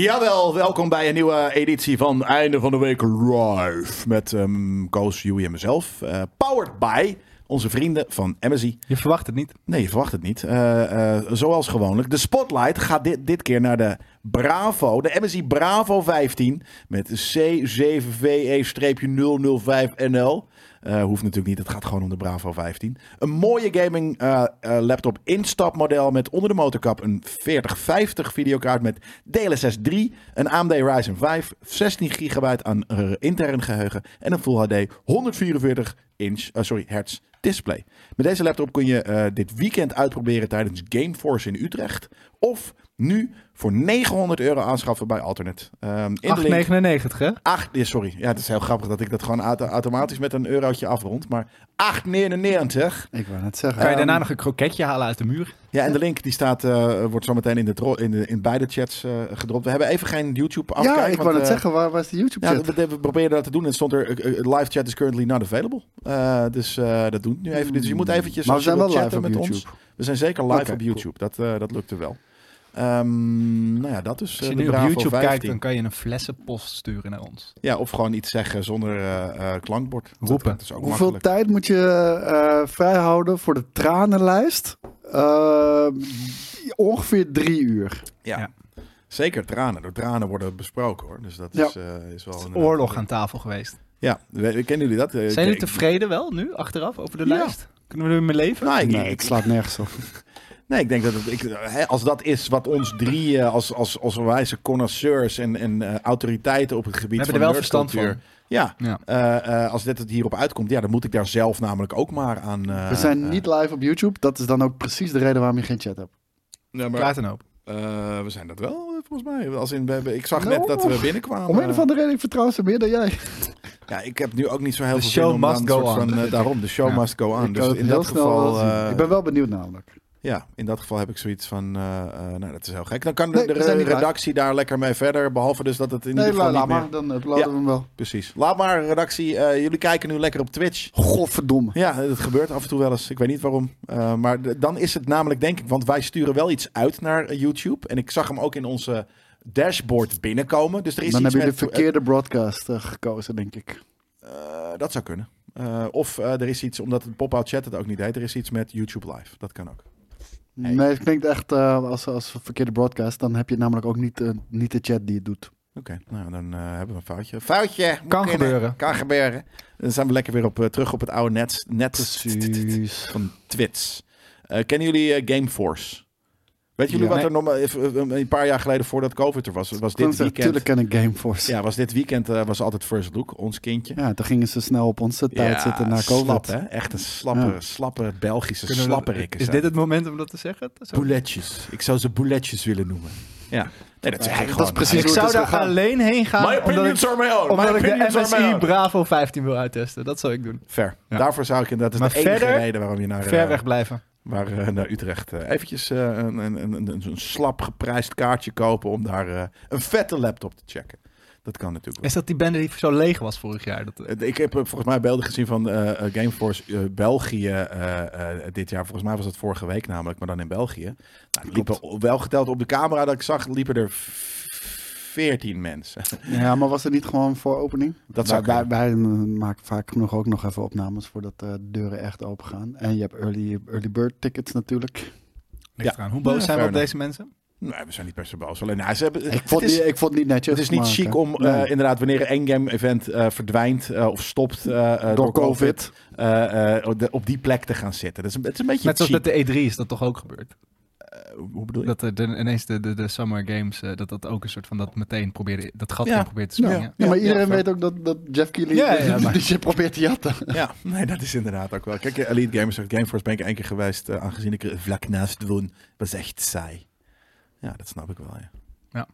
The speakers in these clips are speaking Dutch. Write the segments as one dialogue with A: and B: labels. A: Jawel, welkom bij een nieuwe editie van Einde van de Week Live. Met ehm Koos, Joey en mezelf. Eh, powered by onze vrienden van MSI.
B: Je verwacht het niet.
A: Nee, je verwacht het niet. Eh, eh, zoals gewoonlijk. De spotlight gaat dit, dit keer naar de Bravo. De MSI Bravo 15. Met E C7VE-005NL. Eh, hoeft natuurlijk niet. Het gaat gewoon om de Bravo 15. Een mooie gaming eh, eh, laptop instapmodel. Met onder de motorkap een 4050 videokaart. Met DLSS 3. Een AMD Ryzen 5. 16 gigabyte aan eh, intern geheugen. En een Full HD 144 inch, eh, sorry, hertz display. Met deze laptop kun je eh, dit weekend uitproberen tijdens Gameforce in Utrecht. Of nu voor 900 euro aanschaffen bij Alternet. Ehm, in de link
B: 8,99 hè?
A: 8, ja, sorry, ja, het is heel grappig dat ik dat gewoon auto- automatisch met een eurotje afrond. Maar 8,99.
C: Ik wou net zeggen.
A: Ehm,
B: Kan je daarna nog een kroketje halen uit de muur?
A: Ja, en de link die staat, eh, wordt zometeen in, de tro- in, de, in beide chats eh, gedropt. We hebben even geen YouTube
C: ja,
A: afkijken.
C: ik wou
A: want,
C: net
A: eh,
C: zeggen, waar was de YouTube
A: Ja,
C: chat?
A: we, we probeerden dat te doen en stond er eh, eh, live chat is currently not available. Eh, dus eh, dat doen we nu even. Dus je moet eventjes
C: Hmm. maar we
A: als je
C: zijn wel
A: wilt
C: live op
A: chatten
C: YouTube.
A: We zijn zeker live
C: Oké,
A: op YouTube. Dat, eh dat lukte wel. Ehm, nou ja, dat is
B: Als je
A: eh,
B: nu
A: de
B: op
A: Bravo Oh,
B: YouTube
A: 15.
B: kijkt, dan kan je een flessenpost sturen naar ons.
A: Ja, of gewoon iets zeggen zonder eh, eh, klankbord. Dat-
B: Roepen.
A: Dat, is ook
C: Hoeveel
A: makkelijk.
C: tijd moet je eh, vrijhouden voor de tranenlijst? Eh, ongeveer drie uur.
A: Ja.
B: Ja.
A: Zeker tranen. Door tranen worden besproken hoor. Dus dat is, eh, is wel een
B: Oorlog aan tafel geweest.
A: Ja, we- we- kennen jullie dat? Eh,
B: Zijn jullie
A: ik-
B: tevreden wel nu, achteraf, over de
A: Ja.
B: lijst? Kunnen we ermee leven?
A: Nou, ik-
C: Nee, ik slaat nergens op.
A: Nee, ik denk dat het, ik, hè, als dat is wat ons drieën als, als, als wijze connoisseurs en, en eh, autoriteiten op het
B: we
A: gebied
B: hebben er
A: van
B: wel verstand
A: nerdcultuur-
B: van.
A: Ja,
B: Ja.
A: eh, eh, als dit het hierop uitkomt, ja, dan moet ik daar zelf namelijk ook maar aan. eh,
C: We zijn
A: eh,
C: niet live op YouTube. Dat is dan ook precies de reden waarom je geen chat hebt.
A: Ja, maar,
B: Praat een hoop.
A: eh, we zijn dat wel, eh, volgens mij. Als in, we hebben, ik zag
C: Nou,
A: net dat we binnenkwamen.
B: Oh,
C: Om een
B: eh.
C: of andere reden, ik vertrouw ze meer dan jij.
A: Ja, ik heb nu ook niet zo heel
B: The
A: veel
B: show
A: zin om aan
B: must
A: een soort
B: go on.
A: van, eh, daarom, de show
B: Ja.
A: must go on.
C: Ik kan
A: Dus
C: het
A: in
C: heel
A: dat
C: snel wel
A: geval,
C: zien.
A: eh,
C: ik ben wel benieuwd namelijk.
A: ja, in dat geval heb ik zoiets van, eh, eh, nou, dat is heel gek. Dan kan de-
C: Nee,
A: de,
C: we zijn niet live.
A: redactie daar lekker mee verder, behalve dus dat het in
C: Nee,
A: ieder geval
C: laat
A: niet meer...
C: maar. Dan uploaden
A: Ja.
C: we hem wel.
A: Precies. Laat maar, redactie. eh, jullie kijken nu lekker op Twitch.
C: Godverdomme.
A: Ja, dat gebeurt af en toe wel eens. Ik weet niet waarom. Eh, maar d- dan is het namelijk, denk ik, want wij sturen wel iets uit naar eh, YouTube. En ik zag hem ook in onze dashboard binnenkomen. Dus er is
C: Dan
A: iets
C: hebben jullie de
A: met...
C: verkeerde broadcast eh, gekozen, denk ik.
A: eh, eh, dat zou kunnen. Eh, of eh, er is iets, omdat het pop-out chat het ook niet deed, er is iets met YouTube Live. Dat kan ook. Hey.
C: Nee, het klinkt echt eh, als, als verkeerde broadcast. Dan heb je namelijk ook niet, eh, niet de chat die het doet.
A: Oké, nou dan eh, hebben we een foutje. Foutje! Moet
B: Kan
A: kunnen.
B: gebeuren.
A: Kan gebeuren. Dan zijn we lekker weer op, eh, terug op het oude net, net
C: Precies.
A: van Twits. Eh, kennen jullie eh, Gameforce? Weet jullie
C: Ja.
A: wat er nog maar even, eh, een paar jaar geleden voordat COVID er was? Was dit weekend?
C: Natuurlijk ken ik Gameforce. Ja.
A: Ja, was dit weekend eh, was altijd First Look, ons kindje.
C: toen gingen ze snel op onze tijd
A: Ja,
C: zitten naar COVID.
A: slap, hè? Echt een slappe,
C: Ja.
A: slappe Belgische
B: Kunnen we-
A: slapperikken.
B: is
A: zijn.
B: dit het moment om dat te zeggen? Dat is ook-
A: Bouletjes. Ik zou ze bouletjes willen noemen. Ja. Nee, dat zeg ik
C: dat is
A: gewoon.
C: precies
B: Ik
C: hoe het
B: zou
C: is
B: daar
C: gegaan.
B: alleen heen gaan
A: My
B: omdat
A: opinions
B: ik,
A: are my own.
B: omdat
A: My
B: ik de
A: opinions are my
B: MSI
A: own.
B: Bravo 15 wil uittesten. Dat zou ik doen.
A: Ver.
B: Ja.
A: Daarvoor zou ik inderdaad... Dat is
B: Maar
A: de enige
B: verder-
A: reden waarom je naar... eh,
B: Ver weg blijven.
A: Maar eh, naar Utrecht. eh, eventjes eh, een, een, een, een, een slap geprijsd kaartje kopen om daar eh, een vette laptop te checken. Dat kan natuurlijk wel.
B: Is dat die bende die zo leeg was vorig jaar? Dat,
A: Eh, Ik heb eh, volgens mij beelden gezien van eh, eh, Gameforce eh, België eh, eh, dit jaar. Volgens mij was dat vorige week namelijk, maar dan in België. Nou, er liepen o- wel geteld op de camera dat ik zag, liepen er veertien mensen.
C: Ja, maar was het niet gewoon voor opening?
A: Dat
C: wij,
A: zou
C: wij, wij, eh, maken vaak genoeg ook nog even opnames voordat eh, de deuren echt open gaan. En je hebt early, early bird tickets natuurlijk.
B: ligt
A: Ja.
B: eraan. Hoe boos
A: Ja,
B: zijn we
A: fair
B: op
A: enough.
B: deze mensen?
A: Nee, we zijn niet per se boos. Alleen, nou, ze hebben,
C: Ik vond,
A: het is-
C: niet, ik vond het niet netjes.
A: Het is niet
C: maar,
A: chic
C: eh,
A: om
C: nee.
A: eh, inderdaad wanneer een game event eh, verdwijnt eh, of stopt eh, eh, door,
C: door
A: COVID,
C: COVID.
A: eh, eh, op de- op die plek te gaan zitten. Dat is, een- het is een beetje
B: Net zoals
A: cheap.
B: met de E3 is dat toch ook gebeurd?
A: Eh, hoe bedoel je?
B: Dat er de- ineens de, de, de Summer Games, eh, dat dat ook een soort van dat meteen probeerde, dat gat
A: Ja.
B: in probeerde te
C: Ja.
B: springen.
C: Ja, maar
A: Ja,
C: iedereen
A: ja,
C: weet ook dat, dat Jeff Keighley
B: Ja, ja, maar-
C: die shit probeert te jatten.
A: Ja, nee, dat is inderdaad ook wel. Kijk, eh, Elite Gamers zegt Gameforce ben ik één keer geweest, eh, aangezien ik er vlak naast woon. was echt saai. Ja, dat snap ik wel, ja.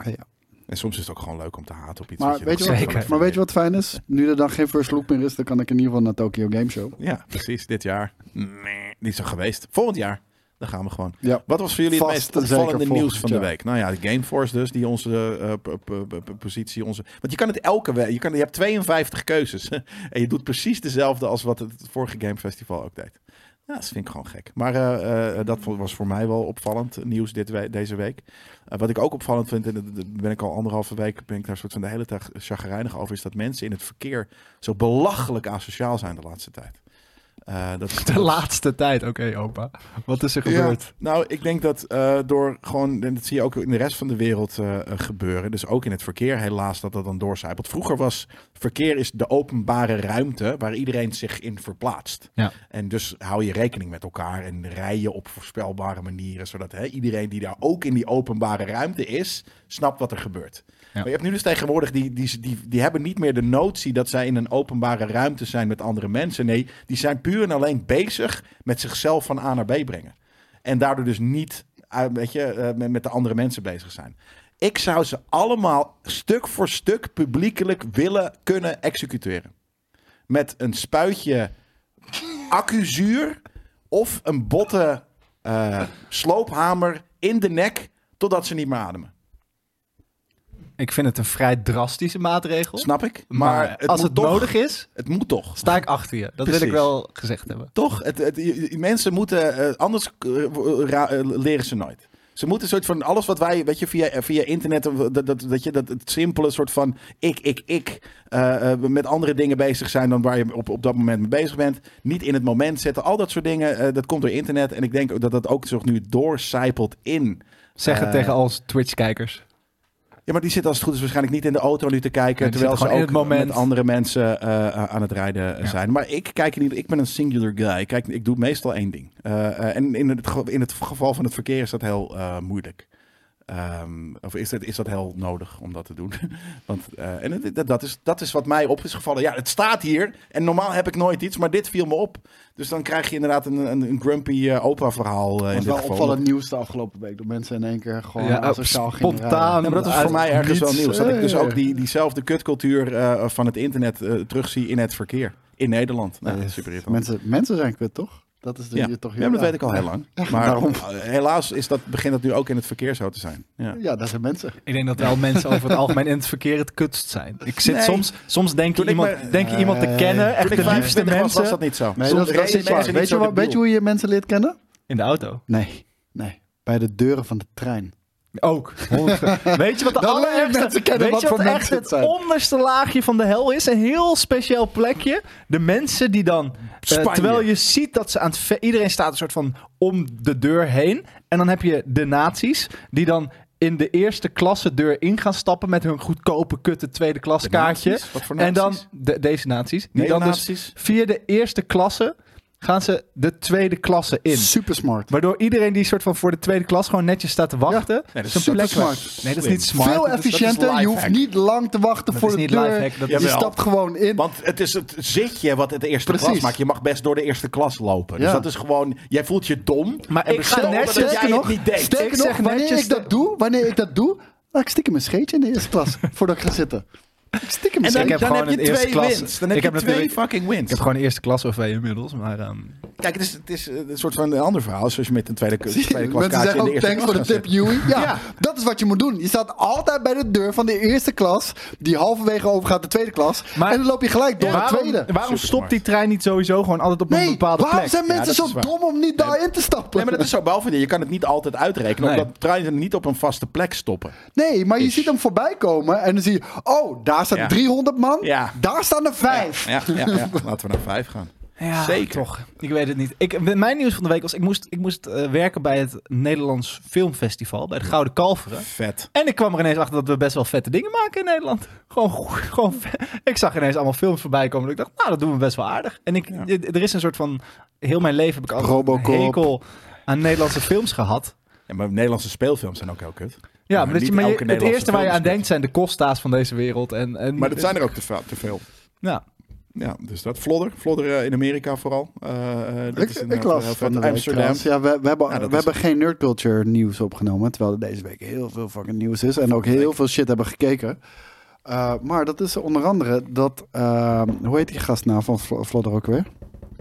C: Ah, ja.
A: En soms is het ook gewoon leuk om te haten op iets.
C: Maar, weet je
B: nog
C: wat,
B: zeker.
C: maar weet je wat fijn is? Nu er dan geen first look meer is, dan kan ik in ieder geval naar Tokyo Game Show.
A: Ja, precies. Dit jaar. Nee, niet zo geweest. Volgend jaar. Dan gaan we gewoon.
C: Ja.
A: Wat was voor jullie het
C: Vast
A: meest
C: en
A: opvallende
C: zeker
A: nieuws
C: volgend
A: van de
C: jaar.
A: week? Nou ja, de Gameforce dus, die onze eh, p- p- p- positie, onze... Want je kan het elke week, je, kan, je hebt 52 keuzes. en je doet precies dezelfde als wat het vorige Gamefestival ook deed. Ja, dat vind ik gewoon gek. Maar eh, eh, dat vo- was voor mij wel opvallend eh, nieuws dit we- deze week. Eh, wat ik ook opvallend vind, en dat- dat ben ik al anderhalve week ben ik daar soort van de hele dag chagrijnig over, is dat mensen in het verkeer zo belachelijk asociaal zijn de laatste tijd. Eh, dat
B: De laatste tijd. Oké, opa. Wat is er gebeurd?
A: ja, nou, ik denk dat eh, door gewoon, en dat zie je ook in de rest van de wereld eh, gebeuren, dus ook in het verkeer helaas, dat dat dan doorcijpelt. Vroeger was verkeer is de openbare ruimte waar iedereen zich in verplaatst.
B: Ja.
A: En dus hou je rekening met elkaar en rij je op voorspelbare manieren, zodat hè, iedereen die daar ook in die openbare ruimte is, snapt wat er gebeurt. Maar je hebt nu dus tegenwoordig, die, die, die, die hebben niet meer de notie dat zij in een openbare ruimte zijn met andere mensen. Nee, die zijn puur en alleen bezig met zichzelf van A naar B brengen. En daardoor dus niet eh, weet je, eh, met- met de andere mensen bezig zijn. Ik zou ze allemaal stuk voor stuk publiekelijk willen kunnen executeren. Met een spuitje accuzuur of een botte eh, sloophamer in de nek totdat ze niet meer ademen.
B: Ik vind het een vrij drastische maatregel.
A: Snap ik. Maar,
B: maar als
A: moet
B: het
A: toch-
B: nodig is,
A: Het moet toch.
B: sta ik achter je. Dat wil
A: Precies.
B: ik wel gezegd hebben.
A: Toch? Het, het- je- je- mensen moeten, eh, anders eh, ra- eh, leren ze nooit. Ze moeten een soort van alles wat wij, weet je, via, via internet, eh, dat, dat, dat, je, dat het simpele soort van ik, ik, ik, eh, eh, met andere dingen bezig zijn dan waar je op, op dat moment mee bezig bent. Niet in het moment zetten. Al dat soort dingen, eh, dat komt door internet. En ik denk ook dat dat ook zich nu doorcijpelt in.
B: Zeg het
A: Eh,
B: tegen als Twitch-kijkers.
A: Ja, maar die zitten als het goed is waarschijnlijk niet in de auto nu te kijken.
B: Nee, die
A: terwijl ze ook
B: zitten gewoon in het
A: met
B: moment.
A: andere mensen eh, aan het rijden eh,
B: Ja.
A: zijn. Maar ik kijk niet. Ik ben een singular guy. Ik Kijk, ik doe meestal één ding. Eh, eh, en in het, ge- in het geval van het verkeer is dat heel eh, moeilijk. Ehm, of is dat, is dat heel nodig om dat te doen? Want eh, en het- dat, dat, is, dat is wat mij op is gevallen. Ja, het staat hier. En normaal heb ik nooit iets, maar dit viel me op. Dus dan krijg je inderdaad een, een, een grumpy eh, opa-verhaal. eh,
C: Dat
A: in
C: was
A: dit
C: wel
A: geval.
C: opvallend nieuws de afgelopen week. Dat mensen in één keer gewoon
B: Ja,
C: ja, sociaal gingen
B: spontaan.
C: rijden.
A: Ja, maar dat is voor
B: Uit
A: mij ergens wel
B: niets.
A: nieuws. Dat ik dus
C: Ja, ja,
A: ook
C: ja.
A: die, diezelfde kutcultuur eh, van het internet eh, terugzie in het verkeer. In Nederland. Nou, dat is super irritant.
C: mensen, mensen zijn kut, toch? Dat is de,
A: ja.
C: je toch
A: Ja, maar dat weet ik al heel lang. Maar
C: daarom.
A: eh, helaas is dat, begint dat nu ook in het verkeer zo te zijn. Ja.
C: Ja, dat zijn mensen.
B: Ik denk dat wel mensen over het algemeen in het verkeer het kutst zijn. Ik zit
A: Nee.
B: soms, soms denk
A: Toen
B: je
A: ik
B: iemand,
A: maar-
B: denk je iemand te
C: Nee.
B: kennen,
A: Toen
B: echt
A: ik
B: de
A: 25
B: liefste
A: was, was
B: mensen
A: dat niet zo.
C: Nee,
A: Soms
C: dat, dat
A: reden
C: is waar.
A: mensen niet
C: Weet je,
A: zo
C: wat,
A: debiel.
C: weet je hoe je mensen leert kennen?
B: in de auto.
C: Nee, nee. Bij de deuren van de trein.
B: Ook. Weet je wat de
C: Dan leer je
B: allerergste...
C: mensen kennen
B: Weet
C: wat
B: je wat
C: voor
B: echt
C: mensen
B: het
C: het zijn.
B: onderste laagje van de hel is? Een heel speciaal plekje. De mensen die dan... eh,
A: Spanje.
B: terwijl je ziet dat ze aan het... ve- Iedereen staat een soort van om de deur heen. En dan heb je de nazi's die dan in de eerste klasse deur in gaan stappen... met hun goedkope kutte tweede klas kaartje.
A: Nazi's? Wat voor
B: En dan
A: nazi's?
B: de- deze nazi's. Die dan dus
A: Neonazi's?
B: via de eerste klasse gaan ze de tweede klasse in.
C: Super smart.
B: Waardoor iedereen die soort van voor de tweede klas gewoon netjes staat te wachten.
A: Nee, dat is
B: zo'n plek
A: supersmart.
B: waar- Nee, dat is niet smart.
C: Veel
B: Dat is-
C: efficiënter. je hoeft
A: lifehack.
C: niet lang te wachten
B: Dat
C: voor
B: is
C: de
B: niet
C: deur.
B: lifehack, dat
C: je
A: is- Jawel.
C: stapt gewoon in.
A: Want het is het zitje wat het de eerste
C: Precies.
A: klas maakt. Je mag best door de eerste klas lopen. Dus
C: Ja.
A: dat is gewoon... Jij voelt je dom.
B: Maar
A: en
B: ik ga
A: bestolen
B: net
A: dat
B: zeggen
A: jij
C: nog,
A: het niet deed.
B: stel-
C: Sterker
B: Ik zeg
C: nog, wanneer
B: netjes
C: ik
B: de-
C: dat doe, wanneer ik dat doe, laat ik stiekem een scheetje in de eerste klas voordat ik ga zitten. Ik stiekem een
A: En dan,
B: Ik
C: scheetje.
B: heb
A: dan
B: gewoon
A: heb je
B: een eerste
A: twee
B: klasse.
A: wins. Dan heb
B: Ik
A: je
B: heb
A: twee
B: natuurlijk-
A: fucking wins.
B: Ik heb gewoon een eerste klas OV inmiddels, maar... ehm,
A: Kijk, het is, het is eh, een soort van een ander verhaal. Zoals je met een tweede, tweede klas
C: Mensen
A: kaartje
C: zeggen
A: in de
C: ook
A: eerste
C: thanks
A: klas
C: voor de
A: gaat
C: tip, Joey. Ja, dat is wat je moet doen. Je staat altijd bij de deur van de eerste klas, die halverwege overgaat de tweede klas.
B: Maar-
C: en dan loop je gelijk door de
B: waarom
C: tweede.
B: waarom
A: Supersmart.
B: stopt die trein niet sowieso gewoon altijd op een
C: Nee,
B: bepaalde
C: waarom
B: plek?
C: zijn mensen
A: dat is
C: zo
A: waar.
C: dom om niet daarin te stappen?
A: Nee, maar dat is zo bouwvinder. Je kan het niet altijd uitrekenen.
B: Nee.
A: Omdat treinen niet op een vaste plek stoppen.
C: Nee, maar je
A: Ish.
C: ziet hem voorbij komen en dan zie je... Oh, daar staan
A: Ja.
C: 300 man.
A: Ja.
C: Daar staan er vijf.
A: Ja, ja, ja. laten we naar vijf gaan.
B: Ja,
A: Zeker.
B: toch. Ik weet het niet. Ik, mijn nieuws van de week was... Ik moest, ik moest eh, werken bij het Nederlands Filmfestival, bij de Gouden Kalveren.
A: Vet.
B: En ik kwam er ineens achter dat we best wel vette dingen maken in Nederland. Gewoon, go- gewoon ve- ik zag ineens allemaal films voorbij komen. En ik dacht, nou, dat doen we best wel aardig. En ik,
A: Ja.
B: d- er is een soort van, heel mijn leven heb ik altijd
C: Robocop.
B: een hekel aan Nederlandse films gehad.
A: Ja, maar Nederlandse speelfilms zijn ook heel kut.
B: Ja,
A: Ja,
B: maar, dat je-
A: niet
B: maar je-
A: elke
B: het
A: Nederlandse
B: eerste waar je
A: film
B: aan
A: is goed.
B: denkt zijn de kosta's van deze wereld. En, en,
A: Maar dat zijn er ook te, va- te veel.
B: Ja,
A: Ja, dus dat. Vlodder. Vlodder eh, in Amerika vooral. Eh, eh, dat
C: Ik,
A: is
C: ik
A: inderdaad
C: las
A: heel vet.
C: van de week
A: Amsterdam.
C: trouwens. Ja, we, we hebben,
A: Ja, dat
C: we
A: is-
C: hebben geen nerd culture nieuws opgenomen. Terwijl er deze week heel veel fucking nieuws is. En ook heel veel shit hebben gekeken. Uh, maar dat is onder andere dat... eh, hoe heet die gast nou van Vlo- Vlodder ook weer?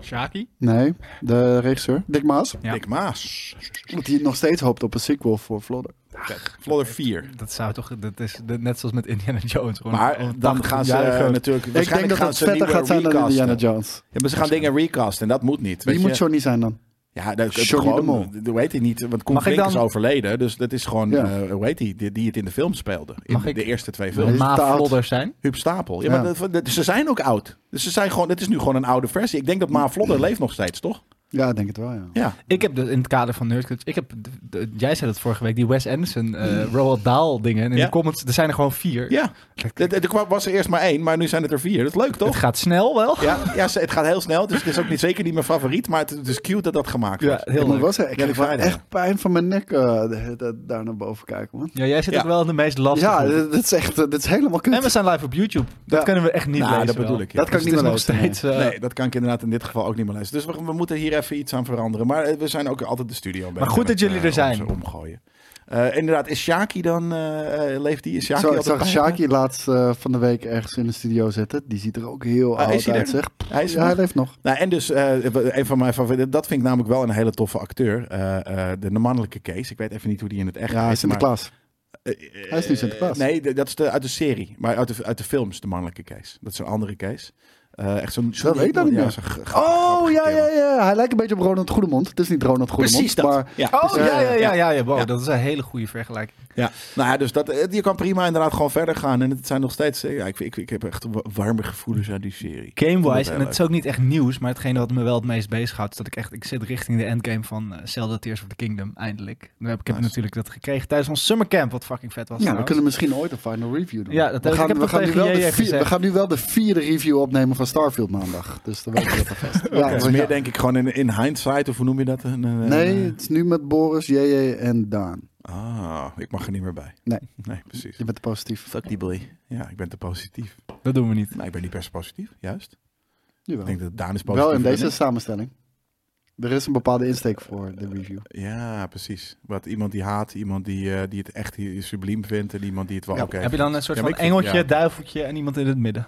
B: Shaki?
C: Nee, de regisseur. Dick Maas.
B: Ja.
A: Dick Maas.
C: Dat hij nog steeds hoopt op een sequel voor Vlodder.
A: Kijk, Vlodder 4.
B: Dat zou toch, dat is de- net zoals met Indiana Jones. Gewoon
A: Maar
B: een
A: dan
B: 80
A: gaan ze
B: jarige-
A: eh, natuurlijk...
C: Ik denk
A: waarschijnlijk
C: dat
A: gaan
C: het
A: ze
C: vetter
A: nieuwe
C: gaat zijn dan
A: recasten.
C: Indiana Jones.
A: Ja, maar ze gaan dingen recasten en dat moet niet. Weet
C: Wie
A: je?
C: moet Johnny zijn dan?
A: Ja, dat, dat
C: Johnny de
A: gewoon, dat weet ik niet. Want Koen
B: Mag ik
A: Brink is
B: dan-
A: overleden. Dus dat is gewoon,
C: Ja.
A: eh, hoe heet die, die, die het in de film speelde. In
B: Mag ik-
A: de eerste twee
B: Wil
A: films.
C: Nee.
B: Ma
C: Stout.
B: Vlodder zijn?
A: Huub Stapel. Ja,
C: Ja.
A: Maar dat- dat- ze zijn ook oud. Dus ze zijn gewoon, dit is nu gewoon een oude versie. Ik denk dat Ma Vlodder leeft nog steeds, toch?
C: Ja, ik denk het wel, ja.
A: Ja.
B: Ik heb dus in het kader van Nerdclubs, ik heb, d- d- jij zei dat vorige week, die Wes Anderson, eh Roald Dahl dingen. En in
A: Ja.
B: de comments, er zijn er gewoon vier.
A: Ja. Er- Er er kwam- was er eerst maar één, maar nu zijn het er vier. Dat is leuk,
B: Het
A: toch?
B: gaat snel wel.
A: Ja, ja, ze- het gaat heel snel. Dus het is ook niet, zeker niet mijn favoriet. Maar het, het is cute dat dat gemaakt
B: Ja,
A: wordt.
B: heel
C: ik moet
B: leuk.
C: wel zeggen, ik
A: Ja, die
C: heb wel
A: vrijdag.
C: echt pijn van mijn nek eh, de hele tijd daar naar boven kijken, man.
B: Ja, jij zit
A: Ja.
B: ook wel in de meest lastige.
C: Ja,
B: groep.
C: dit, dit is echt eh, dit is helemaal kut.
B: en we zijn live op YouTube. Dat
C: Ja.
B: kunnen we echt niet
A: Nou,
B: lezen.
A: dat bedoel
B: wel.
A: ik. ja.
C: Dat kan
B: Dus
C: ik niet
B: het
C: meer
B: is nog
C: lezen,
B: steeds, eh,
A: Nee, dat kan ik inderdaad in dit geval ook niet meer lezen. Dus we, we moeten hier even iets aan veranderen. Maar eh, we zijn ook altijd de studio bij.
B: Maar goed dat jullie er zijn.
A: eh, omgooien. Eh, inderdaad, is Shaki dan... eh, eh, leeft die? Is Shaki
C: Zo, ik
A: altijd
C: zag
A: bij?
C: Shaki laatst eh, van de week ergens in de studio zitten. Die ziet er ook heel
A: Ah, is
C: oud
A: hij er?
C: uit, zeg.
A: Hij is er
C: ja, hij
A: nog.
C: leeft nog.
A: Nou, en dus eh, een van mijn favorieten. Dat vind ik namelijk wel een hele toffe acteur. Eh, eh, de mannelijke Kees. Ik weet even niet hoe die in het echt
C: Ja,
A: heet,
C: Sinterklaas.
A: maar, eh, eh,
C: Hij is dus nu Sinterklaas.
A: Nee, d- dat is de, uit de serie. Maar uit de, uit de films, de mannelijke Kees. Dat is een andere Kees. Eh, echt zo'n... zo'n-
C: Dat weet ik dan niet
A: ja,
C: meer.
A: zo'n g- grappig-
C: Oh,
A: grappig
C: ja,
A: kerel.
C: ja, ja. Hij lijkt een beetje op Ronald Goedemond. Het is niet Ronald Goedemond.
A: Precies dat.
C: Maar
A: ja, Dus, eh,
B: Oh, ja, ja, ja, ja. ja. Wow,
A: Ja.
B: Dat is een hele goede vergelijking.
A: Ja, nou ja, dus dat, eh, je kan prima inderdaad gewoon verder gaan. En het zijn nog steeds, eh, ja, ik, ik, ik heb echt wa- warme gevoelens aan die serie.
B: Gamewise, en
A: Heel
B: het is ook niet echt nieuws, maar hetgeen wat me wel het meest bezighoudt, is dat ik echt, ik zit richting de endgame van eh, Zelda Tears of the Kingdom, eindelijk. Nu heb ik heb
A: Nice.
B: natuurlijk dat gekregen tijdens ons summercamp, wat fucking vet was
C: ja, we
B: trouwens.
C: kunnen misschien ooit een final review doen.
B: Ja, dat-
C: we
B: ik
C: gaan,
B: heb
C: we
B: dat
C: gaan nu
B: tegen
C: wel de
B: JJ
C: vier-
B: gezegd.
C: we gaan nu wel de vierde review opnemen van Starfield maandag. Dus dan weet je dat alvast. Ja,
A: Het is
C: we-
A: meer denk ik gewoon in, in hindsight, of hoe noem je dat? Een, eh,
C: Nee,
A: een-
C: het is nu met Boris, JJ en Daan.
A: ah, ik mag er niet meer bij.
C: Nee.
A: Nee, precies.
C: Je bent positief.
A: Fuck die boy. Ja, ik ben te positief.
B: Dat doen we niet.
A: Maar ik ben niet per se positief, juist. Ik
C: Jawel.
A: denk dat Daan is positief.
C: Wel in
A: dan
C: deze
A: ik.
C: samenstelling. Er is een bepaalde insteek voor de review.
A: Ja, precies. Wat iemand die haat, iemand die, eh, die het echt hier subliem vindt en iemand die het wel
C: Ja,
A: oké
B: Heb je dan een soort
A: Ja, maar
B: van
A: ik vind-
B: engeltje,
A: ja.
B: duiveltje en iemand in het midden?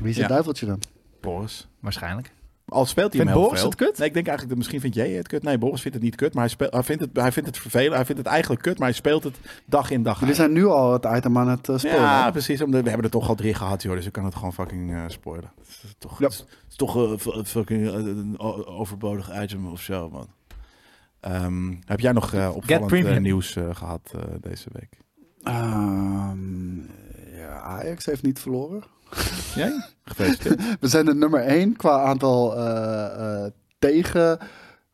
C: Wie is
A: Ja.
C: het duiveltje dan?
A: vindt. Boris.
B: Waarschijnlijk.
A: Al speelt hij
B: Vindt
A: hem heel
B: Boris
A: veel.
B: het kut?
A: Nee, ik denk eigenlijk dat misschien vindt jij het kut. Nee, Boris vindt het niet kut, maar hij, speelt, hij, vindt, het, hij vindt het vervelend. Hij vindt het eigenlijk kut, maar hij speelt het dag in dag
C: Jullie
A: uit.
C: zijn nu al het item aan het eh, spoilen.
A: Ja, precies. Omdat, we hebben er toch al drie gehad, joh. Dus ik kan het gewoon fucking eh, spoilen. Het is toch,
C: Ja.
A: het is, het is toch eh, v- fucking eh, een o- overbodig item of zo, man. Ehm, heb jij nog eh, opvallend eh,
B: premium.
A: nieuws eh, gehad eh, deze week?
C: Ehm, ja, Ajax heeft niet verloren.
A: Jij? Gefeliciteerd.
C: We zijn de nummer 1 qua aantal eh, eh, tegen,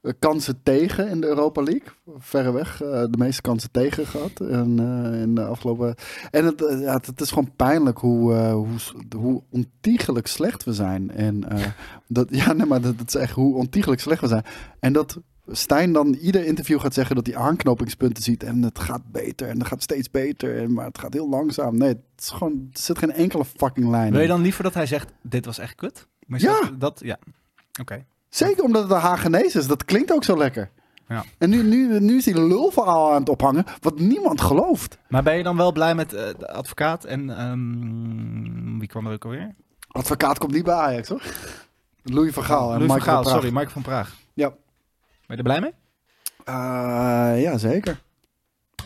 C: eh, kansen tegen in de Europa League. Verreweg eh, de meeste kansen tegen gehad in, eh, in de afgelopen. En het, eh, ja, het, het is gewoon pijnlijk hoe, eh, hoe, s- hoe ontiegelijk slecht we zijn. En eh, dat, ja, nee, maar dat, dat is echt hoe ontiegelijk slecht we zijn. En dat. Stijn dan ieder interview gaat zeggen dat hij aanknopingspunten ziet en het gaat beter en het gaat steeds beter, en, maar het gaat heel langzaam. Nee, het is gewoon, er zit geen enkele fucking lijn
B: Wil
C: in.
B: je dan liever dat hij zegt, dit was echt kut? Maar
C: Ja.
B: zegt Dat, ja. Oké.
C: Zeker omdat het een Hagenees is. Dat klinkt ook zo lekker.
B: Ja.
C: En nu, nu, nu is die lulverhaal aan het ophangen, wat niemand gelooft.
B: Maar ben je dan wel blij met eh, de advocaat en ehm, wie kwam er ook alweer?
C: Advocaat komt niet bij Ajax, hoor. Louis van
A: Oh,
C: Gaal en
B: Louis van Gaal,
C: Michael van Praag.
B: sorry, Mike van Praag.
C: Ja.
B: Ben je er blij mee?
C: Eh, ja, zeker.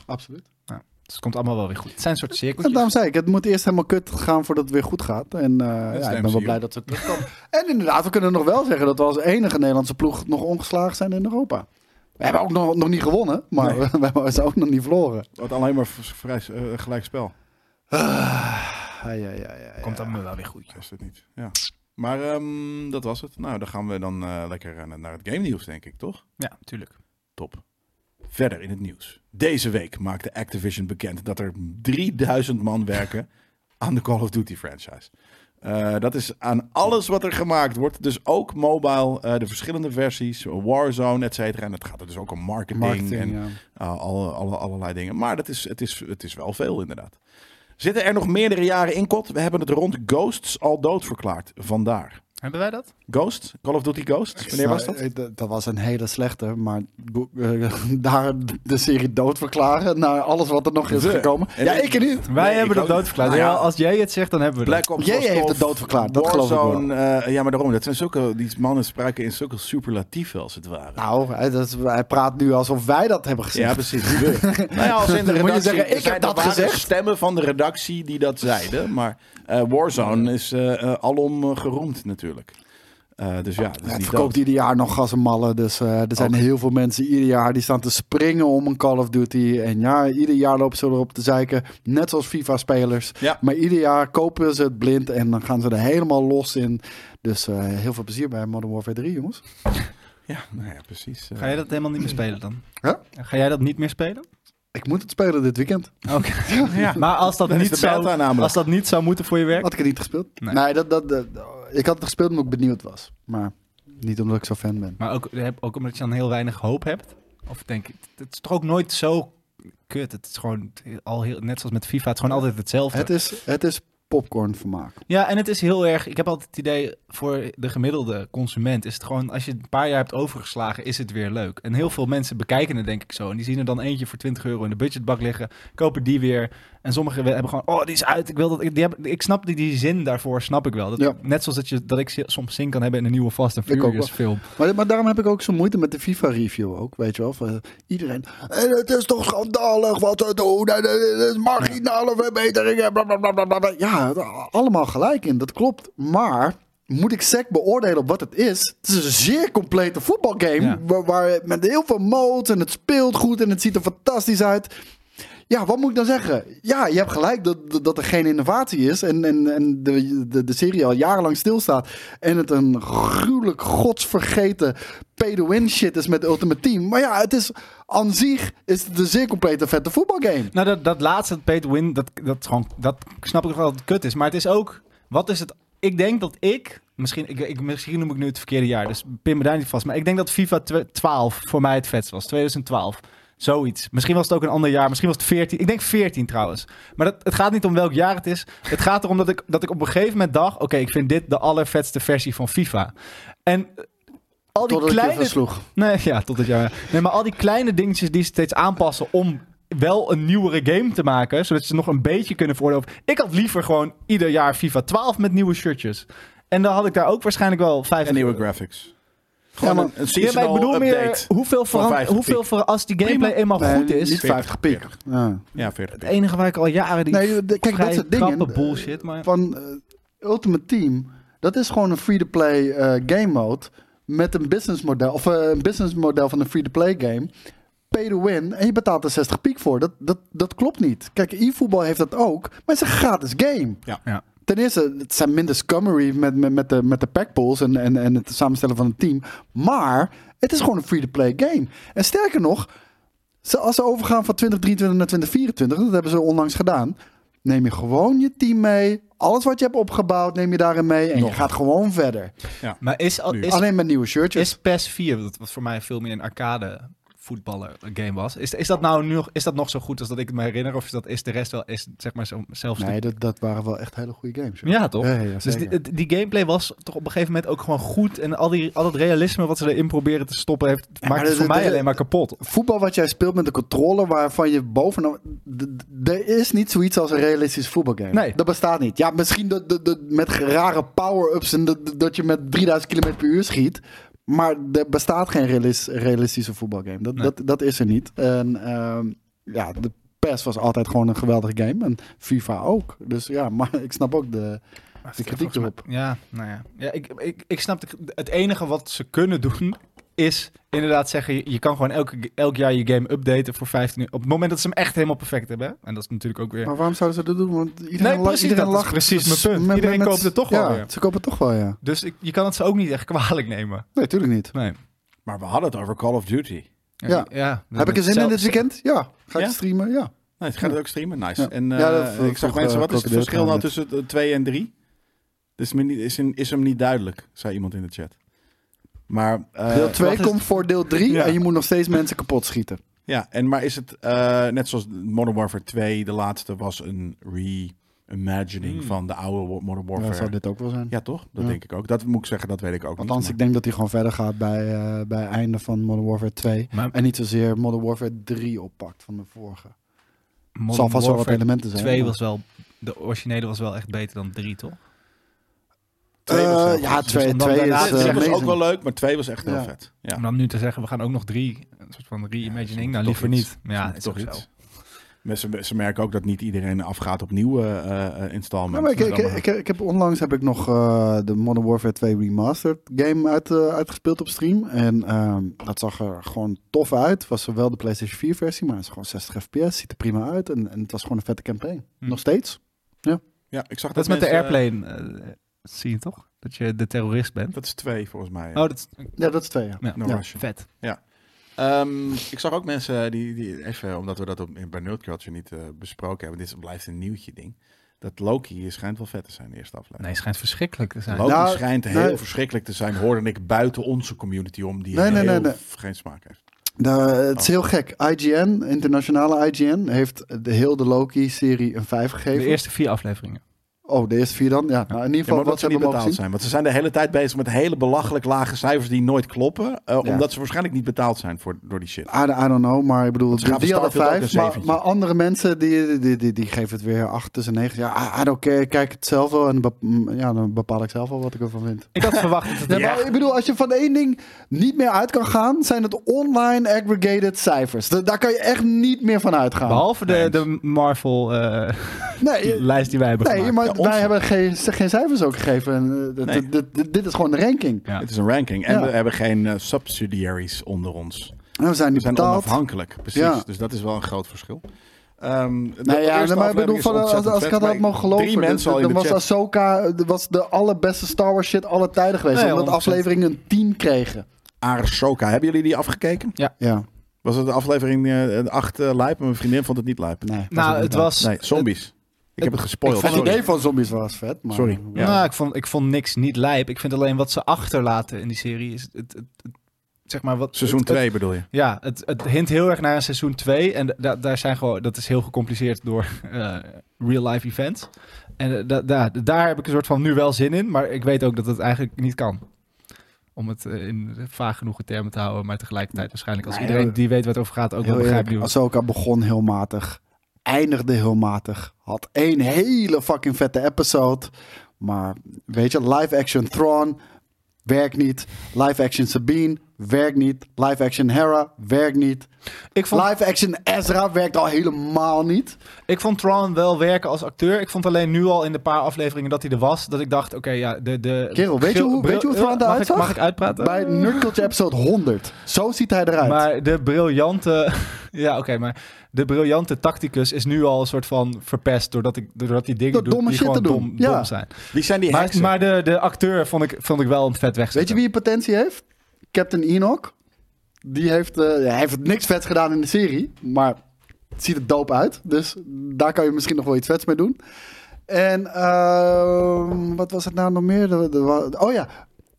C: Absoluut.
B: Dus het komt allemaal wel weer goed. Het zijn een soort
C: En
B: cirkeltjes.
C: daarom zei ik, het moet eerst helemaal kut gaan voordat het weer goed gaat. En eh,
A: is
C: ja,
A: de
C: ik ben wel
A: MCU.
C: blij dat ze terugkomen. en inderdaad, we kunnen nog wel zeggen dat we als enige Nederlandse ploeg nog ongeslagen zijn in Europa. We hebben ook nog, nog niet gewonnen, maar
A: Nee.
C: we, hebben ze ook nog niet verloren.
A: Wat alleen maar v- vrij, eh, gelijk spel.
C: Ah, ja, ja, ja, ja.
B: Komt allemaal wel weer goed.
A: Is het niet. Ja. Maar ehm, dat was het. Nou, dan gaan we dan eh, lekker eh, naar het game nieuws, denk ik, toch?
B: Ja, tuurlijk.
A: Top. Verder in het nieuws. Deze week maakte Activision bekend dat er 3000 man werken aan de Call of Duty franchise. Eh, dat is aan alles wat er gemaakt wordt. Dus ook mobile, eh, de verschillende versies, Warzone, et cetera. En het gaat er dus ook om marketing,
C: Marketing,
A: en
C: ja.
A: eh, alle, alle, allerlei dingen. Maar dat is, het, is, het is wel veel inderdaad. Zitten er nog meerdere jaren in, Kot? We hebben het rond Ghosts al dood verklaard. Vandaar.
B: Hebben wij dat?
A: Ghost? Call of Duty Ghost? Wanneer was dat?
C: Nou, eh, d- Dat was een hele slechte, maar bo- eh, daar de serie dood verklaren naar alles wat er nog is
A: We.
C: gekomen.
A: En
C: ja,
A: ik-
C: ik niet.
B: Wij
A: Nee,
B: hebben
A: ik
B: dat
A: ook-
B: doodverklaard.
A: Nou ja.
B: ja, als jij het zegt, dan hebben we dat.
A: Black Ops
C: Jij
A: was Call
C: heeft
A: of
C: het doodverklaard, dat geloof ik wel.
A: Warzone, eh, ja, maar daarom. Dat zijn zulke, die mannen spraken in zulke superlatieven als het ware.
C: Nou, hij, dat is- hij praat nu alsof wij dat hebben gezegd.
A: ja, precies. We. nou ja, als in de
C: Dan moet je
A: redactie,
C: zeggen, ik
A: er zijn-
C: heb
A: er
C: dat
A: waren
C: gezegd.
A: stemmen van de redactie die dat zeiden. Maar eh, Warzone is eh, eh, alom eh, geroemd natuurlijk. Eh, dus ja, dat is
C: Ja, het
A: niet
C: verkoopt
A: dood.
C: ieder jaar nog gas en mallen. Dus eh, er zijn
A: Ook.
C: heel veel mensen ieder jaar die staan te springen om een Call of Duty. En ja, ieder jaar lopen ze erop te zeiken. Net zoals FIFA-spelers.
A: Ja.
C: Maar ieder jaar kopen ze het blind en dan gaan ze er helemaal los in. Dus eh, heel veel plezier bij Modern Warfare 3, jongens.
A: Ja, nou ja, precies. eh.
B: Ga jij dat helemaal niet meer spelen dan?
C: Huh?
B: Ga jij dat niet meer spelen?
C: Ik moet het spelen dit weekend.
B: Oké.
A: ja.
B: Maar als dat,
A: Dat is
B: niet
A: de
B: zou,
A: beta namelijk.
B: als dat niet zou moeten voor je werk,
C: Had ik het niet gespeeld?
B: Nee.
C: Nee, dat, dat, dat- ik had het gespeeld omdat ik benieuwd was. Maar niet omdat ik zo fan ben.
B: Maar ook, heb- ook omdat je dan heel weinig hoop hebt. Of denk ik, het is toch ook nooit zo kut. Het is gewoon al heel, net zoals met FIFA, het is gewoon altijd hetzelfde.
C: Het is, het is popcornvermaak.
B: Ja, en het is heel erg. Ik heb altijd het idee voor de gemiddelde consument is het gewoon als je een paar jaar hebt overgeslagen, is het weer leuk. En heel veel mensen bekijken het denk ik zo en die zien er dan eentje voor 20 euro in de budgetbak liggen, kopen die weer. En sommigen we- hebben gewoon, oh die is uit. Ik wil dat. Ik, die hebben, ik snap die, die zin daarvoor, snap ik wel. Dat,
C: Ja.
B: Net zoals dat je dat ik zi- soms zin kan hebben in een nieuwe Fast and
C: Ik ook
B: Furious film.
C: Maar, maar daarom heb ik ook zo'n moeite met de FIFA-review ook, weet je wel. Van, eh, iedereen, "Eh, het is toch schandalig wat ze doen. en, eh, Het is marginale verbeteringen. Bla, bla, bla, bla, bla, bla." Ja, da- allemaal gelijk in, dat klopt. Maar moet ik SEC beoordelen op wat het is? Het is een zeer complete voetbalgame.
B: Ja.
C: Waar, waar met heel veel modes en het speelt goed en het ziet er fantastisch uit. Ja, wat moet ik dan zeggen? Ja, je hebt gelijk dat, dat- dat er geen innovatie is en, en, en de, de, de serie al jarenlang stilstaat. En het een gruwelijk godsvergeten pay-to-win shit is met Ultimate Team. Maar ja, het is aan zich is het een zeer complete vette voetbalgame.
B: Nou, dat, dat laatste, dat pay to win, dat, dat, is gewoon, dat snap ik nog wel dat het kut is. Maar het is ook, wat is het... Ik denk dat ik, misschien, ik, ik, misschien noem ik nu het verkeerde jaar, dus pin me daar niet vast. Maar ik denk dat FIFA tw- 12 voor mij het vetst was, 2012. Zoiets. Misschien was het ook een ander jaar. Misschien was het 14. Ik denk 14 trouwens. Maar dat, het gaat niet om welk jaar het is. Het gaat erom dat ik, dat ik op een gegeven moment dacht... Oké, ik vind dit de allervetste versie van FIFA. En eh, al die
C: Totdat ik je
B: kleine...
C: versloeg.
B: Nee, ja, tot het jaar. Nee, maar al die kleine dingetjes die ze steeds aanpassen om wel een nieuwere game te maken, zodat ze nog een beetje kunnen voordelen. Ik had liever gewoon ieder jaar FIFA 12 met nieuwe shirtjes. En dan had ik daar ook waarschijnlijk wel vijf
A: En nieuwe graphics. Gewoon
C: maar-
A: een, een
B: Ja, maar
A: seasonal
B: ik bedoel
A: update.
B: meer hoeveel,
A: van
B: verand-
A: 50
B: hoeveel
A: piek.
B: ver- als die gameplay eenmaal goed
C: Nee,
B: is.
C: Niet 50 piek. Ja.
A: Ja, 40
B: Het enige waar ik al jaren die
C: Nee, de- kijk, dat
B: vrij
C: soort dingen.
B: krappe bullshit, maar
C: Van eh, Ultimate Team, dat is gewoon een free-to-play eh, game mode met een business model, of eh, een business model van een free-to-play game. Pay to win en je betaalt er 60 piek voor. Dat, dat, dat klopt niet. Kijk, e-voetbal heeft dat ook, maar het is een gratis game.
B: ja.
C: Ten eerste, het zijn minder scummery met, met, met de, met de packpools en, en, en het samenstellen van een team. Maar het is gewoon een free-to-play game. En sterker nog, ze, als ze overgaan van 2023 naar 2024, dat hebben ze onlangs gedaan. Neem je gewoon je team mee. Alles wat je hebt opgebouwd, neem je daarin mee. En je
A: Nog.
C: gaat gewoon verder.
B: Maar is, al-
A: Nu.
B: is,
C: Alleen met nieuwe shirtjes.
B: is PES 4, wat wat voor mij veel meer een arcade voetballer game was. Is, is dat nou nu nog, is dat nog zo goed als dat ik het me herinner? Of is, dat, is de rest wel is, zeg maar zo, zelfs
C: Nee, dat, dat waren wel echt hele goede games. joh.
B: Ja, toch?
C: Ja, ja,
B: dus
C: zeker.
B: die, die gameplay was toch op een gegeven moment ook gewoon goed. En al, die, al dat realisme wat ze erin proberen te stoppen, heeft, maakt het
C: de-
B: voor
C: de-
B: mij
C: de-
B: alleen maar kapot.
C: voetbal wat jij speelt met een controller waarvan je bovenaan. d- d- Er is niet zoiets als een realistisch voetbalgame.
B: Nee.
C: Dat bestaat niet. Ja, misschien dat, dat, dat met rare power-ups en dat, dat- dat je met 3000 km per uur schiet. Maar er bestaat geen realis- realistische voetbalgame. Dat,
B: Nee.
C: dat, dat is er niet. En ehm, ja, de PES was altijd gewoon een geweldige game. En FIFA ook. Dus ja, maar ik snap ook de. de kritiek erop.
B: Ja, nou ja. ja ik, ik, ik snap de- het enige wat ze kunnen doen is inderdaad zeggen, je, je kan gewoon elke, elk jaar je game updaten voor 15 uur. Op het moment dat ze hem echt helemaal perfect hebben. hè. En dat is natuurlijk ook weer...
C: Maar waarom zouden ze dat doen? Want iedereen,
B: Nee,
C: la-
B: precies,
C: iedereen
B: dat is
C: lacht.
B: precies mijn punt. Iedereen koopt het toch wel
C: ja,
B: weer.
C: Ze kopen het toch wel, ja.
B: Dus ik, je kan het ze ook niet echt kwalijk nemen.
C: Nee, tuurlijk niet.
B: Nee.
A: Maar we hadden het over Call of Duty.
C: Ja. Heb ik er zin in dit weekend? Ja. Ga ik
A: Ja?
C: streamen? Ja.
A: Nee, gaat het ook streamen? Nice.
C: Ja.
A: En eh,
C: Ja, dat vroeg,
A: ik zag
C: eh,
A: mensen, wat is het
C: Krokodil
A: verschil nou
C: trouwens.
A: tussen 2 en 3? Dus me niet- is, hem- is hem niet duidelijk, zei iemand in de chat. Maar, eh,
C: Deel 2
B: wat is-
C: komt voor deel 3
A: Ja.
C: en je moet nog steeds mensen kapot schieten.
A: ja, en, maar is het, eh, net zoals Modern Warfare 2, de laatste was een re... imagining
B: Hmm.
A: van de oude Wo- Modern
C: Ja,
A: Warfare. Ja,
C: zou dit ook wel zijn.
A: toch? Dat
C: Ja.
A: denk ik ook. Dat moet ik zeggen, dat weet ik ook
C: Althans,
A: niet.
C: ik denk dat hij gewoon verder gaat bij, eh, bij einde van Modern Warfare 2.
B: Maar-
C: En niet zozeer Modern Warfare 3 oppakt van de vorige.
B: Modern
C: Het zal vast wel wat
B: Warfare
C: elementen zijn.
B: 2
C: maar-
B: was wel... De originele was wel echt beter dan 3, toch?
A: Twee was
C: Eh,
A: heel goed.
C: ja,
B: Dus
C: 2
B: omdat
C: twee
B: daarna-
A: Maar
C: is
B: dat
A: drie
B: zeggen
C: eh,
A: was ook
C: amazing.
A: wel leuk, maar twee was echt heel
C: Ja.
A: vet. Ja.
B: Om dan nu te zeggen, we gaan ook nog 3, een soort van re-imagining.
A: Ja, toch
B: nou, liever
A: iets.
B: niet. Maar Ja,
A: Dat
B: is
A: toch
B: ook
A: iets.
B: zo.
A: Maar Ze, ze merken ook dat niet iedereen afgaat op nieuwe eh, eh, installments.
C: Ja, maar ik,
A: Dus
C: ik,
A: dan-
C: ik, ik heb onlangs heb ik nog eh, de Modern Warfare 2 Remastered game uit, eh, uitgespeeld op stream. En ehm, dat zag er gewoon tof uit. Was zowel de PlayStation 4 versie, maar het is gewoon 60 fps. Ziet er prima uit. En, en het was gewoon een vette campaign.
B: Hm.
C: Nog steeds.
A: ja, ik zag
B: Dat is met de
A: mensen-
B: airplane. eh, zie je toch? Dat je de terrorist bent.
A: Dat is twee volgens mij.
B: Oh, dat is
C: Ja, dat is twee. Ja.
B: ja,
A: No
C: ja.
A: Russian.
B: vet.
A: Ehm, ik zag ook mensen die, die even, omdat we dat op, in- bij Nerd Culture niet eh, besproken hebben, dit blijft een nieuwtje ding. Dat Loki hier schijnt wel vet te zijn in de eerste aflevering.
B: Nee, schijnt verschrikkelijk te zijn.
A: Loki
C: Nou,
A: schijnt heel
C: nee.
A: verschrikkelijk te zijn, hoorde ik buiten onze community om, die
C: Nee, nee,
A: heel
C: nee, nee.
A: geen smaak heeft.
C: De, het is heel gek. IGN, internationale IGN, heeft de heel de Loki-serie een 5
B: De
C: gegeven.
B: eerste vier afleveringen.
C: Oh, de eerste vier dan? Ja, nou, in ieder
A: Ja,
C: geval
A: maar
C: wat
A: wat
C: ze
A: ze niet
C: hebben mogen
A: betaald
C: zien.
A: zijn. Want ze zijn de hele tijd bezig met hele belachelijk lage cijfers die nooit kloppen. eh,
C: Ja.
A: Omdat ze waarschijnlijk niet betaald zijn voor, door die shit.
C: I, I don't know, maar ik bedoel,
A: ze gaan
C: die, die
A: voor
C: hadden
A: Starfield ook
C: vijf,
A: een
C: maar,
A: zeventje.
C: maar andere mensen die, die, die, die geven het weer acht tussen negen. Ja, I I don't care, ik kijk het zelf wel en bep- mm, ja, dan bepaal ik zelf wel wat ik ervan vind.
B: Ik had verwacht dat het...
C: Nee, maar ik bedoel, als je van één ding niet meer uit kan gaan, zijn het online aggregated cijfers. Da- daar kan je echt niet meer van uitgaan.
B: Behalve de,
A: Nee.
B: de Marvel-lijst
C: nee, eh,
B: die wij hebben
C: nee
B: gemaakt.
C: maar
A: Ja, ons-
C: wij hebben geen, geen cijfers ook gegeven. En, eh, dit-
A: Nee.
C: dit- dit- dit is gewoon de ranking.
B: Ja.
A: Het is een ranking. En
C: Ja.
A: we hebben geen eh, subsidiaries onder ons.
C: En we zijn
A: We
C: niet
A: zijn
C: betaald.
A: onafhankelijk, precies.
C: Ja,
A: Dus dat is wel een groot verschil. Ehm de
C: Nou ja,
A: eerste
C: nee, maar ik
A: aflevering
C: bedoel,
A: is
C: van, als,
A: ontzettend
C: als ik
A: vet,
C: het had
A: maar
C: mogen geloven,
A: Drie mensen al
C: dan,
A: in de
C: dan was
A: chat.
C: Ahsoka eh, dat was de allerbeste Star Wars shit alle tijden geweest.
B: Nee,
C: omdat
B: 100%.
C: afleveringen een 10 kregen.
A: Ahsoka, hebben jullie die afgekeken?
C: Ja,
A: Was het de aflevering eh, 8 eh, lijp? Maar mijn vriendin vond het niet lijp.
C: nee.
B: nou,
C: ook
B: het
C: niet
B: was...
A: Nee, zombies. ik heb het
C: leuk.
A: gespoild.
C: Ik vond het
A: sorry.
C: idee van zombies was vet, maar...
A: Sorry.
B: Ja. Nou, ik vond, ik vond niks niet lijp. Ik vind alleen wat ze achterlaten in die serie is... Het, het, het- zeg maar wat...
A: Seizoen
B: het- het-
A: 2 bedoel je?
B: Ja, het, het hint heel erg naar een seizoen 2. En da- daar zijn gewoon, dat is heel gecompliceerd door eh, real-life events. En eh, da- da- daar heb ik een soort van nu wel zin in. Maar ik weet ook dat het eigenlijk niet kan. Om het eh, in vaag genoegen termen te houden. Maar tegelijkertijd waarschijnlijk als
C: Nee,
B: iedereen
C: heel-
B: die weet waar het over gaat ook wel
C: Heel
B: begrijpt.
C: eerlijk,
B: wie wat-
C: Ahsoka begon heel matig. Eindigde heel matig. Had één hele fucking vette episode. Maar weet je, live action Thrawn werkt niet. Live action Sabine werkt niet. Live action Hera werkt niet.
B: Ik vond,
C: Live action Ezra werkt al helemaal niet.
B: ik vond Tron wel werken als acteur. Ik vond alleen nu al in de paar afleveringen dat hij er was. Dat ik dacht, oké ja, de... de
C: Kerel, weet je
B: bril-
C: hoe- weet je hoe Tron
B: mag
C: eruit
B: ik-
C: zag?
B: Mag ik uitpraten?
C: Bij Nerdculture episode 100. Zo ziet hij eruit.
B: Eh. Maar de briljante. Ja, oké, maar de briljante tacticus is nu al een soort van verpest. doordat, ik, doordat die dingen
C: Door
B: doet
C: domme
B: die
C: shit
B: gewoon
C: te doen,
B: Dom,
C: ja.
B: dom zijn.
A: Wie zijn die
B: Maar,
A: heksen?
B: maar de, de acteur vond ik, vond ik wel een vet weg.
C: Weet je wie potentie heeft? Captain Enoch. Die heeft, eh, hij heeft niks vets gedaan in de serie. Maar het ziet er dope uit. Dus daar kan je misschien nog wel iets vets mee doen. En ehm, wat was het nou nog meer? De- de- oh ja.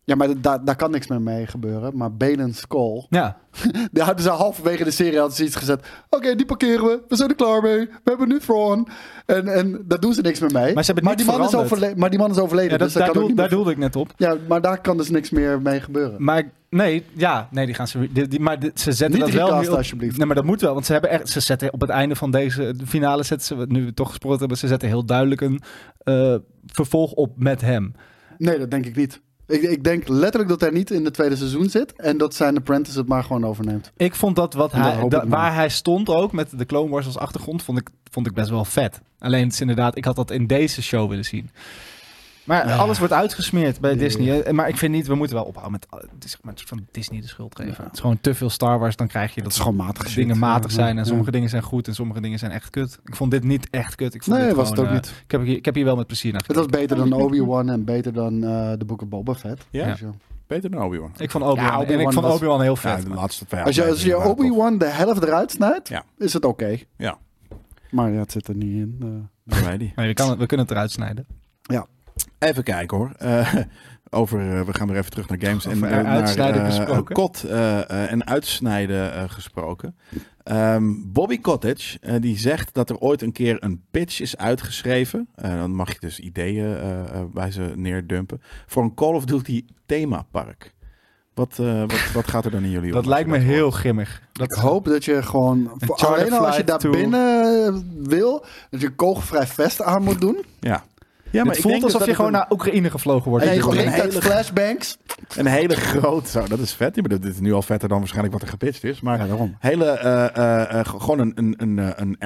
C: Ja, maar daar, daar kan niks meer mee gebeuren. Maar Balen Skull.
B: Ja,
C: Daar hadden ze halverwege de serie hadden ze iets gezet. Oké, die parkeren we. We zijn er klaar mee. We hebben nu Thrawn. En, en daar doen ze niks meer mee.
B: Maar ze hebben het niet
C: die man is
B: veranderd.
C: overle- maar die man is overleden.
B: ja dat,
C: dus dat
B: daar,
C: kan ook
B: doel,
C: niet
B: daar
C: meer-
B: doelde ik net op.
C: Ja, maar daar kan dus niks meer mee gebeuren.
B: Maar nee, ja, nee, die gaan ze. Die, die- maar dit- ze zetten
C: Niet
B: dat wel.
C: recasten,
B: nu op-
C: alsjeblieft.
B: Nee, maar dat moet wel. Want ze hebben echt. Ze zetten op het einde van deze finale. Zetten ze, wat nu we toch gesproken hebben. Ze zetten heel duidelijk een eh, vervolg op met hem.
C: Nee, dat denk ik niet. Ik, ik denk letterlijk dat hij niet in het tweede seizoen zit. En dat zijn apprentice het maar gewoon overneemt.
B: Ik vond dat wat
C: En dat
B: hij,
C: hoop
B: da-
C: ik maar.
B: waar hij stond ook met de Clone Wars als achtergrond, vond ik, vond ik best wel vet. Alleen het is inderdaad, ik had dat in deze show willen zien. Maar
C: Ja.
B: alles wordt uitgesmeerd bij
C: Ja.
B: Disney. hè. Maar ik vind niet, we moeten wel ophouden met eh, het is zeg maar, een soort van Disney de schuld geven.
C: Ja.
B: Het is gewoon te veel Star Wars, dan krijg je
C: Dat
B: dat
C: is gewoon matig.
B: dingen
C: shit.
B: matig
C: Ja,
B: zijn.
C: ja.
B: En sommige dingen zijn goed en sommige dingen zijn echt kut. Ik vond dit niet echt kut. Ik vond
C: Nee,
B: dit
C: was het ook
B: gewoon, eh,
C: niet.
B: Ik heb, hier, ik heb hier wel met plezier naar
C: Het
B: gekeken.
C: was beter dan Obi-Wan en beter dan eh de boeken Boba Fett.
A: Ja?
C: Dus
A: Beter dan Obi-Wan.
B: Ik vond Obi-Wan,
C: Ja,
B: en ik
C: Obi-Wan
B: vond
C: was-
B: Obi-Wan heel
A: Ja,
B: vet.
A: de
B: maar-
A: laatste twee
C: Als je, als je
A: afleveringen waren
C: Obi-Wan de helft eruit snijdt,
A: Ja.
C: is het oké.
A: Ja.
C: Maar ja, het zit er niet in. eh.
A: tof. Voor mij die.
B: maar je kan het- we kunnen het eruit snijden.
A: Even kijken hoor. Eh, Over, eh, we gaan weer even terug naar games.
B: Over
A: eh,
B: uitsnijden
A: eh,
B: gesproken.
A: Kot eh, eh, en uitsnijden eh, gesproken. Ehm, Bobby Cottage, eh, die zegt dat er ooit een keer een pitch is uitgeschreven. Eh, dan mag je dus ideeën eh, eh, bij ze neerdumpen. Voor een Call of Duty themapark. Wat, eh, wat, wat gaat er dan in jullie om?
B: Dat
A: als
B: lijkt
A: je
B: me
A: hoort?
B: heel grimmig. Dat
C: Ik hoop dat je gewoon...
B: Een charter
C: Alleen al als je
B: flight
C: daar
B: toe.
C: binnen eh, wil, dat je een kogelvrij vest aan moet doen.
A: Ja. Ja,
B: het voelt
A: denk dus
B: alsof
A: dat
B: je
A: het
B: gewoon
A: een-
B: naar Oekraïne gevlogen wordt.
C: En
A: Nee,
C: je
A: gewoon
C: drinkt
A: een
C: uit
A: hele-
C: flashbangs.
A: Een hele grote... Zo, dat is vet. Ik bedoel, Dit is nu al vetter dan waarschijnlijk wat er gepitcht is. Maar
C: Ja, daarom.
A: Hele, eh, eh, eh, gewoon een, een, een, eh, een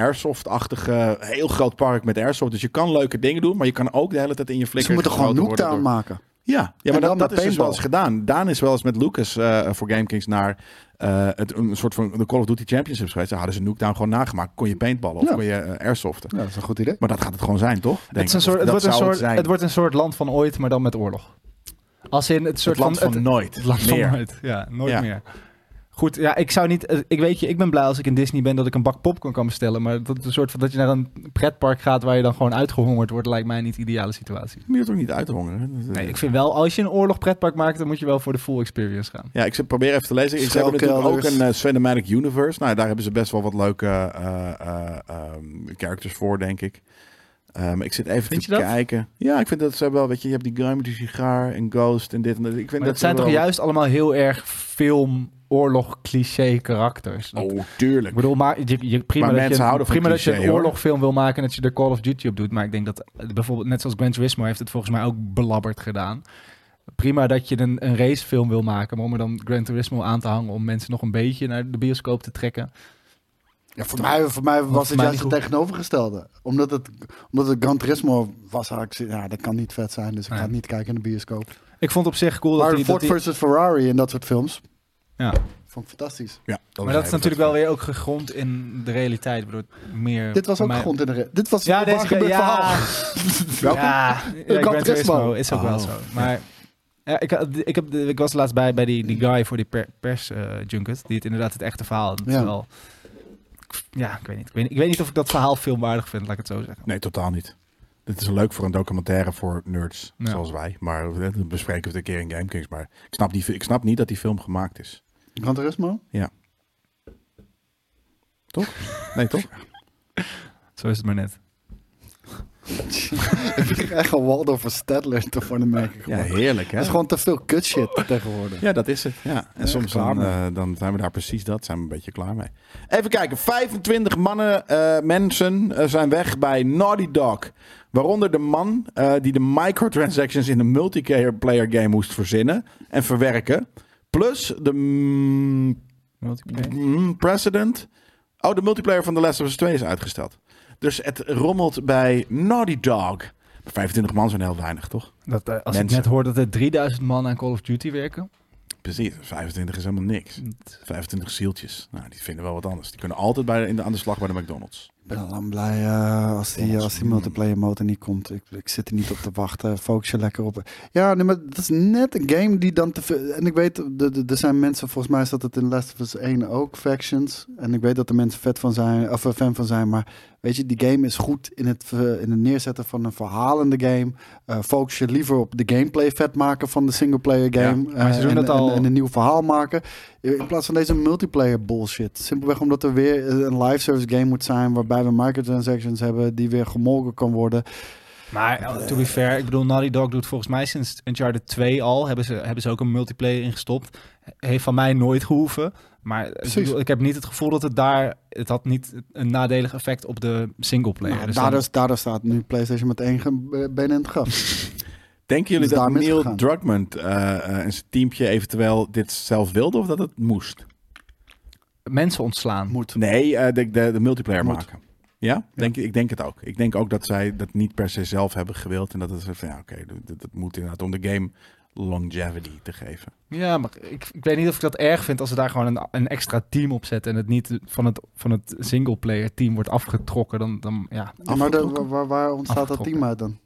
A: airsoft-achtige, heel groot park met airsoft. Dus je kan leuke dingen doen, maar je kan ook de hele tijd in
B: Dus
A: je
C: Ze
A: flikker
C: moeten gewoon
A: geschoten worden door-
C: Nooktown maken.
A: Ja, ja maar
C: En
A: dat,
C: dan
A: dat
C: met
A: is dus wel
C: paintball.
A: eens gedaan. Daan is wel eens met Lucas eh, voor GameKings naar eh, het, een soort van de Call of Duty Championships geweest. Daar hadden ze Nooktown gewoon nagemaakt. Kon je paintballen of
C: Ja.
A: kon je eh, airsoften.
C: Ja, dat is een goed idee.
A: Maar dat gaat het gewoon zijn, toch? Denk
B: Het, is een
A: ik.
B: soort,
A: Of
B: het,
A: dat
B: wordt een
A: zou
B: soort,
A: zijn.
B: het wordt een soort land van ooit, maar dan met oorlog. Als in het soort
A: Het land van,
B: het-
A: nooit.
B: het land van
A: meer.
B: nooit. Ja, nooit
A: Ja.
B: meer. Goed, ja, ik zou niet. eh, Ik weet je, ik ben blij als ik in Disney ben dat ik een bak popcorn kan bestellen. Maar dat is een soort van dat je naar een pretpark gaat waar je dan gewoon uitgehongerd wordt, lijkt mij niet de ideale situatie.
A: Je moet ook niet uithongeren.
B: Nee, ik vind wel, als je een oorlog pretpark maakt, dan moet je wel voor de full experience gaan.
A: Ja, ik zit- probeer even te lezen. Ik ze hebben natuurlijk ook
C: Schuilkelders.
A: een eh, Cinematic Universe. Nou, daar hebben ze best wel wat leuke eh, eh, ehm, characters voor, denk ik. Ehm, ik zit even
B: Vind
A: te
B: je dat?
A: kijken. Ja, ik vind dat ze wel, weet je, je hebt die guy met die sigaar en Ghost en dit en dat. Ik vind
B: Maar
A: dat
B: dat zijn
A: ze
B: toch
A: wel-
B: juist allemaal heel erg film, oorlog, cliché karakters. Dat-
A: Oh,
B: Ik
A: tuurlijk.
B: bedoel, maar je, je, prima
A: Maar
B: dat
A: mensen
B: je,
A: houden van
B: prima dat je
A: cliché,
B: een
A: hoor.
B: oorlogfilm wil maken en dat je er Call of Duty op doet. Maar ik denk dat eh, bijvoorbeeld, net zoals Gran Turismo heeft het volgens mij ook belabberd gedaan. Prima dat je een, een racefilm wil maken, maar om er dan Gran Turismo aan te hangen om mensen nog een beetje naar de bioscoop te trekken.
C: Ja, voor, mij, voor mij was
B: voor
C: het
B: mij
C: juist
B: niet
C: het
B: goed.
C: tegenovergestelde. Omdat het, omdat het Gran Turismo was, had ik zoiets, ja, dat kan niet vet zijn. Dus ik
B: Nee.
C: ga het niet kijken in de bioscoop.
B: Ik vond op zich cool dat
C: Maar
B: die...
C: Ford
B: dat die-
C: versus Ferrari en dat soort films.
B: Ja.
C: Vond ik fantastisch.
A: Ja,
B: maar dat is natuurlijk wel weer ook gegrond in de realiteit. Ik bedoel, meer
C: Dit was ook
B: mij-
C: grond in de... re- Dit was
B: Ja,
C: een
B: deze
C: waar gebeurd
B: ja,
C: verhaal.
A: Welke?
B: Ja, ja,
C: Gran
B: Gran Turismo
C: Turismo.
B: is ook wel
A: Oh.
B: zo. Maar ja, ik, had- ik, heb, de- ik was laatst bij, bij die, die guy voor die per, pers eh, junket die het inderdaad het echte verhaal. Het ja.
C: Ja.
B: Wel, ja, ik weet, niet, ik, weet niet, ik weet niet of ik dat verhaal filmwaardig vind, laat ik het zo zeggen.
A: Nee, totaal niet. Dit is leuk voor een documentaire voor nerds,
B: Ja.
A: zoals wij. Maar eh, dat bespreken we het een keer in GameKings. Maar ik snap, die, ik snap niet dat die film gemaakt is.
C: Gran Turismo?
A: Nee, toch?
B: Zo is het maar net.
C: ik krijg een Waldo van Stedler te voor de merken.
A: Ja,
C: Ja,
A: heerlijk, hè?
C: Dat is gewoon te veel kutshit tegenwoordig.
A: Ja, dat is het. Ja. En soms
C: klaar
A: dan,
C: mee.
A: eh, dan zijn we daar precies dat, zijn we een beetje klaar mee. Even kijken, 25 mannen, eh, mensen eh, zijn weg bij Naughty Dog. Waaronder de man eh, die de microtransactions in de multiplayer game moest verzinnen en verwerken. Plus de mm,
B: Multiplayer.
A: mm, president. Oh, de multiplayer van The Last of Us 2 is uitgesteld. Dus het rommelt bij Naughty Dog. 25 man zijn heel weinig, toch?
B: Dat, eh, als ik
A: Mensen.
B: net hoor dat er 3000 man aan Call of Duty werken.
A: Precies, 25 is helemaal niks. 25 zieltjes. Nou, die vinden wel wat anders. Die kunnen altijd bij de, in de, aan de slag bij de McDonald's.
C: Ik ben al lang blij eh, als, die, als die multiplayer motor niet komt. Ik, ik zit er niet op te wachten. Focus je lekker op. Ja, nee, maar dat is net een game die dan te veel... En ik weet, de- de- er zijn mensen, volgens mij zat het in Last of Us 1 ook, Factions. En ik weet dat er mensen vet van zijn, of eh, fan van zijn. Maar weet je, die game is goed in het, ver- in het neerzetten van een verhalende game. Eh, focus je liever op de gameplay vet maken van de singleplayer game.
B: maar ze
C: eh,
B: doen
C: en,
B: dat al-
C: en, en een nieuw verhaal maken. Eh, In plaats van deze multiplayer bullshit. Simpelweg omdat er weer eh, een live service game moet zijn. waarbij we microtransactions hebben. die weer gemolken kan worden.
B: Maar eh, to be fair, ik bedoel, Naughty Dog doet volgens mij sinds Uncharted 2 al. Hebben ze, hebben ze ook een multiplayer ingestopt. Heeft van mij nooit gehoeven. Maar eh, ik,
C: Precies.
B: bedoel, ik heb niet het gevoel dat het daar... Het had niet een nadelig effect op de singleplayer.
C: Nou,
B: Dus dan-
C: daardoor, daardoor staat nu PlayStation met één ge- eh, been in het graf.
A: Denken jullie
C: Is
A: dat
C: daar
A: Neil
C: misgegaan?
A: Druckmann eh, eh, en zijn teamje eventueel dit zelf wilde of dat het moest?
C: dus-
B: mensen ontslaan.
C: Moet.
A: Nee, eh, de, de, de multiplayer
C: Moet.
A: maken. Ja? Denk, ik denk het ook. Ik denk ook dat zij dat niet per se zelf hebben gewild. En dat het zo van, ja, oké, dat- dat, dat moet inderdaad om de game longevity te geven.
B: Ja, maar ik, ik weet niet of ik dat erg vind als ze daar gewoon een, een extra team op zetten en het niet van het, van het singleplayer team wordt afgetrokken. Dan, dan ja,
C: Ja, maar de-
A: Afgetrokken?
C: waar, waar ontstaat dat
B: Afgetrokken.
C: team uit dan?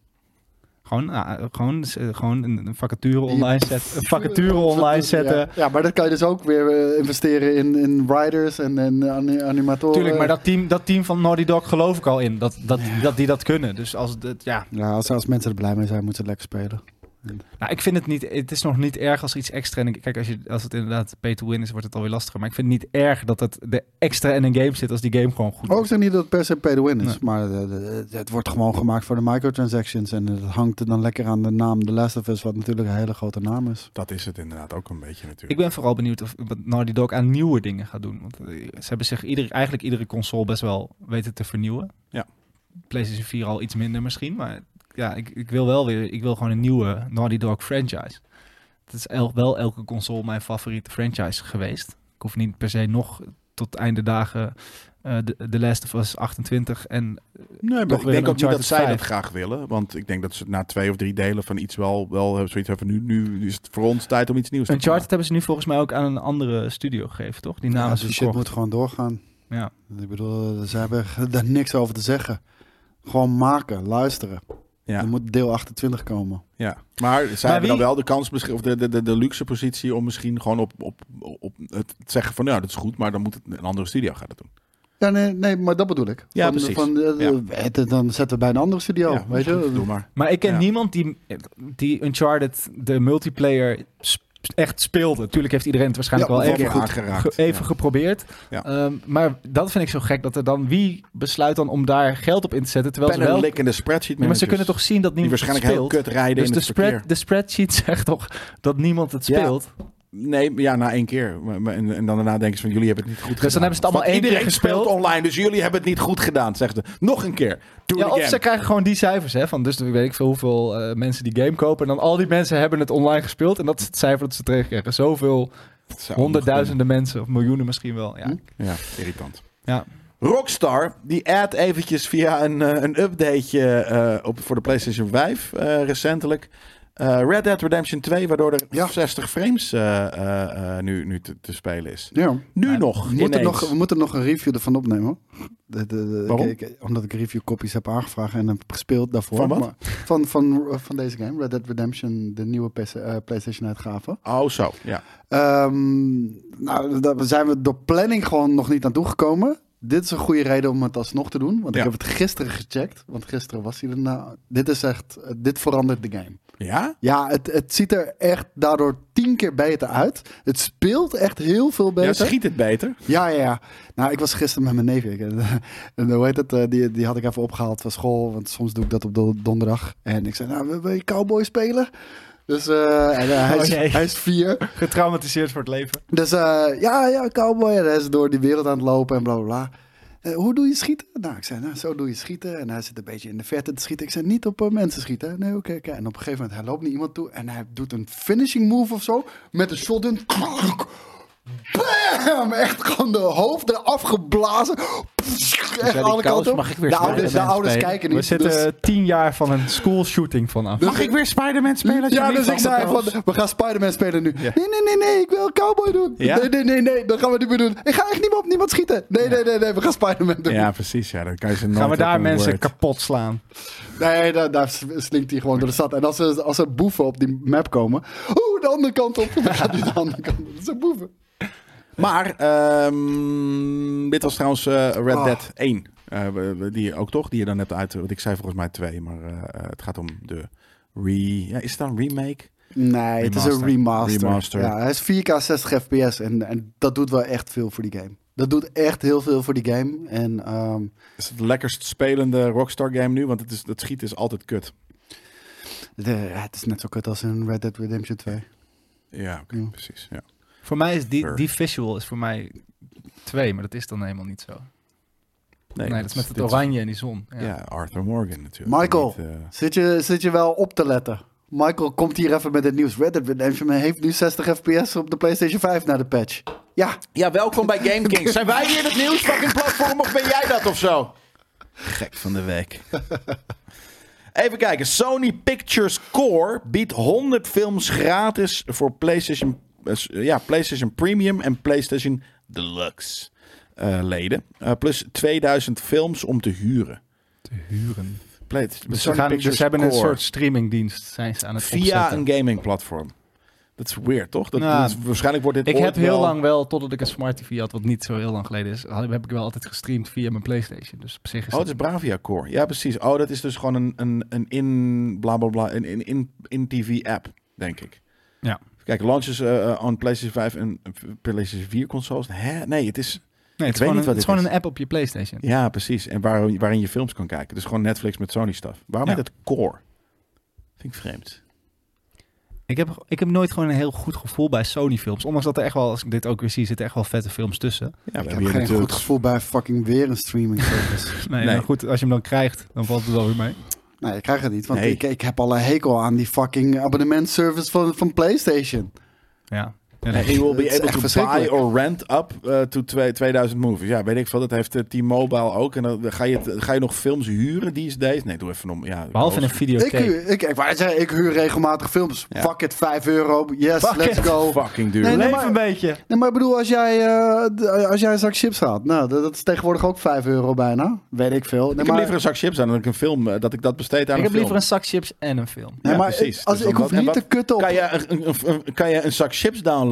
B: gewoon, ah, gewoon, eh, gewoon een, een vacature
C: Die-
B: online zetten. Een vacature online zetten.
C: Ja, ja, maar dat kan je dus ook weer eh, investeren in, in riders en, en ani- animatoren.
B: Tuurlijk, maar dat team, dat team van Naughty Dog geloof ik al in. Dat, dat, dat die dat kunnen. Dus als het, ja.
C: Ja, als, als mensen er blij mee zijn, moeten ze lekker spelen.
B: Nou, ik vind het niet. Het is nog niet erg als er iets extra. In, kijk, als, je, als het inderdaad pay to win is, wordt het alweer lastiger. Maar ik vind het niet erg dat het de extra in een game zit als die game gewoon goed
C: Ook
B: is.
C: zeg niet dat het per se pay to win is,
B: Nee.
C: maar eh, de- het wordt gewoon gemaakt voor de microtransactions. En het hangt er dan lekker aan de naam The Last of Us, wat natuurlijk een hele grote naam is.
A: Dat is het inderdaad ook een beetje
B: Ik
A: natuurlijk.
B: ben vooral benieuwd of wat Naughty Dog aan nieuwe dingen gaat doen. Want eh, ze hebben zich iedere, eigenlijk iedere console best wel weten te vernieuwen.
A: Ja.
B: PlayStation 4 al iets minder misschien. Maar ja, ik, ik wil wel weer. Ik wil gewoon een nieuwe Naughty Dog franchise. Het is el- wel elke console mijn favoriete franchise geweest. Ik hoef niet per se nog tot einde dagen eh de, The Last of Us 28 en
A: nee,
B: toch
A: maar ik
B: weer
A: denk
B: een
A: ook niet dat
B: Uncharted
A: zij dat
B: 5.
A: graag willen. Want ik denk dat ze na twee of drie delen van iets wel, wel zoiets hebben van nu, nu is het voor ons tijd om iets nieuws te
B: Uncharted hebben ze nu volgens mij ook aan een andere studio gegeven, toch? Die dus naam
C: Ja,
B: is
C: die shit
B: verkocht.
C: moet gewoon doorgaan.
B: Ja.
C: Ik bedoel, eh, ze hebben daar niks over te zeggen. Gewoon maken, luisteren.
A: maken.
C: Er
A: Ja,
C: moet deel 28 komen.
A: ja. Maar zij
B: Maar
A: hebben dan
B: wie-
A: wel de kans, misschien, of de, de, de, de luxe positie om misschien gewoon op, op, op het zeggen van nou, dat is goed, maar dan moet het, een andere studio gaan dat doen.
C: Ja, nee, nee, maar dat bedoel ik.
A: Ja,
C: Van-
A: precies.
C: Van, eh,
A: Ja.
C: het- dan zetten we bij een andere studio,
A: Ja,
C: weet
A: goed,
C: je?
A: Doe maar.
B: Maar ik ken
A: Ja.
B: niemand die, die Uncharted, de multiplayer, sp- echt speelde. Tuurlijk heeft iedereen het waarschijnlijk
C: Ja,
B: wel
A: Of
B: even,
A: even
B: goed-
A: aangeraakt.
B: ge- even
A: Ja.
B: geprobeerd.
A: Ja.
B: Ehm, maar dat vind ik zo gek, dat er dan wie besluit dan om daar geld op in te zetten, terwijl
A: Pen
B: ze
A: en
B: wel...
A: lik in de spreadsheet
B: Ja, maar ze
A: managers,
B: kunnen toch zien dat
A: die
B: niemand
A: waarschijnlijk
B: het
A: heel
B: speelt.
A: kut rijden
B: Dus
A: in
B: de,
A: het verkeer.
B: spread, de spreadsheet zegt toch dat niemand het
A: Ja.
B: speelt.
A: Nee, ja, na één keer. Maar- maar- En, en dan daarna denken ze van jullie hebben het niet goed gedaan.
B: Dus dan hebben ze het allemaal
A: Want
B: één keer
A: iedereen speelt
B: gespeeld.
A: online, dus jullie hebben het niet goed gedaan, zegt ze. Nog een keer. Doe
B: Ja,
A: het
B: of
A: again.
B: ze krijgen gewoon die cijfers, hè? Van dus weet ik veel hoeveel eh, mensen die game kopen. En dan al die mensen hebben het online gespeeld. En dat is het cijfer dat ze terugkrijgen. Zoveel
A: Dat zou
B: honderdduizenden mensen, of miljoenen misschien wel. Ja.
C: Hm?
A: nog kunnen. Ja, irritant.
B: Ja.
A: Rockstar, die add eventjes via een, eh, een updateje eh, op, voor de PlayStation 5 eh, recentelijk. eh, Red Dead Redemption 2, waardoor er
C: Ja.
A: 60 frames eh, eh, eh, nu, nu te, te spelen is.
C: Ja.
A: Nu
B: Ja.
A: nog,
C: We moeten,
A: ineens.
C: nog, we moeten nog een review ervan opnemen. hoor. De, de, de-
A: Waarom?
C: ik- ik- omdat ik reviewcopies heb aangevraagd en heb gespeeld daarvoor.
A: Van wat?
C: Maar- van, van, van deze game, Red Dead Redemption, de nieuwe PS, eh, PlayStation uitgave.
A: Oh, zo. Ja.
C: Ehm, nou, daar zijn we door planning gewoon nog niet aan toegekomen. Dit is een goede reden om het alsnog te doen. Want
A: Ja.
C: ik heb het gisteren gecheckt. Want gisteren was hij er nou. Dit is echt, eh, dit verandert de game.
A: Ja?
C: Ja, het, het ziet er echt daardoor tien keer beter uit. Het speelt echt heel veel
A: ja?
C: beter.
A: Schiet het beter?
C: Ja, ja, ja. Nou, ik was gisteren met mijn neef. Ik, eh, en hoe heet het? eh, Die, die had ik even opgehaald van school. Want soms doe ik dat op do- donderdag. En ik zei, nou, wil- wil je cowboy spelen? Dus eh, en, eh, hij,
B: Oh,
C: is,
B: jee.
C: hij is vier.
B: Getraumatiseerd voor het leven.
C: Dus eh, ja, ja, cowboy. En hij is door die wereld aan het lopen en bla, bla, bla. Eh, hoe doe je schieten? Nou, ik zei, nou, zo doe je schieten. En hij zit een beetje in de verte te schieten. Ik zei, niet op eh, mensen schieten. hè? Nee, oké, oké. En op een gegeven moment, hij loopt naar iemand toe. En hij doet een finishing move of zo. Met een shotgun. Bam! Echt gewoon de hoofd eraf geblazen. Echt
D: Dus die
C: alle
D: kous
C: kanten op.
D: mag ik weer
C: de
D: spelen
C: ouders, de
D: met
C: ouders
D: spelen.
C: kijken niet.
B: We zitten
C: dus-
B: tien jaar van een school shooting vanaf.
A: Mag ik weer Spider-Man spelen? als
C: ja,
A: jullie
C: dus ik
A: van
C: zei
A: elkaar
C: van, we gaan Spider-Man spelen nu. Nee, nee, nee, nee, ik wil Cowboy doen.
A: Ja?
C: Nee, nee, nee, nee, dat gaan we niet meer doen. Ik ga echt niet meer op niemand schieten. Nee, nee, nee, nee, we gaan Spider-Man doen.
A: Ja, precies. Ja, dan kan je ze nooit
B: Gaan we
A: op
B: daar
A: een
B: mensen
A: word.
B: kapot slaan?
C: Nee, daar, daar slinkt hij gewoon door de stad. En als er, als er boeven op die map komen, oeh, de andere kant op. Dan gaat hij de andere kant op. Dat zijn boeven.
A: Maar, ehm, dit was trouwens eh, Red
C: Ah.
A: Dead 1. Eh, we- we- die ook toch, die je dan hebt uit... Want ik zei volgens mij 2, maar eh, eh, het gaat om de re... Ja, is het dan remake?
C: Nee, het is een
A: Remaster.
C: remaster.
A: Remaster.
C: Ja, hij is 4K 60 fps en, en dat doet wel echt veel voor die game. Dat doet echt heel veel voor die game. En ehm,
A: Is het de lekkerst spelende Rockstar game nu? Want het, is, het schieten is altijd kut.
C: de- het is net zo kut als in Red Dead Redemption 2.
A: Ja, oké,
C: Ja.
A: precies. Ja.
B: Voor mij is die,
A: Sure.
B: die visual is voor mij twee, maar dat is dan helemaal niet zo. Nee, dat is met het
A: dit
B: oranje en die zon. Ja.
A: Ja. Arthur Morgan natuurlijk.
C: Michael,
A: Niet, eh,
C: zit, je, zit je wel op te letten? Michael komt hier even met het nieuws. Red Dead Redemption heeft nu 60 fps op de PlayStation 5 na de patch. Ja,
A: Ja, welkom bij Game Kings. Zijn wij hier het nieuws fucking platform of ben jij dat of zo? Gek van de week. Even kijken. Sony Pictures Core biedt 100 films gratis voor PlayStation, eh, s- ja, PlayStation Premium en PlayStation Deluxe eh, leden. Eh, plus 2000 films om te huren.
B: Te huren.
A: Play-
B: Dus ze,
A: Sony
B: gaan, dus
A: Pictures
B: ze hebben een
A: Core
B: soort streamingdienst zijn ze aan het
A: via
B: opzetten.
A: een gaming platform. Dat is weird, toch? Dat,
B: Nou,
A: dat is- waarschijnlijk wordt dit
B: Ik
A: ooit
B: heb heel
A: wel-
B: lang wel, totdat ik een smart TV had, wat niet zo heel lang geleden is, had- heb ik wel altijd gestreamd via mijn PlayStation. Dus op zich is
A: Oh, het
B: dat-
A: is Bravia Core. Ja, precies. Oh, dat is dus gewoon een, een, een in... Bla, bla, bla. Een in, in, in TV-app, denk ik.
B: Ja.
A: Kijk, launches eh, eh, on PlayStation 5 en PlayStation 4 consoles. Hè? Nee, het is...
B: Nee,
A: Ik
B: het is
A: weet
B: gewoon,
A: niet
B: een,
A: wat
B: het is
A: dit
B: gewoon
A: is.
B: een app op je PlayStation.
A: Ja, precies. En waar, waarin je films kan kijken. Dus gewoon Netflix met Sony-stuff. Waarom
B: Ja.
A: met het core? Vind ik vreemd.
B: Ik heb, ik heb nooit gewoon een heel goed gevoel bij Sony-films. Ondanks dat er echt wel, als ik dit ook weer zie, zitten echt wel vette films tussen.
A: Ja, we
C: Ik
A: hebben
C: heb
A: hier
C: geen
A: natuurlijk...
C: goed gevoel bij fucking weer een streaming service.
B: Nee,
A: Nee.
B: Maar goed, als je hem dan krijgt, dan valt het wel weer mee.
C: nee, ik krijg het niet, want
A: Nee.
C: ik, ik heb al een hekel aan die fucking abonnementservice van, van PlayStation.
B: Ja. Ja,
A: And you will
C: Het
A: be
C: is echt
A: able to buy
C: verschrikkelijk.
A: or rent up eh, to twee- 2000 movies. Ja, weet ik veel. Dat heeft eh, T-Mobile ook. En dan ga je, het- ga je nog films huren these days? Nee, doe even om. Ja,
B: Behalve in een
A: boos.
C: Ik,
B: videotheek.
C: huur- ik, ik, wou zeggen, ik huur regelmatig films.
A: Ja.
C: Fuck it, 5 euro. Yes,
B: Fuck
C: let's
B: it.
C: go.
A: Fucking duur.
C: Nee, nee,
B: Leef
C: maar-
B: een beetje.
C: Nee, maar ik bedoel, als jij, eh, d- als jij een zak chips haalt, nou, dat, dat is tegenwoordig ook 5 euro bijna. Weet ik veel. Nee,
A: ik heb
C: maar,
A: liever een zak chips aan dan ik een film, eh, dat ik dat besteed aan een
B: Ik heb
A: film.
B: liever een zak chips en een film.
C: nee,
A: Ja,
C: maar
A: precies.
C: ik- Als,
A: Dus
C: ik
A: dan
C: hoef
A: wat- en
C: niet
A: wat-
C: te kutten op
A: Kan je een, een- een- kan je een zak chips downloaden?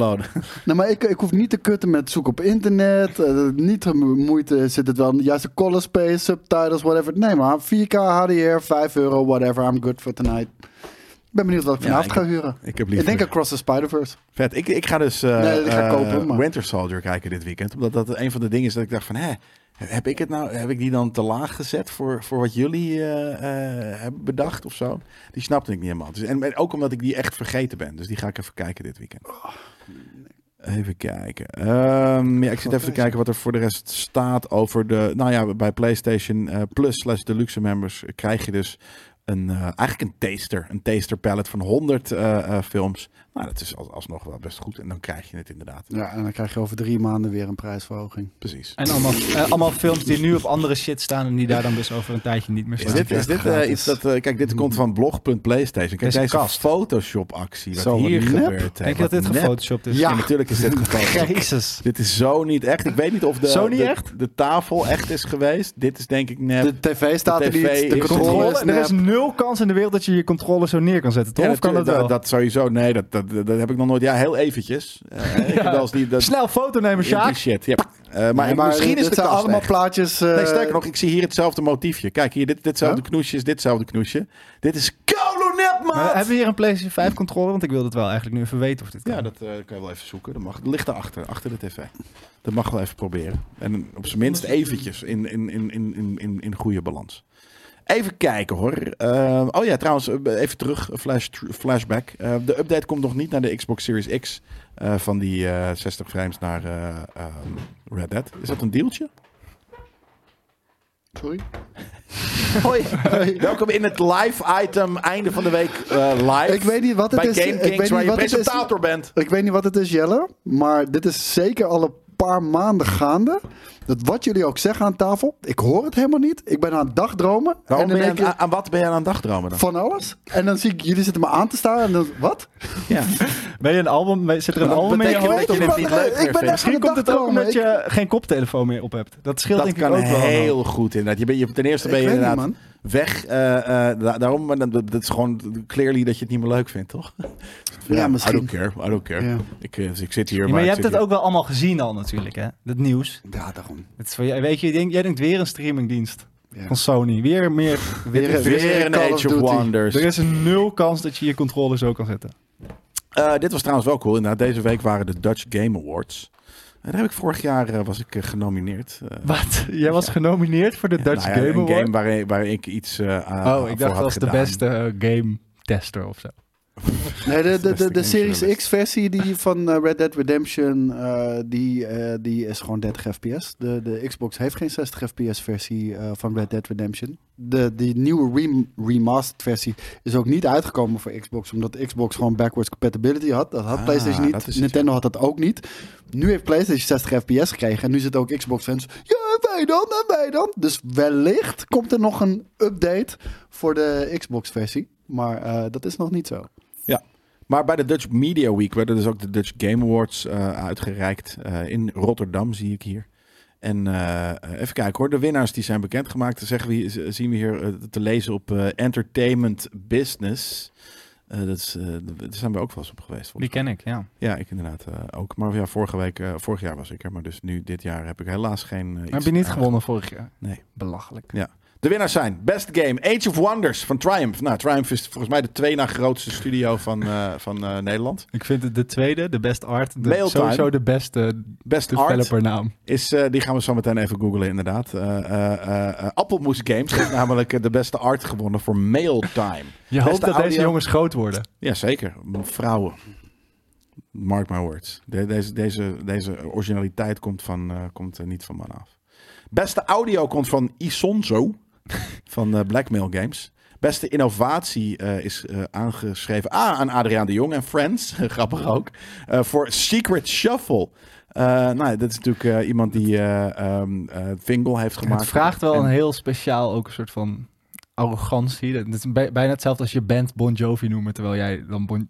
C: Nee, maar ik, ik hoef niet te kutten met zoeken op internet. eh, niet te mo- moeite zit het wel. Juist de color space, subtitles, whatever. Nee, maar 4K, HDR, 5 euro, whatever. I'm good for tonight. Ik ben benieuwd wat ik
A: Ja,
C: vanavond
A: ik-
C: ga huren.
A: Ik heb
C: Ik denk Across the Spider-Verse.
A: Vet. Ik, ik ga dus eh,
C: Nee, die ga ik
A: eh,
C: kopen, maar-
A: Winter Soldier kijken dit weekend. Omdat dat een van de dingen is dat ik dacht van... Hè, heb ik het nou, heb ik die dan te laag gezet voor, voor wat jullie eh, eh, hebben bedacht of zo? Die snapte ik niet helemaal. Dus, en, en ook omdat ik die echt vergeten ben. Dus die ga ik even kijken dit weekend.
C: Oh,
A: Even kijken. Ehm, ja, ik zit even te kijken wat er voor de rest staat over de... Nou ja, bij PlayStation eh, Plus slash Deluxe members krijg je dus een, eh, eigenlijk een taster. Een taster palette van 100 eh, eh, films. Nou, dat is als, alsnog wel best goed. En dan krijg je het inderdaad.
C: Ja, en dan krijg je over drie maanden weer een prijsverhoging.
A: Precies.
B: En allemaal, eh, allemaal films die nu op andere shit staan en die daar dan dus over een tijdje niet meer
A: Is
B: staan.
A: dit, is dit eh,
C: Gratis.
A: iets dat... eh, kijk, dit komt van blog.playstation. Kijk,
B: Deze
A: deze
B: kast.
A: Photoshop-actie. Wat
C: Zo, wat
A: hier
C: nep.
A: gebeurt. hè.
B: Denk je dat
A: Wat
B: dit
A: nep.
B: gefotoshopt is?
C: Ja.
A: Ja, natuurlijk is dit gefotoshopt.
B: Jezus.
A: Dit is zo niet echt. Ik weet niet of de,
B: Zo niet
A: de,
B: echt?
A: de tafel echt is geweest. Dit is denk ik nep.
C: De tv staat
A: De
C: er
A: TV
C: niet, de
A: is
C: controle
B: Controle,
C: is
B: er is
C: nep.
B: nul kans in de wereld dat je je controle zo neer kan zetten, toch?
A: Ja,
B: of kan dat
A: natuurlijk.
B: wel?
A: Dat, dat sowieso. Nee, dat, dat, dat heb ik nog nooit. Ja, heel eventjes. Eh, Ik heb wel eens die, dat,
B: Snel foto nemen,
A: die
B: Sjaak.
A: shit. Ja. Eh, maar
C: Nee, maar
A: misschien is
C: dit
A: de
C: zijn
A: kast
C: allemaal
A: echt.
C: plaatjes... eh,
A: Nee, sterker nog, ik zie hier hetzelfde motiefje. Kijk, hier, dit, ditzelfde
C: Huh?
A: knoesje is ditzelfde knoesje. Dit is Kolonet,
B: Maar
A: maat!
B: hebben we hier een PlayStation 5 controller? Want ik wil het wel eigenlijk nu even weten of dit kan.
A: Ja, dat eh, kan je wel even zoeken. Dat mag, het ligt daarachter, achter de tv. Dat mag wel even proberen. En op zijn minst eventjes in, in, in, in, in, in, in goede balans. Even kijken hoor. Eh, oh ja, trouwens, eh, even terug, eh, flash, tr- flashback. Eh, de update komt nog niet naar de Xbox Series X. eh, van die eh, 60 frames naar eh, ehm, Red Dead. Is dat een deeltje?
C: Sorry?
A: Hoi, welkom in het live item, einde van de week eh, live.
C: Ik weet niet wat het
A: bij
C: is.
A: Game
C: ik
A: Kings,
C: weet
A: waar
C: niet
A: je
C: wat het is.
A: presentator bent.
C: Ik weet niet wat het is, Jelle, maar dit is zeker al een paar maanden gaande. Dat wat jullie ook zeggen aan tafel, ik hoor het helemaal niet. Ik ben aan het dagdromen.
A: Waarom ben
C: en in
A: je
C: één
A: aan,
C: keer
A: aan wat ben je aan het dagdromen dan?
C: van alles. En dan zie ik, jullie zitten me aan te staan en dan, wat?
A: Ja.
B: Ben je een album, zit er een
A: Dat
B: album in je
A: betekent
B: hoofd?
A: dat je
B: Of-
A: dit
C: wat?
A: niet leuk meer
C: ik ben
A: vindt.
C: echt aan
B: Misschien
C: het
B: komt het ook
C: dagdromen.
B: omdat je geen koptelefoon meer op hebt. Dat scheelt
A: Dat
B: denk
A: kan
B: ik ook wel.
A: heel goed inderdaad. Je bent, je, ten eerste ben
C: Ik
A: je
C: weet niet,
A: inderdaad
C: man.
A: weg. eh, eh, da- daarom, maar dat, dat is gewoon clearly dat je het niet meer leuk vindt, toch?
C: Ja, misschien.
A: I don't care, I don't care.
C: Ja.
A: Ik, eh, ik zit hier,
B: Ja,
A: maar,
B: maar je
A: ik zit
B: hebt het
A: hier-
B: ook wel allemaal gezien al natuurlijk, hè? Dat nieuws.
C: Ik... Ja, daarom.
B: Het is voor jou- weet je, je denkt, jij denkt weer een streamingdienst
C: Ja.
B: van Sony. Weer meer.
C: Weer een-
A: Weer een
C: Call of
A: Age of
C: Duty.
A: Wonders.
B: Er is een nul kans dat je je controle zo kan zetten.
A: Eh, dit was trouwens wel cool. Inderdaad, deze week waren de Dutch Game Awards. En daar heb ik vorig jaar eh, was ik eh, genomineerd. Eh,
B: Wat? Jij was genomineerd voor de Dutch
A: nou ja,
B: Game
A: een
B: Award?
A: game waarin, waarin ik iets eh, aan-
B: oh,
A: voor
B: ik dacht
A: had
B: als de
A: gedaan.
B: beste eh, game tester of zo.
C: Nee, de, de, de, de
A: Beste
C: Series
A: gamejournalist.
C: X-versie die van eh, Red Dead Redemption, eh, die, eh, die is gewoon 30 fps. De, de Xbox heeft geen 60 fps-versie eh, van Red Dead Redemption. De, die nieuwe rem- remastered versie is ook niet uitgekomen voor Xbox, omdat Xbox gewoon backwards compatibility had. Dat had
A: Ah,
C: PlayStation
A: dat is
C: niet,
A: het,
C: Nintendo had dat ook niet. Nu heeft PlayStation 60 fps gekregen en nu zitten ook Xbox-fans. Ja, en wij dan, en wij dan. Dus wellicht komt er nog een update voor de Xbox-versie. Maar eh, dat is nog niet zo.
A: Maar bij de Dutch Media Week werden dus ook de Dutch Game Awards eh, uitgereikt. eh, in Rotterdam zie ik hier. En eh, even kijken hoor, de winnaars die zijn bekendgemaakt. Dan zeggen we, hier- z- zien we hier eh, te lezen op eh, Entertainment Business. Eh, dat is, eh, daar zijn we ook wel eens op geweest. volgens
B: Die ken ik, ja.
A: mij. Ja, ik inderdaad eh, ook. Maar ja, vorige week, eh, vorig jaar was ik er. Maar dus nu, dit jaar heb ik helaas geen eh, iets
B: Heb je niet
A: aan-
B: gewonnen vorig jaar?
A: Nee.
B: Belachelijk.
A: Ja. De winnaars zijn Best Game Age of Wonders van Triumph. Nou, Triumph is volgens mij de twee na grootste studio van, eh, van eh, Nederland.
B: Ik vind het de tweede, de best art, de,
A: Mailtime.
B: sowieso de beste
A: Best Art
B: developer naam.
A: is, eh, die gaan we zo meteen even googlen inderdaad. Eh eh, eh, eh, Appelmoes Games heeft namelijk eh, de beste art gewonnen voor Mailtime.
B: Je hoopt
A: Beste
B: dat deze
A: audio.
B: jongens groot worden.
A: Jazeker, vrouwen. Mark my words. De- deze, deze, deze originaliteit komt, van, eh, komt eh, niet van man af. Beste audio komt van Isonzo van eh, Blackmail Games. Beste innovatie eh, is eh, aangeschreven ah, aan Adriaan de Jong en Friends, grappig ook, eh, voor Secret Shuffle. Eh, nou, dat is natuurlijk eh, iemand die eh ehm, eh, Vingle heeft gemaakt.
B: Het vraagt wel
A: En-
B: een heel speciaal ook een soort van arrogantie. Dat is bij- bijna hetzelfde als je band Bon Jovi noemen, terwijl jij dan Bon...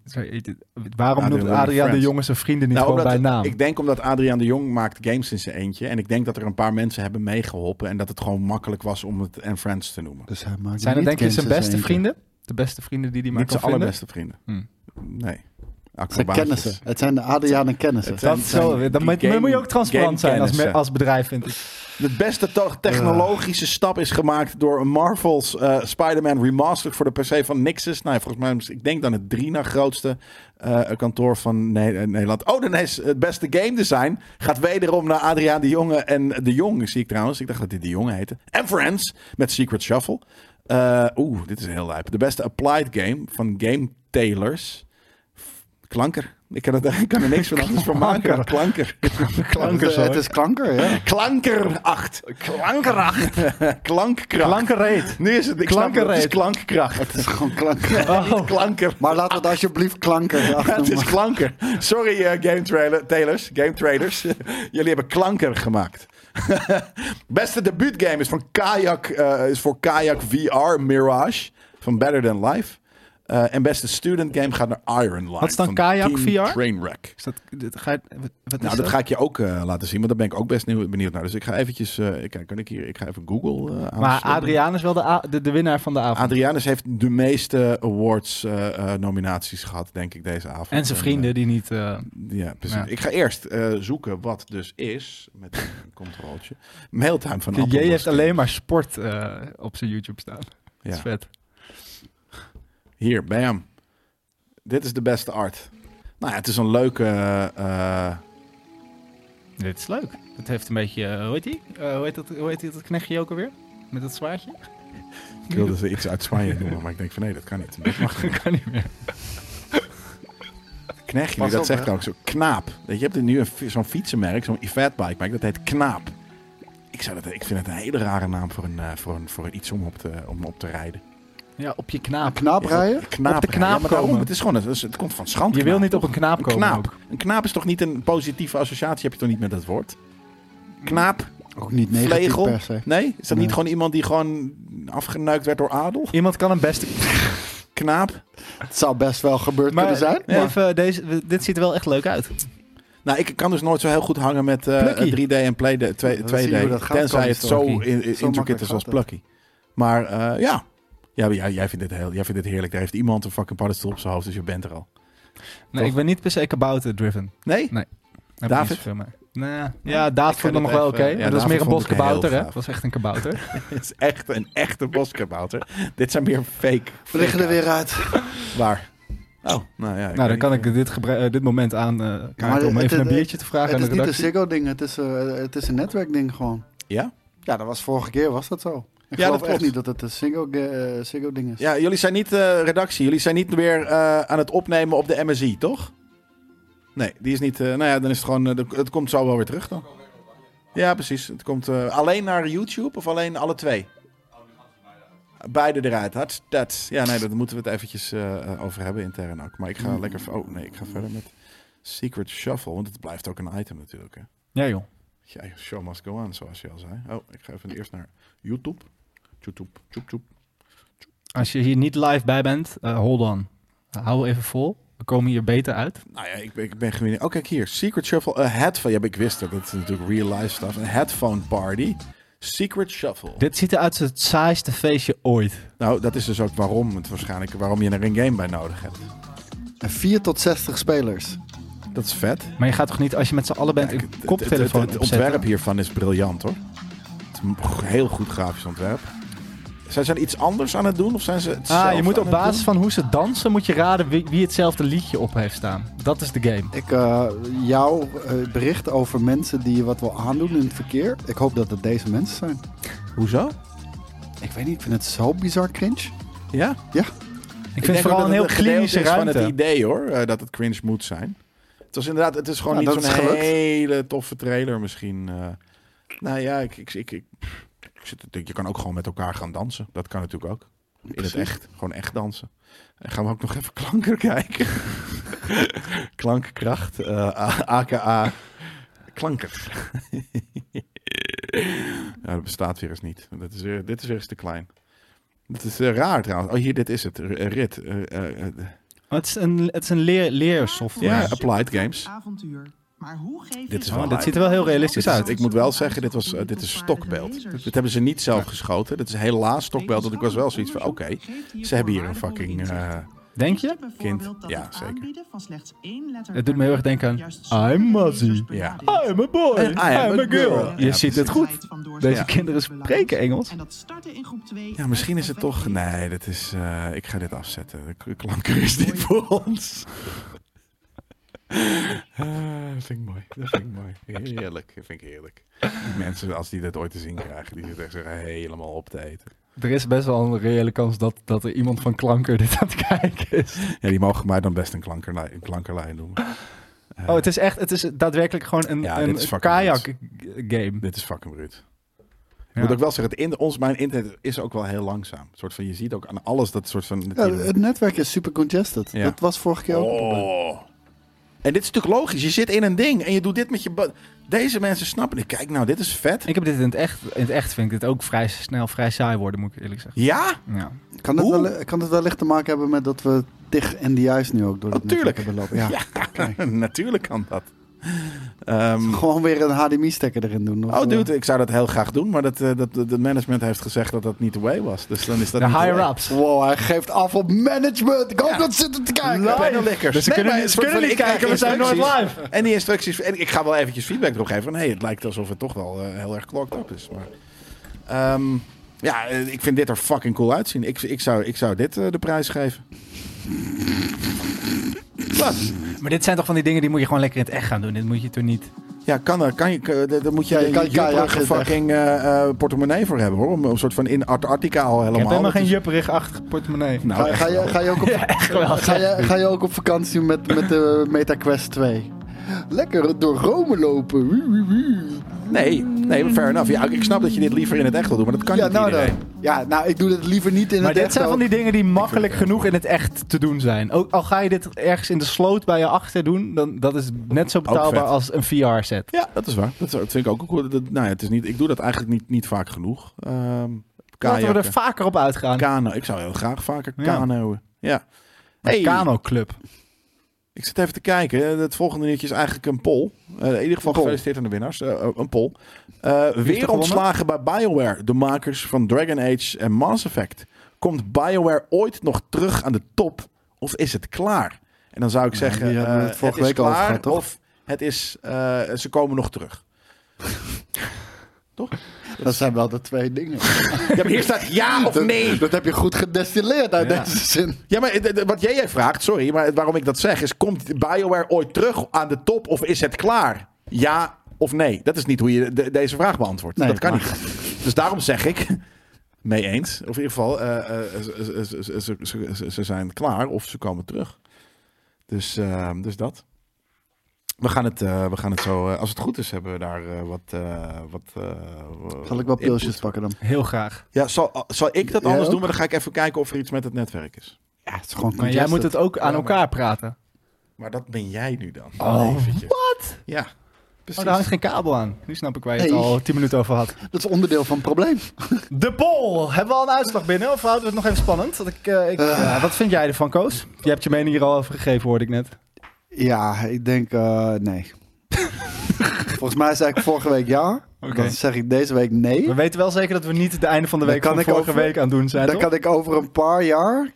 B: Waarom
A: Adriaan
B: noemt
A: de Jong
B: Adriaan de
A: Friends.
B: jongens zijn vrienden niet
A: Nou,
B: gewoon bij
A: omdat-
B: naam?
A: Ik denk omdat Adriaan de Jong maakt games in zijn eentje. En ik denk dat er een paar mensen hebben meegeholpen. En dat het gewoon makkelijk was om het en Friends te noemen.
C: Dus hij maakt
B: Zijn dat denk
C: niet
B: je
C: games
B: zijn
C: in
B: beste
C: eentje.
B: vrienden? De beste vrienden die die maar
A: Niet
B: kan
A: zijn
B: vinden?
A: allerbeste vrienden.
B: Hmm.
A: Nee.
C: Zijn
A: Acrobaatjes.
C: kennissen. Het zijn de Adrianen kennissen.
A: Het
B: Dat
A: zijn-
B: is zo,
A: zijn
B: dan moet,
A: game-
B: moet je ook transparant zijn als, me-
A: gamekennissen.
B: als bedrijf, vind ik.
A: De beste to- technologische stap is gemaakt door Marvel's eh, Spider-Man Remastered voor de PC van Nixus. Nou, ja, volgens mij, is- ik denk dan het drie na grootste eh, kantoor van Ne- eh, Nederland. Oh, dan is het beste game design. Gaat wederom naar Adriaan de Jonge en de Jong, zie ik trouwens. Ik dacht dat dit de Jonge heette. En Friends met Secret Shuffle. Eh, Oeh, dit is heel lijp. De beste applied game van Game Tailors. F- Klanker. Ik kan, het, ik kan er niks van anders van maken. Klanker. eh,
C: Het,
B: Klanker
C: is- het is klanker, ja.
A: Klanker 8. Klanker 8. Klankkracht.
B: Klankerreed.
A: Nu is het, ik snap het, het is
B: Klankerreed.
A: klankkracht.
C: Het is gewoon klanker.
B: Oh.
A: Niet klanker.
C: Maar laten we het alsjeblieft klanker
A: Het
C: achter
A: is klanker. Sorry, eh, game trailer, trailers, game traders. Jullie hebben klanker gemaakt. Beste debuutgame is, van Kayak, eh, is voor Kayak VR Mirage van Better Than Life. Eh, en beste student game gaat naar Iron Line.
B: Wat is dan
A: van
B: Kayak
A: Team
B: VR?
A: Trainwreck.
B: Is dat, dit, ga je, wat- wat
A: Nou,
B: is
A: dat
B: dat?
A: ga ik je ook eh, laten zien, want daar ben ik ook best nieuw- benieuwd naar. Dus ik ga eventjes, eh kijk, kan ik hier, ik ga even Google eh aan.
B: maar Adriaan is wel de, a- de, de winnaar van de avond.
A: Adrianus heeft de meeste awards eh, eh, nominaties gehad, denk ik, deze avond.
B: en zijn vrienden die niet... eh,
A: eh, ja, precies.
B: Ja.
A: Ik ga eerst eh, zoeken wat dus is, met een controltje. Mailtime van
B: de J
A: Appelbos
B: heeft
A: Games.
B: alleen maar sport eh, op zijn YouTube staan. Dat is
A: Ja.
B: vet.
A: Hier, bam. Dit is de beste art. Nou ja, het is een leuke... eh, eh,
B: Dit is leuk. Het heeft een beetje, eh, hoe heet die? Eh, hoe, heet dat, hoe heet die- dat knechtje ook alweer? Met dat zwaardje?
A: ik wilde ze iets uit Spanje noemen, maar ik denk van nee, dat kan niet. Dat mag niet.
B: Dat kan niet meer.
A: Knechtje,
C: Pas
A: dat
C: op,
A: zegt
C: hè.
A: ook zo. Knaap. Weet Je je hebt nu een fi- zo'n fietsenmerk, zo'n eventbike merk, dat heet Knaap. Ik, zou dat, ik vind het een hele rare naam voor, een, eh, voor, een, voor iets om op te, om op te rijden.
B: Ja, op je knaap.
C: Knaap rijden?
A: knaap,
B: Op de knaap
A: ja, maar daarom,
B: komen.
A: het, is gewoon, het, is- het komt van schand.
B: Je wil niet op een knaap komen
A: knaap.
B: ook.
A: Een knaap is toch niet een positieve associatie? Heb je toch niet met dat woord? Knaap?
C: Ook niet negatief
A: Vlegel.
C: per se.
A: Nee? Is dat
C: Nee.
A: niet gewoon iemand die gewoon afgeneukt werd door adel?
B: Iemand kan een beste...
A: Knaap?
C: Het zou best wel gebeurd kunnen zijn. maar-
B: even, deze, dit ziet er wel echt leuk uit.
A: Nou, ik kan dus nooit zo heel goed hangen met eh,
B: Plucky.
A: 3D en play de, twee-
C: We
A: 2D.
C: zien hoe dat gaat
A: tenzij
C: komen,
A: het zo in,
B: Plucky.
A: in-
C: makkelijk
A: intricate is als
C: gaat het.
A: Plucky. Maar eh, ja. Ja, maar jij, jij, vindt dit heel, jij vindt dit heerlijk. Daar heeft iemand een fucking paddenstoel op zijn hoofd, dus je bent er al.
B: Nee, ik ben niet per se kabouter-driven.
A: Nee?
B: Daar heb ik
A: David?
B: niet zoveel mee. Nou, ja, Daad
A: Ik
B: vond
A: vind
B: ik nog
A: het
B: wel
A: even-
B: oké.
A: ja,
B: maar dat is
A: David
B: meer een
A: vond ik
B: boskabouter,
A: heel
B: hè?
A: gaaf.
B: Dat was echt een kabouter.
A: Het is echt een echte boskabouter. Dit zijn meer fake.
C: We liggen er weer uit.
A: Waar? Oh, nou ja.
B: nou, dan
A: weet
B: kan
A: niet.
B: ik dit, gebru- eh, dit moment aan eh
C: Maar
B: kaarten om
C: het-
B: even een
C: het-
B: biertje te vragen
C: het
B: aan
C: is
B: de
C: niet een
B: redactie.
C: Ziggo-ding, het, is, eh, het is een netwerkding gewoon.
A: Ja?
C: Ja, dat was vorige keer, was dat zo? Ik
A: Ja,
C: geloof
A: dat klopt.
C: echt niet dat het een eh, Ziggo-ding is.
A: Ja, jullie zijn niet eh, redactie. Jullie zijn niet weer eh, aan het opnemen op de MSI, toch? Nee, die is niet. eh, nou ja, dan is het gewoon. eh, de- het komt zo wel weer terug dan. Ja, precies. Het komt eh, alleen naar YouTube of alleen alle twee? Beide eruit. Dat, dat. Ja, nee, daar moeten we het eventjes eh, eh, over hebben intern ook. Maar ik ga lekker. Oh nee, ik ga verder met Secret Shuffle. Want het blijft ook een item natuurlijk. Hè.
B: Ja, joh.
A: Ja, show must go on, zoals je al zei. Oh, ik ga even eerst naar YouTube. YouTube, YouTube,
B: Als je hier niet live bij bent, eh, hold on. Hou even vol. We komen hier beter uit.
A: Nou ja, ik ben, ik ben gewin- Oh, kijk hier. Secret Shuffle. Een headphone. Ja, maar ik wist dat. Dat is natuurlijk real life stuff. Een headphone party. Secret Shuffle.
B: Dit ziet eruit als het saaiste feestje ooit.
A: Nou, dat is dus ook waarom het waarschijnlijk... waarom je er een game bij nodig hebt.
C: En 4 tot 60 spelers.
A: Dat is vet.
B: Maar je gaat toch niet, als je met z'n allen bent,
A: Kijk,
B: een
A: het- het, het,
B: koptelefoon
A: het
B: opzetten?
A: ontwerp hiervan is briljant, hoor. Het is een heel goed grafisch ontwerp. Zijn ze iets anders aan het doen? Of zijn ze hetzelfde
B: Ah, je moet
A: aan
B: op
A: het
B: basis
A: doen?
B: van hoe ze dansen, moet je raden wie, wie hetzelfde liedje op heeft staan. Dat is de game.
C: Ik, eh, jouw eh, bericht over mensen die je wat wil aandoen in het verkeer. Ik hoop dat het deze mensen zijn.
A: Hoezo?
C: Ik weet niet, ik vind het zo bizar cringe.
A: Ja?
B: Ik vind het vooral een heel klinische
A: van
B: ruimte.
A: het idee hoor, eh, dat het cringe moet zijn. Het was inderdaad, het is gewoon niet
C: Nou, dat is
A: zo'n
C: gelukt.
A: hele toffe trailer misschien. eh. nou ja, ik, ik, ik, ik, pff, ik zit, te denken, je kan ook gewoon met elkaar gaan dansen. Dat kan natuurlijk ook. In het echt. Gewoon echt dansen. En gaan we ook nog even klanker kijken. Klankkracht, eh, a- aka klanker. ja, dat bestaat weer eens niet. Dat is weer, dit is weer eens te klein. Het is eh, raar trouwens. Oh, hier, dit is het. R- eh, Rit. Eh, eh, eh,
B: Het is een, het is een leer, leersoftware.
A: ja, Applied Games.
D: avontuur. Maar hoe geef
A: Dit
D: dit
A: is
D: is
A: wel
B: dit ziet er wel heel realistisch uit.
A: Ik moet wel zeggen, dit, was, eh, dit is stokbeeld. Dit hebben ze niet zelf geschoten. Dit is helaas stokbeeld. Want ik was wel zoiets van, oké, ze hebben hier een fucking... eh,
B: Denk je?
A: kind.
D: kind.
A: Ja,
D: Ja,
A: zeker.
D: zeker. Van slechts één letter
B: Het doet me heel erg denken aan I'm Muzzy.
A: Ja.
B: I'm a boy,
A: En I am a girl.
B: Je
A: Ja,
B: ziet het goed. Deze
A: Ja.
B: kinderen spreken Engels.
D: En dat starten in groep 2.
A: ja, misschien is het toch... Nee, dit is... eh, ik ga dit afzetten. De k- klanker is niet voor ons. Eh, dat vind ik mooi. Dat vind ik mooi. Heerlijk. Dat vind ik heerlijk. Die mensen, als die dat ooit te zien krijgen, die zitten echt zo helemaal op te eten.
B: Er is best wel een reële kans dat, dat er iemand van Klanker dit aan het kijken is.
A: Ja, die mogen mij dan best een, klankerlijn, een klankerlijn noemen. Eh,
B: Oh, het is echt, het is daadwerkelijk gewoon een,
A: Ja, dit is
B: een
A: fucking
B: kajak game.
A: Dit is fucking bruut.
B: Ja.
A: Ik moet ook wel zeggen, het in, ons, mijn internet is ook wel heel langzaam. Een soort van, je ziet ook aan alles dat soort van...
C: Ja, het netwerk is super congested.
A: Ja.
C: Dat was vorige keer ook een probleem.
A: oh. En dit is natuurlijk logisch. Je zit in een ding en je doet dit met je... bu- Deze mensen snappen het. Kijk nou, dit is vet.
B: Ik heb dit in het echt, in het echt vind ik dit ook vrij snel vrij saai worden, moet ik eerlijk zeggen.
A: Ja,
B: Ja.
C: Kan het,
A: Hoe?
C: wel, kan het wellicht te maken hebben met dat we tig NDI's nu ook door het
A: Natuurlijk.
C: netwerk hebben lopen? Ja.
A: natuurlijk kan dat. Ehm,
C: Gewoon weer een HDMI-stekker erin doen. of,
A: oh
C: eh,
A: dude, ik zou dat heel graag doen. Maar dat, eh, dat, dat het management heeft gezegd dat dat niet the way was. Dus dan is dat
B: De
A: niet the way.
B: higher-ups.
C: Wow, hij geeft af op management. Ik hoop dat ze zitten te kijken.
A: Pennenlikkers.
B: Dus ze
A: Nee,
B: kunnen,
A: maar
B: niet- ze
A: voor-
B: kunnen
A: voor-
B: niet
A: ik krijg
B: kijken, we zijn nooit
A: instructies.
B: live.
A: En die instructies. En ik ga wel eventjes feedback erop geven. Van, hey, het lijkt alsof het toch wel eh, heel erg clocked up is. Maar, ehm, ja, eh, ik vind dit er fucking cool uitzien. Ik, ik, zou, ik zou dit eh, de prijs geven. Wat?
B: Maar dit zijn toch van die dingen die moet je gewoon lekker in het echt gaan doen. Dit moet je toen niet...
A: Ja, kan er. Kan je, kan- daar daar moet jij
C: Ja, je kan-
A: je
C: kan- ja,
A: jupperige
C: dit echt.
A: fucking eh, eh, portemonnee voor hebben hoor. Om een soort van in Antarctica al helemaal.
B: Ik heb helemaal
A: Dat
B: geen
A: is-
B: jupperig-achtig portemonnee.
A: Nou,
C: Ga,
A: echt
C: ga,
A: wel.
C: je, ga, je ook op,
B: Echt wel.
C: ga, je, ga je ook op vakantie met, met de MetaQuest 2? Lekker door Rome lopen. Wie, wie, wie.
A: Nee, nee, maar fair enough. Ja, ik- ik snap dat je dit liever in het echt wil doen, maar dat kan
C: Ja,
A: niet
C: nou
A: iedereen.
C: dan. Ja, nou, ik doe het liever niet in
B: Maar
C: het
B: dit
C: echt
B: zijn
C: ook.
B: van die dingen die makkelijk genoeg in het echt te doen zijn. Ook al ga je dit ergens in de sloot bij je achter doen, dan dat is net zo betaalbaar
A: vet.
B: als een VR-set.
A: Ja, dat is waar. Dat, is- dat vind ik ook cool. Dat, nou ja, het is niet, ik doe dat eigenlijk niet, niet vaak genoeg. Ehm
B: Laten we er
A: kajakken,
B: vaker op uitgaan.
A: kano. Ik zou heel graag vaker
B: Ja.
A: kanoën. Ja.
B: Een
A: Hey,
B: Kano-club.
A: ik zit even te kijken. Eh, Het volgende nieuwtje is eigenlijk een poll. Eh, in ieder geval
C: Een poll.
A: gefeliciteerd aan de winnaars. Eh, een poll. Eh, weer
B: gewonnen?
A: ontslagen bij BioWare. De makers van Dragon Age en Mass Effect. Komt BioWare ooit nog terug aan de top? Of is het klaar? En dan zou ik
C: Ja,
A: zeggen,
C: hier hebben we
A: eh,
C: het vorige
A: is
C: week al over
A: klaar
C: gehad, toch?
A: Of het is, eh, ze komen nog terug.
C: Dat zijn wel de twee dingen.
A: Ja, maar hier staat ja of
C: Dat,
A: nee.
C: dat heb je goed gedestilleerd uit
B: Ja.
C: deze zin.
A: Ja, maar d- d- wat jij vraagt, sorry, maar waarom ik dat zeg is: komt BioWare ooit terug aan de top of is het klaar? Ja of nee? Dat is niet hoe je de- deze vraag beantwoordt.
C: Nee,
A: dat kan
C: maar-
A: niet. Dus daarom zeg ik. Mee eens. Of in ieder geval, eh, eh, ze- ze- ze- ze- ze- ze- ze zijn klaar of ze komen terug. Dus, eh, dus dat. We gaan het, eh, we gaan het zo, eh, als het goed is, hebben we daar eh, wat. eh, wat eh,
C: Zal ik wel
A: input.
C: pilsjes pakken dan?
B: Heel graag.
A: Ja, zal, ah, zal ik dat
C: Jij
A: anders
C: ook?
A: doen? Maar dan ga ik even kijken of er iets met het netwerk is.
C: Ja, het is gewoon
B: Maar jij moet
C: congested.
B: het ook aan
A: Ja, maar-
B: elkaar praten.
A: Maar dat ben jij nu dan.
B: Oh,
A: wat? Ja, precies.
B: Oh, daar hangt geen kabel aan. Nu snap ik waar je het
C: Nee.
B: al tien minuten over had.
C: Dat is onderdeel van het probleem.
B: De poll. Hebben we al een uitslag binnen? Of houden we het nog even spannend? Dat ik, eh, ik- Ja, wat vind jij ervan, Koos? Je hebt je mening hier al over gegeven, hoorde ik net.
C: Ja, ik denk eh, nee. Volgens mij zei ik vorige week ja.
B: Oké.
C: Dan zeg ik deze week nee.
B: We weten wel zeker dat we niet het einde van de
C: Daar
B: week
C: kan
B: van
C: ik
B: vorige
C: over-
B: week aan het doen zijn,
C: Dan
B: toch?
C: kan ik over een paar jaar,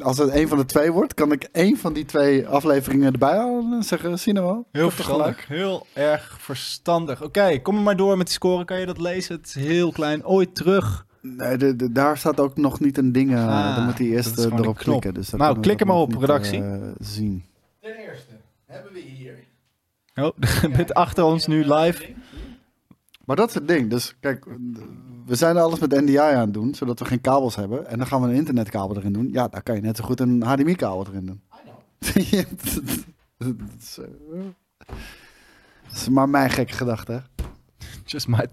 C: als het een van de twee wordt, kan ik één van die twee afleveringen erbij halen en zeggen, zien we wel.
B: Heel
C: Ik heb toch
B: verstandig. Heel erg verstandig. Oké, kom er maar door met die score. Kan je dat lezen? Het is heel klein. Ooit terug.
C: Nee, de, de- daar staat ook nog niet een ding aan.
B: Ah,
C: dan moet hij eerst
B: dat is
C: eh,
B: gewoon
C: erop
B: een knop.
C: klikken. Dus dat
B: Nou,
C: kunnen we
B: klik hem
C: dat nog
B: op,
C: niet,
B: redactie.
C: eh, zien.
A: Ten eerste hebben we hier...
B: Oh, met achter ons nu live.
C: Maar dat is het ding. Dus kijk, we zijn alles met NDI aan het doen, zodat we geen kabels hebben. En dan gaan we een internetkabel erin doen. Ja, daar kan je net zo goed een HDMI-kabel erin doen. Ja, dat- dat is, eh, dat is maar mijn gekke gedachte. hè.
B: Just my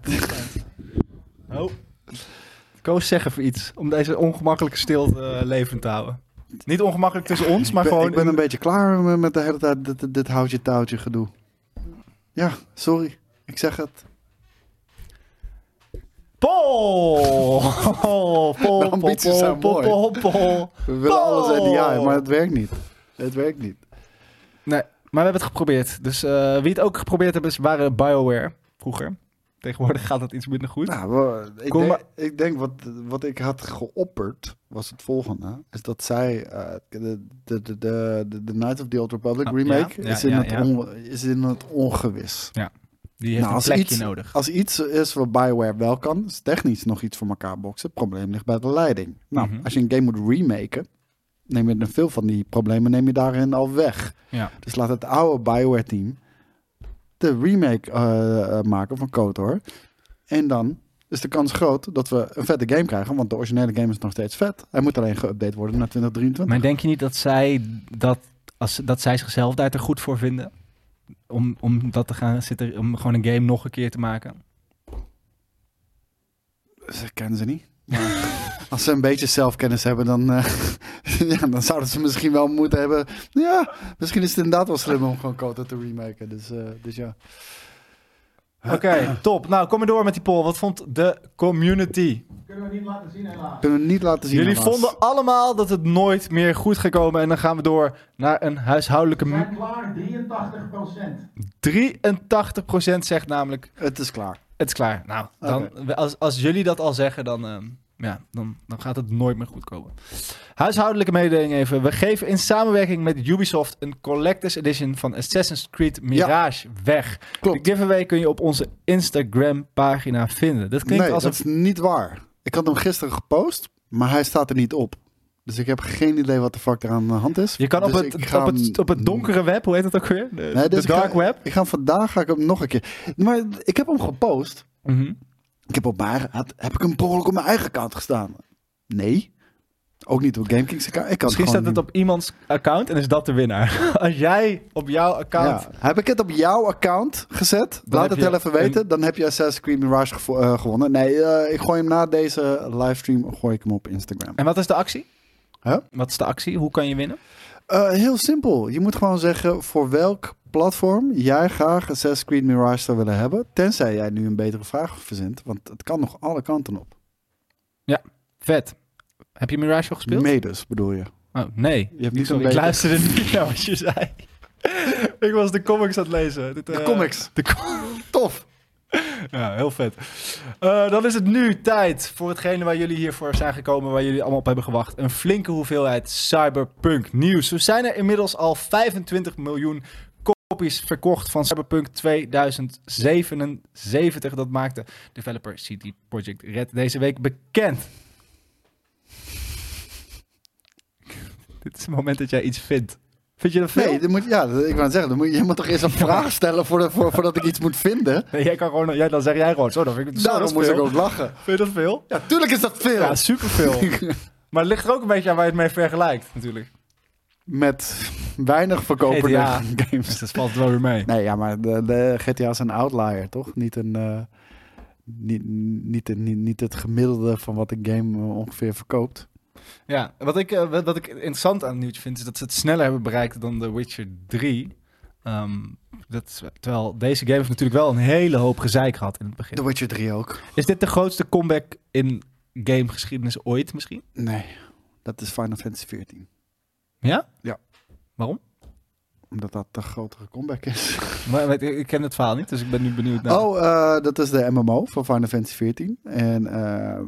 B: Oh. Koos, zeg even iets. Om deze ongemakkelijke stilte eh, levend te houden. Niet ongemakkelijk tussen ons, maar
C: Ik ben,
B: gewoon...
C: ik ben een beetje klaar me- met de hele tijd dit, dit- dit houtje touwtje gedoe. Ja, sorry. Ik zeg het.
B: Pol! Pol, pol,
C: ambities
B: pol,
C: zijn
B: pol,
C: mooi.
B: pol, pol.
C: We willen alles
B: Oh.
C: NDI, maar het werkt niet. Het werkt niet.
B: Nee, maar we hebben het geprobeerd. Dus eh, wie het ook geprobeerd hebben, is- waren BioWare vroeger. Tegenwoordig gaat dat iets minder goed.
C: Nou, we- ik,
B: Kom
C: denk,
B: maar.
C: ik denk wat, wat ik had geopperd, was het volgende. Is dat zij eh, de, de, de, de, de Night of the Old Republic
B: Ah,
C: remake
B: ja, ja,
C: is, in
B: ja,
C: het on- is in het ongewis.
B: Die
C: nou, als iets-
B: nodig.
C: Als iets is wat Bioware wel kan, is technisch nog iets voor elkaar boksen. Het probleem ligt bij de leiding. Nou,
B: Mhm.
C: als je een game moet remaken, neem je dan veel van die problemen neem je daarin al weg.
B: Ja.
C: Dus laat het oude Bioware-team de remake eh, eh, maken van KOTOR. En dan is de kans groot dat we een vette game krijgen, want de originele game is nog steeds vet. Hij moet alleen geüpdate worden naar 2023.
B: Maar denk je niet dat zij, dat, als, dat zij zichzelf daar te goed voor vinden? Om, om dat te gaan zitten, om gewoon een game nog een keer te maken?
C: Ze kennen ze niet. Maar als ze een beetje zelfkennis hebben, dan, eh, ja, dan zouden ze misschien wel moeten hebben. Ja, misschien is het inderdaad wel slim om gewoon KOTOR te remaken. Dus, eh, dus ja.
B: Oké, top. Nou, kom maar door met die poll. Wat vond de community?
C: Kunnen we niet laten zien.
B: Jullie
C: helaas.
B: vonden allemaal dat het nooit meer goed ging komen. En dan gaan we door naar een huishoudelijke... m-
E: klaar, 83
B: 83% zegt namelijk
C: Het is klaar.
B: Het is klaar. Nou, dan, als, als jullie dat al zeggen, dan, ehm, ja, dan, dan gaat het nooit meer goed komen. Huishoudelijke mededeling even. We geven in samenwerking met Ubisoft een Collectors Edition van Assassin's Creed Mirage weg.
C: Klopt.
B: De giveaway kun je op onze Instagram pagina vinden. Dat klinkt
C: nee,
B: als
C: dat
B: een...
C: is niet waar. Ik had hem gisteren gepost, maar hij staat er niet op. Dus ik heb geen idee wat de fuck er aan de hand is.
B: Je kan op,
C: Dus ik
B: het,
C: ga
B: op,
C: hem-
B: het, op het donkere web, hoe heet dat ook weer? De,
C: Nee, dus
B: de dark
C: ik ga,
B: web.
C: Ik ga hem vandaag ga ik hem nog een keer. Maar ik heb hem gepost.
B: Mhm.
C: Ik heb op mijn, had, heb ik hem per ongeluk op mijn eigen account gestaan? Nee. Ook niet op GameKings account. Ik kan
B: Misschien staat
C: gewoon
B: het op iemands account en is dat de winnaar. als jij op jouw account...
C: Ja. Heb ik het op jouw account gezet?
B: Dan
C: Laat
B: heb
C: het wel
B: je
C: even
B: een-
C: weten. Dan heb je Assassin's Creed Mirage gevo- eh, gewonnen. Nee, eh, ik gooi hem na deze livestream gooi ik hem op Instagram.
B: En wat is de actie?
C: Huh?
B: Wat is de actie? Hoe kan je winnen?
C: Eh, heel simpel. Je moet gewoon zeggen voor welk platform jij graag Assassin's Creed Mirage zou willen hebben. Tenzij jij nu een betere vraag verzint. Want het kan nog alle kanten op.
B: Vet. Heb je Mirage al gespeeld?
C: Medes dus, bedoel je.
B: Oh, nee.
C: Je hebt niet
B: Sorry,
C: zo'n
B: ik
C: beetje...
B: luisterde niet naar wat je zei. ik was de comics aan het lezen. Dit,
C: De
B: eh,
C: comics.
B: De com-
C: Tof.
B: ja, heel vet. Eh, dan is het nu tijd voor hetgene waar jullie hiervoor zijn gekomen, waar jullie allemaal op hebben gewacht. Een flinke hoeveelheid cyberpunk nieuws. Zo zijn er inmiddels al 25 miljoen kopies verkocht van Cyberpunk 2077. Dat maakte developer CD Projekt Red deze week bekend. Dit is het moment dat jij iets vindt. Vind je dat veel?
C: Nee, dan moet, ja, ik wou zeggen, dan moet, je- je moet toch eerst een vraag stellen voordat, voor, voordat ik iets moet vinden.
B: Nee, jij kan gewoon, jij, dan zeg jij gewoon, zo, dan vind ik het zo, dat is
C: Daarom moest Nou, ik
B: veel.
C: ook lachen.
B: Vind je dat veel?
C: Ja, tuurlijk is dat veel.
B: Ja, superveel. maar het ligt er ook een beetje aan waar je het mee vergelijkt, natuurlijk.
C: Met weinig verkopende
B: GTA. Dus
C: games.
B: dat valt wel weer mee.
C: Nee, ja, maar de, de GTA is een outlier, toch? Niet, een, eh, niet, niet, niet, niet het gemiddelde van wat een game eh, ongeveer verkoopt.
B: Ja, wat ik, eh, wat, wat ik interessant aan het nieuwtje vind, is dat ze het sneller hebben bereikt dan The Witcher 3. Ehm, dat is, terwijl deze game heeft natuurlijk wel een hele hoop gezeik gehad in het begin.
C: The Witcher 3 ook.
B: Is dit de grootste comeback in gamegeschiedenis ooit misschien?
C: Nee, dat is Final Fantasy 14.
B: Ja?
C: Ja.
B: Waarom?
C: Omdat dat de grotere comeback is.
B: Maar, maar ik, ik ken het verhaal niet, dus ik ben nu benieuwd naar.
C: Oh, eh, dat is de MMO van Final Fantasy 14. En ehm,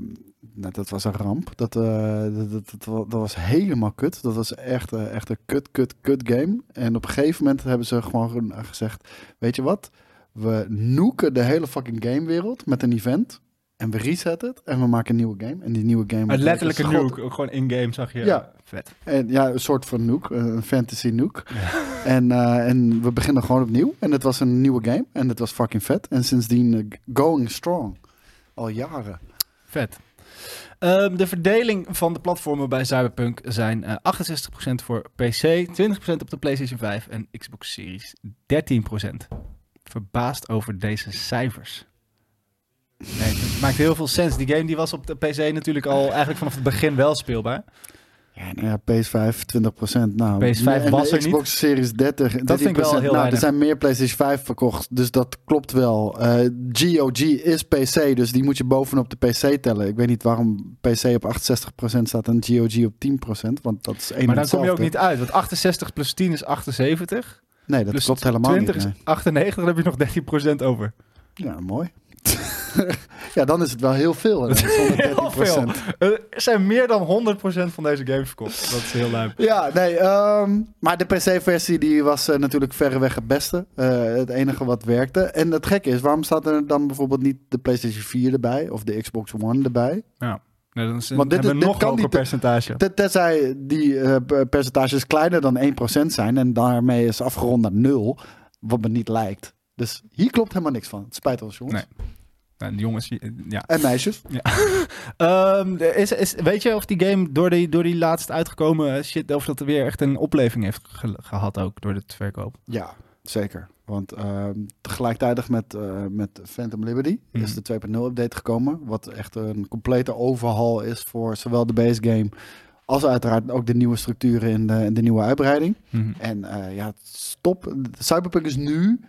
C: nou, dat was een ramp. Dat, eh, dat, dat, dat, wa- dat was helemaal kut. Dat was echt, eh, echt een kut, kut, kut game. En op een gegeven moment hebben ze gewoon ge- gezegd... Weet je wat? We noeken de hele fucking gamewereld met een event. En we reset het en we maken een nieuwe game. En die nieuwe game... wordt
B: Uit letterlijke
C: geschot.
B: nuke, ook gewoon in-game zag je.
C: Ja.
B: Vet.
C: En, ja, een soort van nuke, een fantasy nuke. En, eh, en we beginnen gewoon opnieuw. En het was een nieuwe game en het was fucking vet. En sindsdien eh, going strong. Al jaren.
B: Vet. Ehm, de verdeling van de platformen bij Cyberpunk zijn eh, 68% voor PC, 20% op de PlayStation 5 en Xbox Series 13%. Verbaasd over deze cijfers. Nee, het maakt heel veel sens. Die game die was op de PC natuurlijk al eigenlijk vanaf het begin wel speelbaar.
C: Ja, nou ja, PS5 20%. Nou,
B: PS5
C: en de
B: was er
C: Xbox Series 30.
B: Dat vind ik wel
C: 13%.
B: heel
C: nou,
B: weinig.
C: Er zijn meer PlayStation 5 verkocht, dus dat klopt wel. Eh, GOG is PC, dus die moet je bovenop de PC tellen. Ik weet niet waarom PC op 68% staat en GOG op 10%, want dat is één
B: Maar
C: en
B: dan kom je ook
C: hetzelfde.
B: niet uit, want 68 plus 10 is 78.
C: Nee, dat
B: plus
C: klopt helemaal
B: 20
C: niet.
B: is
C: nee.
B: 98, dan heb je nog 13% over.
C: Ja, mooi. ja, dan is het wel heel veel. hè, 113%.
B: veel. Eh, Er zijn meer dan 100% van deze games verkocht. Dat is heel lui.
C: Ja, nee. ehm, maar de PC-versie die was eh, natuurlijk verreweg het beste. Eh, het enige wat werkte. En het gekke is, waarom staat er dan bijvoorbeeld niet de PlayStation 4 erbij? Of de Xbox One erbij?
B: Nee, dan is een,
C: Want dit-
B: hebben we
C: dit
B: nog
C: kan
B: hoger
C: niet-
B: percentage.
C: Ten- Tenzij die eh, per- percentages kleiner dan 1% zijn. En daarmee is afgerond naar 0. Wat me niet lijkt. Dus hier klopt helemaal niks van. Het spijt ons, jongens.
B: Nee. Nou, die jongens, die- ja.
C: En meisjes.
B: Ehm, is, is, weet je of die game door die, door die laatst uitgekomen eh, shit, of dat er weer echt een opleving heeft ge- gehad ook door het verkoop?
C: Ja, zeker. Want ehm, tegelijkertijd met, eh, met Phantom Liberty
B: Mhm.
C: is de 2.0 update gekomen. Wat echt een complete overhaul is voor zowel de base game als uiteraard ook de nieuwe structuren en de, en de nieuwe uitbreiding.
B: Mhm.
C: En eh, ja, stop. Cyberpunk is nu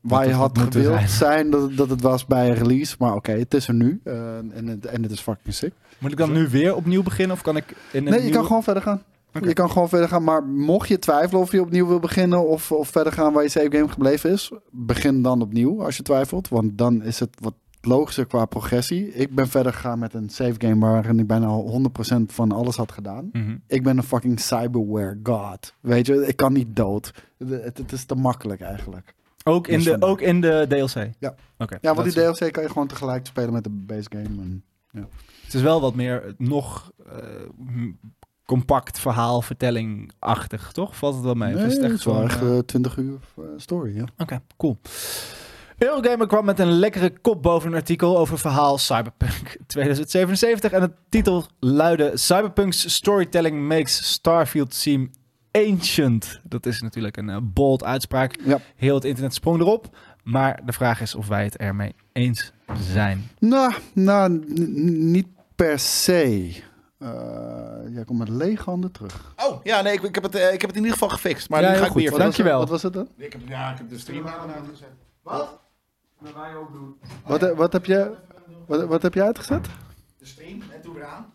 C: waar
B: het
C: je
B: had
C: had
B: moeten
C: gewild
B: zijn.
C: zijn, dat, dat het was bij release. Maar oké, het is er nu. eh, en, het, en het is fucking sick.
B: Moet ik dan nu weer opnieuw beginnen of kan ik in een
C: Nee, je
B: nieuwe-
C: kan gewoon verder gaan.
B: Oké.
C: Je kan gewoon verder gaan, maar mocht je twijfelen of je opnieuw wil beginnen of, of verder gaan waar je save game gebleven is, begin dan opnieuw als je twijfelt, want dan is het wat logischer qua progressie. Ik ben verder gegaan met een save game waarin ik bijna al 100% van alles had gedaan.
B: Mhm.
C: Ik ben een fucking cyberware god. Weet je, ik kan niet dood. De- Het, het is te makkelijk eigenlijk.
B: Ook, in
C: Dus
B: de,
C: vandaar.
B: ook in de DLC?
C: Ja.
B: Oké.
C: Ja,
B: Dat
C: want
B: is-
C: die DLC kan je gewoon tegelijk spelen met de base game. En,
B: Het is wel wat meer eh, nog eh, m- compact verhaal, vertelling-achtig, toch? Valt het wel mee? Of
C: nee,
B: is het echt
C: wel
B: gewoon,
C: echt
B: eh,
C: eh, 20 uur eh, story, ja.
B: Oké, cool. Eurogamer kwam met een lekkere kop boven een artikel over verhaal Cyberpunk 2077. En de titel luidde Cyberpunk's storytelling makes Starfield seem ancient. Dat is natuurlijk een eh, bold uitspraak.
C: Ja.
B: Heel het internet sprong erop. Maar de vraag is of wij het ermee eens zijn.
C: Nou, nou n- n- niet per se. Eh, jij komt met lege handen terug.
A: Oh, ja, nee, ik, ik, heb het, eh, ik heb het in ieder geval gefixt. Maar
B: Ja,
A: nu ga
B: heel
A: ik
B: goed.
A: weer
B: Wat Dankjewel.
C: Wat was het dan?
A: Ik heb, ja, ik heb de stream dus- aangezet.
C: Wat, eh, wat, heb, je, wat, wat heb je uitgezet?
A: De stream, en toen weer aan.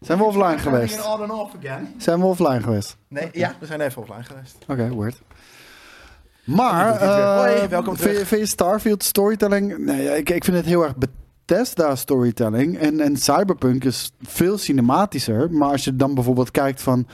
C: Zijn we offline geweest?
A: on and off again.
C: Zijn we offline geweest?
A: Nee, ja, we zijn even offline geweest.
C: Oké, word. Maar,
A: Ik doe het weer.
C: eh,
A: Hoi, welkom
C: vind, je,
A: terug.
C: vind je Starfield storytelling... Nee, ja, ik, ik vind het heel erg Bethesda storytelling. En, en Cyberpunk is veel cinematischer. Maar als je dan bijvoorbeeld kijkt van...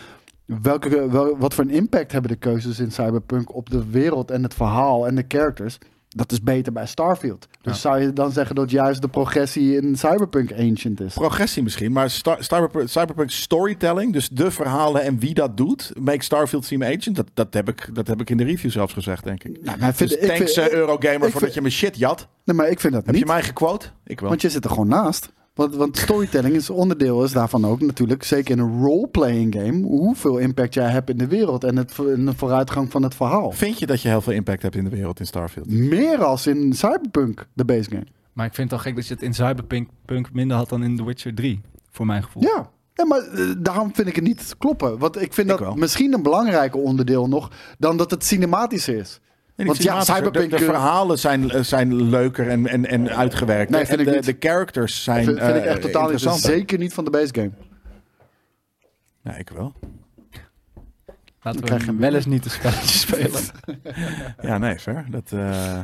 C: Welke, wel- wat voor een impact hebben de keuzes in Cyberpunk op de wereld en het verhaal en de characters? Dat is beter bij Starfield. Dus
B: Ja.
C: zou je dan zeggen dat juist de progressie in Cyberpunk ancient is?
A: Progressie misschien, maar Star- Cyberpunk, Cyberpunk storytelling, dus de verhalen en wie dat doet, make Starfield seem agent, dat, dat, heb, ik, dat heb ik in de review zelfs gezegd, denk ik.
C: Nou, maar, ik vind,
A: Dus
C: ik
A: thanks
C: vind-
A: eh, Eurogamer
C: ik
A: voor
C: vind-
A: dat je mijn shit jat.
C: nee, maar ik vind dat
A: Heb
C: niet.
A: je mij gequote? Ik wel.
C: Want je zit er gewoon naast. Want, want storytelling is onderdeel is daarvan ook natuurlijk, zeker in een role-playing game, hoeveel impact jij hebt in de wereld en, het, vo- en de vooruitgang van het verhaal.
A: Vind je dat je heel veel impact hebt in de wereld in Starfield?
C: Meer als in Cyberpunk, de base game.
B: Maar ik vind het al gek dat je het in Cyberpunk punk minder had dan in The Witcher 3. Voor mijn gevoel.
C: Ja. ja, maar eh, daarom vind ik het niet kloppen. Want ik vind
A: Ik
C: dat
A: wel.
C: misschien een belangrijker onderdeel nog dan dat het cinematisch is.
A: Nee,
C: Want
A: die
C: ja,
A: cinematische-
C: Cyberpunk- eh,
A: De, de verhalen zijn, eh, zijn leuker en, en, en uitgewerkt.
C: Nee, vind
A: en
C: ik
A: de,
C: niet.
A: de characters zijn.
C: vind, vind ik
A: eh,
C: echt totaal niet.
A: interessanter.
C: Zeker niet van de base game.
A: Nee, ik wel.
B: Laten we
C: Dan krijg je
B: hem wel eens niet de spelletjes spelen.
A: Ja, nee, ver. Dat, eh,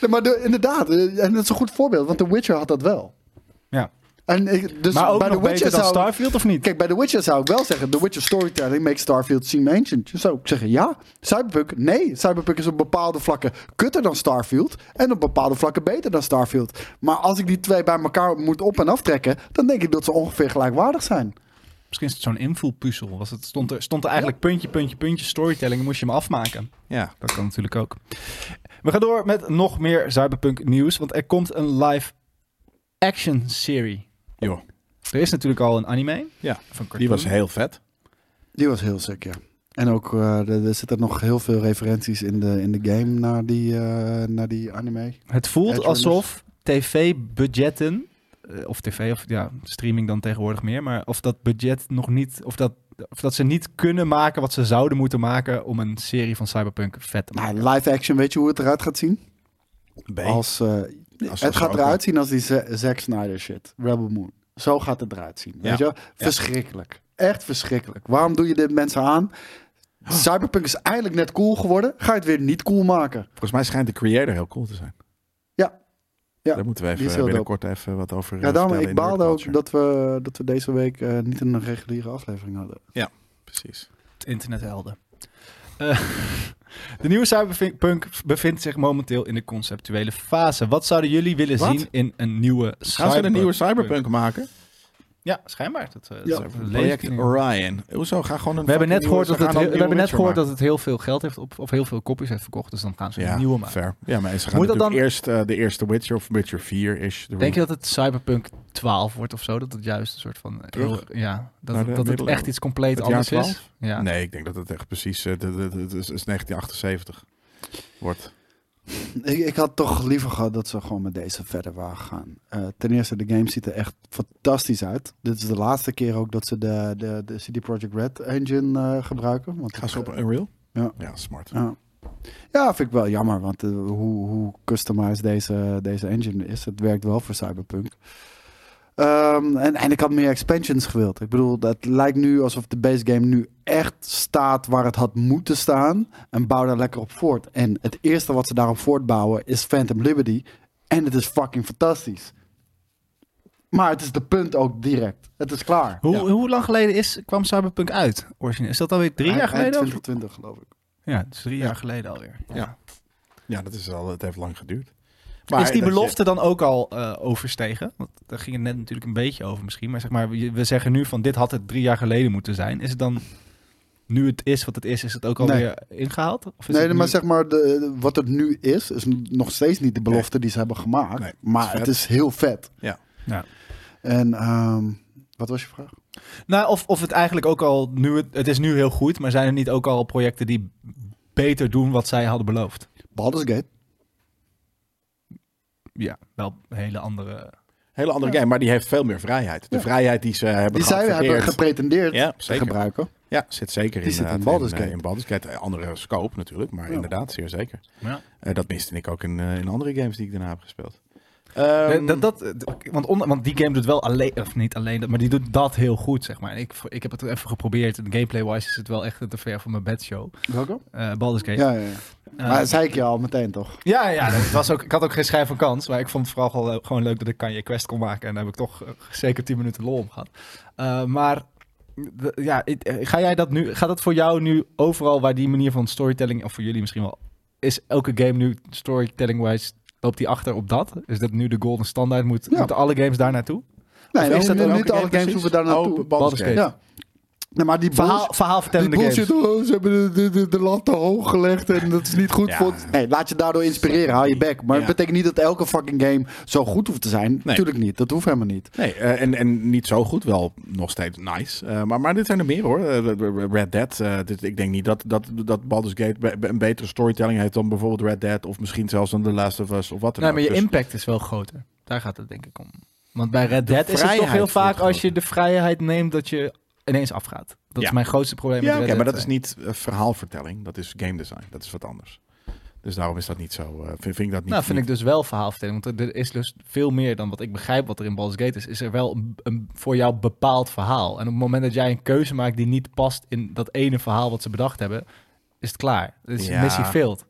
C: Nee, maar de- inderdaad, eh, en dat is een goed voorbeeld, want The Witcher had dat wel.
B: Ja.
C: En ik, dus
B: maar ook
C: bij
B: nog
C: The Witcher
B: beter dan
C: zou,
B: Starfield, of niet?
C: Kijk, bij The Witcher zou ik wel zeggen: The Witcher storytelling makes Starfield seem ancient. Dan Zou ik zeggen ja. Cyberpunk, nee. Cyberpunk is op bepaalde vlakken kutter dan Starfield. En op bepaalde vlakken beter dan Starfield. Maar als ik die twee bij elkaar moet op- en aftrekken, dan denk ik dat ze ongeveer gelijkwaardig zijn.
B: Misschien is het zo'n invulpuzzel. Was het, stond, er, stond er eigenlijk puntje, puntje, puntje storytelling en moest je hem afmaken.
A: Ja.
B: Dat kan natuurlijk ook. We gaan door met nog meer Cyberpunk nieuws, want er komt een live action serie.
A: Joh,
B: Er is natuurlijk al een anime.
A: Ja,
B: van
A: die was heel vet.
C: Die was heel sick, ja. En ook, eh, er er zitten nog heel veel referenties in de, in de game naar die, eh, naar die anime.
B: Het voelt
C: Edge
B: alsof tv-budgetten, eh, of tv, of ja, streaming dan tegenwoordig meer, maar of dat budget nog niet, of dat, of dat ze niet kunnen maken wat ze zouden moeten maken om een serie van Cyberpunk vet te maken.
C: Nou, live action, weet je hoe het eruit gaat zien?
A: B.
C: Als, eh,
A: als
C: het gaat
A: ook
C: eruit zien als die Z- Zack Snyder shit. Rebel Moon. Zo gaat het eruit zien. Weet je? wel? Verschrikkelijk. Echt verschrikkelijk. Waarom doe je dit mensen aan? Cyberpunk is eindelijk net cool geworden. Ga je het weer niet cool maken?
A: Volgens mij schijnt de creator heel cool te zijn.
C: Ja. Ja,
A: Daar moeten we
C: die is
A: even
C: heel
A: binnenkort even wat over eh,
C: Ja, daarom,
A: vertellen
C: ik
A: in Nerd
C: baalde ook
A: Culture.
C: dat we, dat we deze week eh, niet een reguliere aflevering hadden.
A: Precies.
B: Het internet helden. Eh, de nieuwe Cyberpunk bevindt zich momenteel in de conceptuele fase. Wat zouden jullie willen
A: Wat?
B: zien in een nieuwe
A: Gaan ze
B: Cyberpunk?
A: een nieuwe Cyberpunk maken?
B: Ja, schijnbaar. Dat, eh, dat
C: Ja.
B: is een
A: Project
B: leefding.
A: Orion. Hoezo? Ga gewoon een
B: We hebben
A: fucking
B: net gehoord,
A: nieuwe-
B: dat het,
A: ze gaan
B: heel,
A: ook
B: we hebben
A: nieuwe
B: net gehoord
A: Witcher
B: dat het heel veel geld heeft op, of heel veel kopies heeft verkocht. Dus dan gaan ze
A: maken.
B: een nieuwe maken.
A: fair. Ja, maar ze gaan
B: Moet dat
A: natuurlijk eerst eh, de eerste Witcher of Witcher 4-ish.
B: Denk je dat het Cyberpunk 12 wordt of zo? Dat het juist een soort van... eh,
A: Terug?
B: heel- ja, dat,
A: Naar de
B: dat het
A: middeleeuwen.
B: echt iets compleet
A: Het jaar
B: anders
A: 12?
B: is. Ja.
A: Nee, ik denk dat het echt precies... eh, dat- dat- Het is is 1978 wordt.
C: Ik, ik had toch liever gehad dat ze gewoon met deze verder waren gegaan. Eh, ten eerste, de game ziet er echt fantastisch uit. Dit is de laatste keer ook dat ze de, de, de CD Projekt Red engine eh, gebruiken. Want
A: Gaan ze op Unreal?
C: Ja.
A: Ja, smart.
C: Ja. Ja, vind ik wel jammer, want eh, hoe, hoe customized deze, deze engine is, het werkt wel voor Cyberpunk. Ehm, en, en ik had meer expansions gewild. Ik bedoel, dat lijkt nu alsof de base game nu echt staat waar het had moeten staan. En bouw daar lekker op voort. En het eerste wat ze daarop voortbouwen is Phantom Liberty. En het is fucking fantastisch. Maar het is de punt ook direct. Het is klaar.
B: Hoe,
A: Ja.
B: hoe lang geleden is, kwam Cyberpunk uit? Origine? Is dat alweer drie jaar
C: Eind- eind
B: geleden? of-
C: 2020 geloof ik.
B: Ja, dus drie
A: Ja.
B: jaar geleden alweer.
A: Ja. Ja, dat is al, het heeft lang geduurd.
B: is die
A: dat je-
B: belofte dan ook al eh, overstegen? Want daar ging het net natuurlijk een beetje over misschien. Maar zeg maar, je- we zeggen nu van dit had het drie jaar geleden moeten zijn. Is het dan, nu het is wat het is, is het ook alweer ingehaald? Of is
C: nee,
B: het nu-
C: maar zeg maar, de, de- wat het nu is, is n- nog steeds niet de belofte die ze hebben gemaakt.
A: Nee, het is
C: maar
A: vet.
C: het is heel vet.
A: Ja.
B: Ja.
C: En ehm, wat was je vraag?
B: Nou, of, of het eigenlijk ook al, nu het, het is nu heel goed, maar zijn er niet ook al projecten die beter doen wat zij hadden beloofd?
C: Baldur's Gate.
B: Ja, wel een hele andere...
A: Hele andere game, maar die heeft veel meer vrijheid. De vrijheid die ze eh, hebben
C: Die zij hebben
A: geadverteerd.
C: gepretendeerd
A: Ja,
C: te
A: zeker.
C: gebruiken.
A: Ja, zit zeker
C: Die zit in
A: inderdaad
C: Baldur's
A: eh,
C: Gate.
A: in Baldur's Gate. Eh, Andere scope natuurlijk, maar
C: Ja.
A: inderdaad, zeer zeker.
B: Ja.
A: Eh, dat miste ik ook in, eh, in andere games die ik daarna heb gespeeld.
B: Nee,
A: Ehm,
B: dat, dat, eh, d- want, onder- want die game doet wel alleen, of niet alleen dat, maar die doet dat heel goed, zeg maar. En Ik, ik heb het even geprobeerd en gameplay-wise is het wel echt te ver van mijn bedshow.
C: Welke?
B: Eh Baldur's Gate.
C: Ja, ja, ja.
B: Eh,
C: maar dat zei ik je al meteen toch?
B: ja, ja, dat was ook, ik had ook geen schijn van kans, maar ik vond het vooral gewoon- gewoon leuk dat ik Kanye Quest kon maken en daar heb ik toch eh, zeker 10 minuten lol om gehad. Eh, maar d- ja, ik- eh, ga jij dat nu, gaat dat voor jou nu overal waar die manier van storytelling, of voor jullie misschien wel, is elke game nu storytelling-wise, loopt die achter op dat? Is dat nu de golden standaard? Moet,
C: Ja.
B: Moeten alle games daar naartoe?
C: Nee,
A: Of
C: nou,
A: is dat
C: nu-
A: dan
C: nu
A: ook
C: te
A: een
C: alle
A: game
C: games hoeven
A: precies?
C: daar naartoe.
A: Oh, Baldur's Gate.
C: ja. Nee, maar die
B: Verhaal,
C: bullshit-
B: verhaal
C: Die
B: vertellende games.
C: bullshit, oh, ze hebben de, de, de, de lat te hoog gelegd en dat is niet goed
A: Ja.
C: voor... Nee, laat je daardoor inspireren, haal je bek. Maar
A: Ja.
C: het betekent niet dat elke fucking game zo goed hoeft te zijn. Natuurlijk niet, dat hoeft helemaal niet.
A: Nee, eh, en, en niet zo goed, wel nog steeds nice. Eh, maar, maar dit zijn er meer hoor. Eh, Red Dead, eh, dit, ik denk niet dat, dat, dat Baldur's Gate be- be- een betere storytelling heeft dan bijvoorbeeld Red Dead. Of misschien zelfs dan The Last of Us of wat dan
B: Nee,
A: ook.
B: maar je
A: Dus-
B: impact is wel groter. Daar gaat het denk ik om. Want bij Red Dead is het toch
A: vrijheid
B: heel
A: voelt
B: vaak als
A: groter.
B: je de vrijheid neemt dat je ineens afgaat. Dat is
A: Ja.
B: mijn grootste probleem
A: Ja,
B: met
A: oké,
B: Red
A: maar
B: Dead
A: dat is niet eh, verhaalvertelling. Dat is game design. Dat is wat anders. Dus daarom is dat niet zo. eh, vind, vind ik dat niet.
B: Nou, vind ik
A: niet-
B: dus wel verhaalvertelling. Want er- er is dus veel meer dan wat ik begrijp wat er in Baldur's Gate is. Is er wel een, een voor jou bepaald verhaal. En op het moment dat jij een keuze maakt die niet past in dat ene verhaal wat ze bedacht hebben, is het klaar. Het is
A: Ja.
B: missie failed.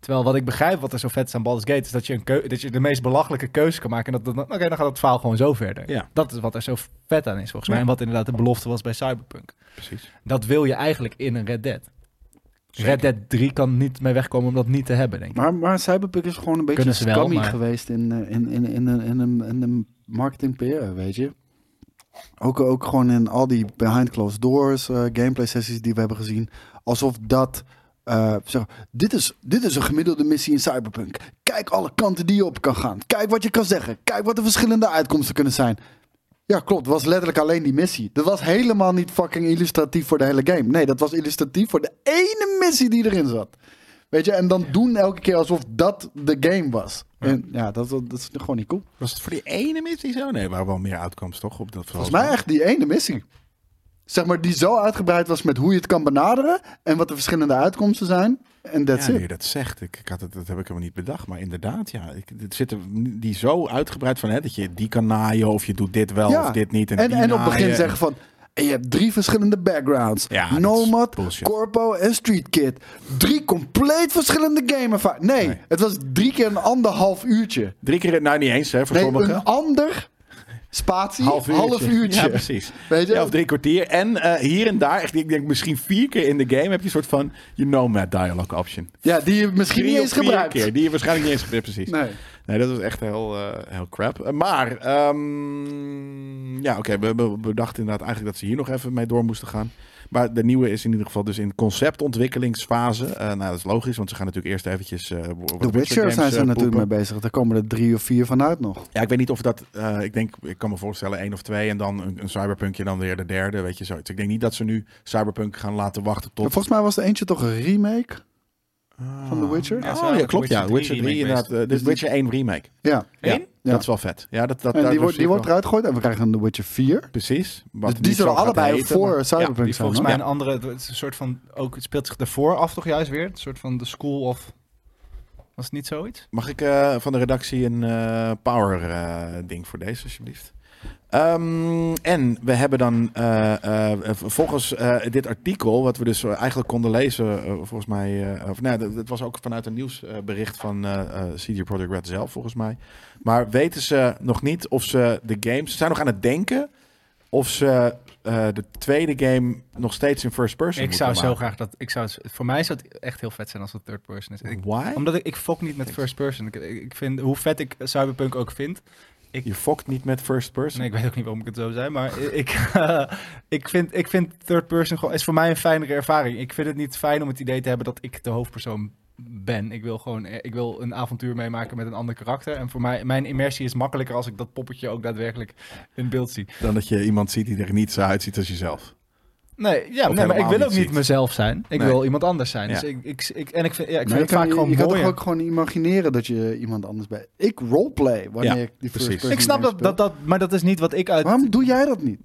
B: Terwijl wat ik begrijp wat er zo vet is aan Baldur's Gate... is dat je, een keu- dat je de meest belachelijke keuze kan maken. En dat, dat, oké, dan gaat het verhaal gewoon zo verder.
A: Ja.
B: Dat is wat er zo vet aan is, volgens mij.
A: Ja.
B: En wat inderdaad de belofte was bij Cyberpunk.
A: Precies.
B: Dat wil je eigenlijk in een Red Dead.
A: Zeker.
B: Red Dead 3 kan niet mee wegkomen om dat niet te hebben, denk ik.
C: Maar, maar Cyberpunk is gewoon een beetje
B: Kunnen ze wel,
C: scummy
B: maar-
C: geweest in, eh, in, in, in, in, in, een- in een marketing PR, weet je. Ook, ook gewoon in al die behind closed doors eh, gameplay sessies die we hebben gezien. Alsof dat... eh, zeg, dit, is, dit is een gemiddelde missie in Cyberpunk. Kijk alle kanten die je op kan gaan. Kijk wat je kan zeggen. Kijk wat de verschillende uitkomsten kunnen zijn. Ja, klopt. Het was letterlijk alleen die missie. Dat was helemaal niet fucking illustratief voor de hele game. Nee, dat was illustratief voor de ene missie die erin zat. Weet je, en dan doen elke keer alsof dat de game was. En ja, dat, dat, dat is gewoon niet cool.
A: Was het voor die ene missie zo? Nee, er waren wel meer outcomes toch? Op dat
C: Volgens mij echt die ene missie. Zeg maar, die zo uitgebreid was met hoe je het kan benaderen en wat de verschillende uitkomsten zijn. En that's
A: ja, nu
C: it.
A: je dat zegt, ik, ik had het, dat heb ik helemaal niet bedacht. Maar inderdaad, ja, ik, het zit er die zo uitgebreid van, hè, dat je die kan naaien of je doet dit wel
C: Ja.
A: of dit niet. En,
C: En,
A: die
C: en op het
A: naaien.
C: begin zeggen van... En je hebt drie verschillende backgrounds.
A: Ja, dat is
C: Nomad,
A: bullshit.
C: Corpo en Street Kid. Drie compleet verschillende game erva- Nee,
A: Nee.
C: het was drie keer een anderhalf uurtje.
A: Drie keer, nou niet eens hè, voor
C: Nee,
A: sommigen.
C: een ander spatie, half uurtje.
A: Ja, precies.
C: Weet je?
A: Ja, of drie kwartier. En eh, hier en daar, echt, ik denk misschien vier keer in de game, heb je een soort van je nomad dialogue option.
C: Ja, die je misschien
A: Drie
C: niet
A: of
C: eens
A: vier
C: gebruikt.
A: keer, die je waarschijnlijk niet eens gebruikt, precies.
C: Nee.
A: Nee, dat was echt heel, eh, heel crap. Eh, maar, ehm, ja, oké, we, we, we dachten inderdaad eigenlijk dat ze hier nog even mee door moesten gaan. Maar de nieuwe is in ieder geval dus in conceptontwikkelingsfase. Eh, nou, dat is logisch, want ze gaan natuurlijk eerst eventjes... eh, wat
C: De Witcher
A: games,
C: zijn ze
A: eh,
C: natuurlijk
A: poepen.
C: mee bezig. Daar komen er drie of vier vanuit nog.
A: Ja, ik weet niet of dat... eh, ik denk, ik kan me voorstellen één of twee en dan een, een cyberpunkje en dan weer de derde, weet je, zoiets. Ik denk niet dat ze nu cyberpunk gaan laten wachten tot...
C: Volgens mij was er eentje toch een remake van The Witcher.
B: Ja,
A: Ja,
B: ze
A: oh
B: waren
A: ja,
B: ook
A: klopt
B: Witcher
A: ja.
B: 3
A: Witcher 3
B: remake
A: inderdaad. eh, dus Witcher 1 remake.
C: Ja.
A: Ja,
B: Eén?
A: dat is wel vet. Ja, dat, dat,
C: En
A: daar
C: die, wordt
A: zie
C: die
A: ik wel-
C: wordt eruit gegooid en we krijgen een The Witcher 4.
A: Precies. wat
C: Dus die
A: niet zo
C: zullen
A: gaat
C: allebei
A: heten,
C: voor
A: maar-
C: Cyberpunk
A: Ja,
B: Die
C: zijn.
B: volgens
C: hoor.
B: mij een andere... Het is een soort van... Ook, het speelt zich daarvoor af toch juist weer? Een soort van de school of... Was het niet zoiets?
A: Mag ik eh, van de redactie een eh, power eh, ding voor deze, alsjeblieft? Ehm, en we hebben dan eh, eh, volgens eh, dit artikel, wat we dus eigenlijk konden lezen, eh, volgens mij, eh, of nee, dat, dat was ook vanuit een nieuwsbericht van eh eh, CD Projekt Red zelf, volgens mij. Maar weten ze nog niet of ze de games, ze zijn nog aan het denken of ze eh, de tweede game nog steeds in first person
B: Ik
A: moeten
B: zou zo
A: maken.
B: graag dat... Ik zou, voor mij zou het echt heel vet zijn als het third person is. Ik-
A: Why?
B: Omdat ik, ik fok niet met first person. Ik, ik vind, hoe vet ik Cyberpunk ook vind.
A: Je fokt niet met first person.
B: Nee, ik weet ook niet waarom ik het zo zei, maar ik, eh, ik, vind, ik vind third person gewoon, is voor mij een fijnere ervaring. Ik vind het niet fijn om het idee te hebben dat ik de hoofdpersoon ben. Ik wil gewoon eh, ik wil een avontuur meemaken met een ander karakter. En voor mij, mijn immersie is makkelijker als ik dat poppetje ook daadwerkelijk in beeld zie.
A: Dan dat je iemand ziet die er niet zo uitziet als jezelf.
B: Nee, ja, nee maar ik
A: helemaal
B: wil ook
A: niet
B: niet
A: ziet.
B: mezelf zijn. Ik
A: Nee.
B: wil iemand anders zijn. Dus
A: Ja.
B: ik, ik, ik, en ik vind, ja, ik
C: Maar
B: vind
C: je
B: het vaak
C: kan, je,
B: gewoon
C: je kan
B: mooier.
C: toch ook gewoon imagineren dat je iemand anders bent. Ik roleplay wanneer
A: Ja,
C: ik die
A: precies.
C: first person
B: Ik snap
C: game
B: dat, dat, dat, maar dat is niet wat ik uit...
C: speel. Waarom doe jij dat niet?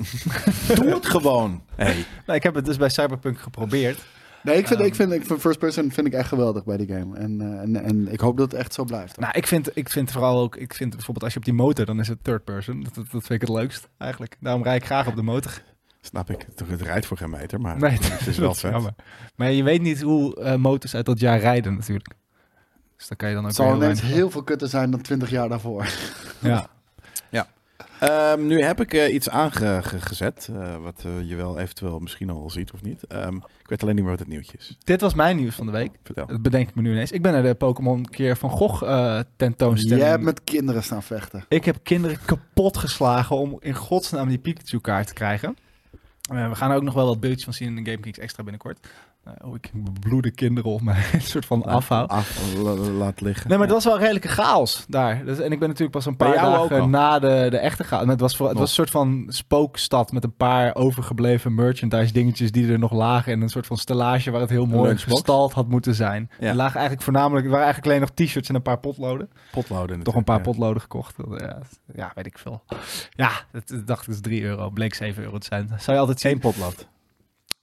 A: Doe het gewoon. Hey.
B: Nou, ik heb het dus bij Cyberpunk geprobeerd.
C: Nee, ik vind,
B: Ehm.
C: ik vind, ik vind first person vind ik echt geweldig bij die game. En, eh, en, en ik hoop dat het echt zo blijft.
B: Nou, ik vind, ik vind vooral ook, ik vind bijvoorbeeld als je op die motor, dan is het third person. Dat, dat, dat vind ik het leukst eigenlijk. Daarom rijd ik graag op de motor.
A: Snap ik. Het- Het rijdt voor geen meter, maar
B: Nee,
A: het is wel
B: dat
A: vet.
B: jammer. Maar je weet niet hoe eh, motors uit dat jaar rijden natuurlijk. Dus dan kan je dan ook
C: het zal
B: weer
C: ineens
B: weinig-
C: heel veel kutter zijn dan 20 jaar daarvoor.
B: Ja.
A: Ehm, nu heb ik eh, iets aangezet, wat eh, je wel eventueel misschien al ziet of niet. Ehm, ik weet alleen niet meer wat het nieuwtje is.
B: Dit was mijn nieuws van de week.
A: Vertel.
B: Dat bedenk ik me nu ineens. Ik ben naar de Pokémon keer van Gogh eh, tentoonstelling.
C: Jij hebt met kinderen staan vechten.
B: Ik heb kinderen kapot geslagen om in godsnaam die Pikachu-kaart te krijgen. Eh, we gaan er ook nog wel wat beeldjes van zien in de Game Geeks Extra binnenkort. Eh, oh, ik bloede kinderen op mij. Een soort van afhoud.
A: Af, la- la- laat liggen.
B: Nee, maar het was wel redelijke chaos daar. Dus, en ik ben natuurlijk pas een
A: Bij
B: paar
A: jou ook al?
B: dagen na de, de echte chaos. Maar het was, voor, het
A: Nog.
B: was een soort van spookstad met een paar overgebleven merchandise dingetjes die er nog lagen. En een soort van stellage waar het heel mooi
A: Lunchbox.
B: gestald had moeten zijn.
A: Ja.
B: Er lagen eigenlijk voornamelijk, er waren eigenlijk alleen nog t-shirts en een paar potloden.
A: potloden.
B: Toch een paar
A: natuurlijk,
B: potloden gekocht. Dat, Ja, dat- ja, weet ik veel. Ja, dat, dat dacht ik dus 3 euro. Bleek 7 euro te zijn. Dat Zou je altijd zien.
A: ja. Eén potlood.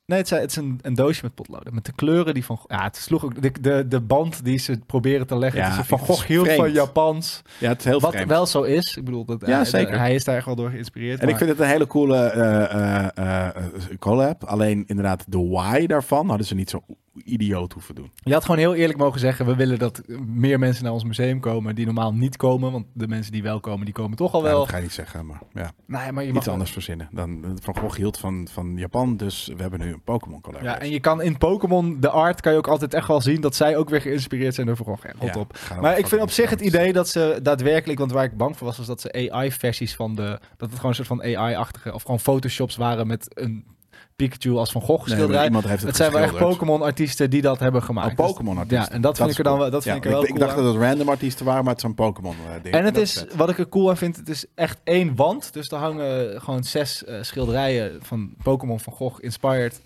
B: Nee, het is, het is een, een doosje met potloden. Met de kleuren die van... Ja, het sloeg ook... De, de, de band die ze proberen te leggen.
A: Ja,
B: tussen van
A: het is
B: Gogh hield
A: vreemd.
B: van Japans.
A: Ja, het is heel
B: Wat
A: vreemd.
B: wel zo is. Ik bedoel, dat,
A: Ja,
B: hij,
A: zeker.
B: hij is daar echt wel door geïnspireerd.
A: En ik vind het een hele coole eh, eh, eh, eh, collab. Alleen inderdaad de why daarvan hadden ze niet zo idioot hoeven doen.
B: Je had gewoon heel eerlijk mogen zeggen, we willen dat meer mensen naar ons museum komen die normaal niet komen. Want de mensen die wel komen, die komen toch al
A: Ja,
B: wel.
A: dat ga je niet zeggen, maar ja,
B: Nee, maar je mag
A: iets anders verzinnen. Dan Van Gogh hield van, van Japan, dus we hebben nu een Pokémon
B: Ja, en
A: collaboration.
B: je kan in Pokémon, de art, kan je ook altijd echt wel zien dat zij ook weer geïnspireerd zijn door Van Gogh. Ja, rot
A: Ja,
B: op.
A: ga nou
B: Maar ik
A: fucking
B: vind op zich het
A: iets
B: idee dat ze daadwerkelijk, want waar ik bang voor was, was dat ze AI-versies van de, dat het gewoon een soort van AI-achtige, of gewoon Photoshops waren met een Pikachu als Van Gogh
A: Nee, maar
B: schilderij.
A: iemand heeft het
B: het zijn wel echt
A: geschilderd.
B: Pokémon-artiesten die dat hebben gemaakt.
A: Oh,
B: Dus-
A: Pokémon-artiesten.
B: Ja, en dat, vind
A: is
B: ik er dan
A: cool.
B: wel, dat
A: Ja,
B: vind ik er wel
A: ik, ik
B: cool
A: dacht
B: aan.
A: dat het random artiesten waren, maar het zijn Pokémon eh, dingen.
B: En het
A: Dat
B: is,
A: vet.
B: wat ik er cool aan vind, het is echt één wand. Dus er hangen gewoon zes eh, schilderijen van Pokémon van Gogh inspired.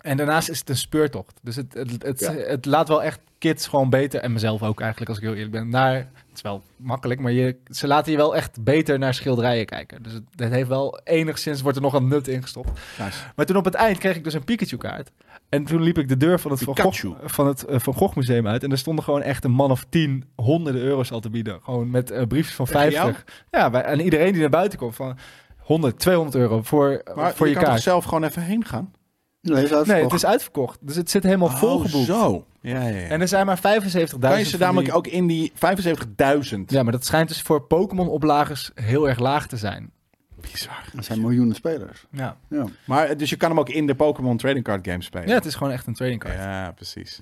B: En daarnaast is het een speurtocht. Dus het, het, het,
A: Ja.
B: het laat wel echt kids gewoon beter, en mezelf ook eigenlijk, als ik heel eerlijk ben, naar... Het is wel makkelijk, maar je, ze laten je wel echt beter naar schilderijen kijken. Dus het, het heeft wel enigszins, wordt er nog een nut in gestopt.
A: Nice.
B: Maar toen op het eind kreeg ik dus een Pikachu-kaart. En toen liep ik de deur van het, van Gogh,
A: Pikachu.
B: van het eh, Van Gogh Museum uit. En er stonden gewoon echt een man of tien honderden euro's al te bieden. Gewoon met eh, briefjes van
A: Tegen jou?
B: 50. Ja, bij, en iedereen die naar buiten komt van 100, 200 euro voor, eh,
A: Maar
B: voor je,
A: je, kan
B: kaart.
A: toch zelf gewoon even heen gaan?
C: Nee, is uitverkocht.
B: Nee, het is uitverkocht. Dus het zit helemaal volgeboekt.
A: Oh, zo. Ja, ja, ja.
B: En er zijn maar 75.000.
A: kan je ze
B: van
A: namelijk
B: die-
A: ook in die 75.000.
B: Ja, maar dat schijnt dus voor Pokémon-oplagers heel erg laag te zijn.
A: Bizar.
C: Er zijn miljoenen spelers.
B: Ja.
C: Ja.
A: Maar eh, dus je kan hem ook in de Pokémon Trading Card Game spelen.
B: ja, het is gewoon echt een trading card.
A: Ja, precies.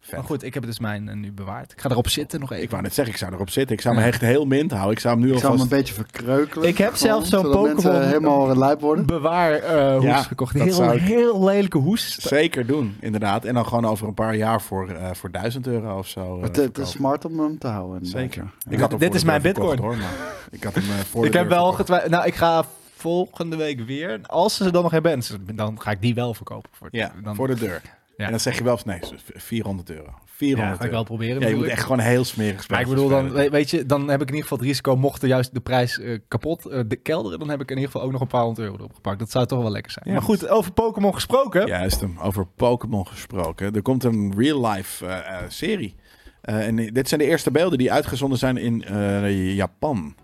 A: Vet.
B: Maar goed, ik heb dus mijn eh, nu bewaard. Ik ga erop zitten nog even.
A: Ik wou net zeggen, ik zou erop zitten. Ik zou hem echt heel mint houden. Ik zou hem nu
C: Ik zou hem
A: alvast...
C: een beetje verkreukelen.
B: Ik heb
C: gewoon,
B: zelfs zo'n
C: zodat mensen
B: Pokémon-
C: helemaal lijp worden.
B: bewaar eh, hoes
A: Ja,
B: gekocht.
A: dat
B: Heel,
A: zou ik-
B: heel lelijke hoes.
A: Zeker doen, inderdaad. En dan gewoon over een paar jaar voor, eh, voor 1000 euro of zo. eh,
C: Het, het is
A: verkopen.
C: smart om hem te houden. inderdaad,
A: Zeker.
C: ja.
A: Ik had hem
B: Dit
A: voor
B: is
A: de
B: mijn
A: deur verkocht,
B: Bitcoin.
A: hoor, maar ik had hem eh, voor de
B: Ik heb
A: deur
B: wel
A: verkocht.
B: getwijfeld. Nou, ik ga volgende week weer. Als ze ze dan nog hebben, en ze- dan ga ik die wel verkopen. Voor,
A: Ja,
B: dan,
A: voor de deur.
B: Ja.
A: En dan zeg je wel, eens, nee, 400 euro.
B: ja,
A: 400
B: ga ik wel
A: euro.
B: proberen.
A: Ja, je
B: bedoel
A: moet
B: ik.
A: echt gewoon heel smerig spelen.
B: maar ik bedoel, dan, we- weet je, dan heb ik in ieder geval het risico, mocht er juist de prijs eh, kapot eh, de kelderen, dan heb ik in ieder geval ook nog een paar honderd euro erop gepakt. Dat zou toch wel lekker zijn.
A: Ja.
B: maar goed, over Pokémon gesproken.
A: Juist hem, over Pokémon gesproken. Er komt een real-life eh, eh, serie. Eh, en dit zijn de eerste beelden die uitgezonden zijn in eh, Japan.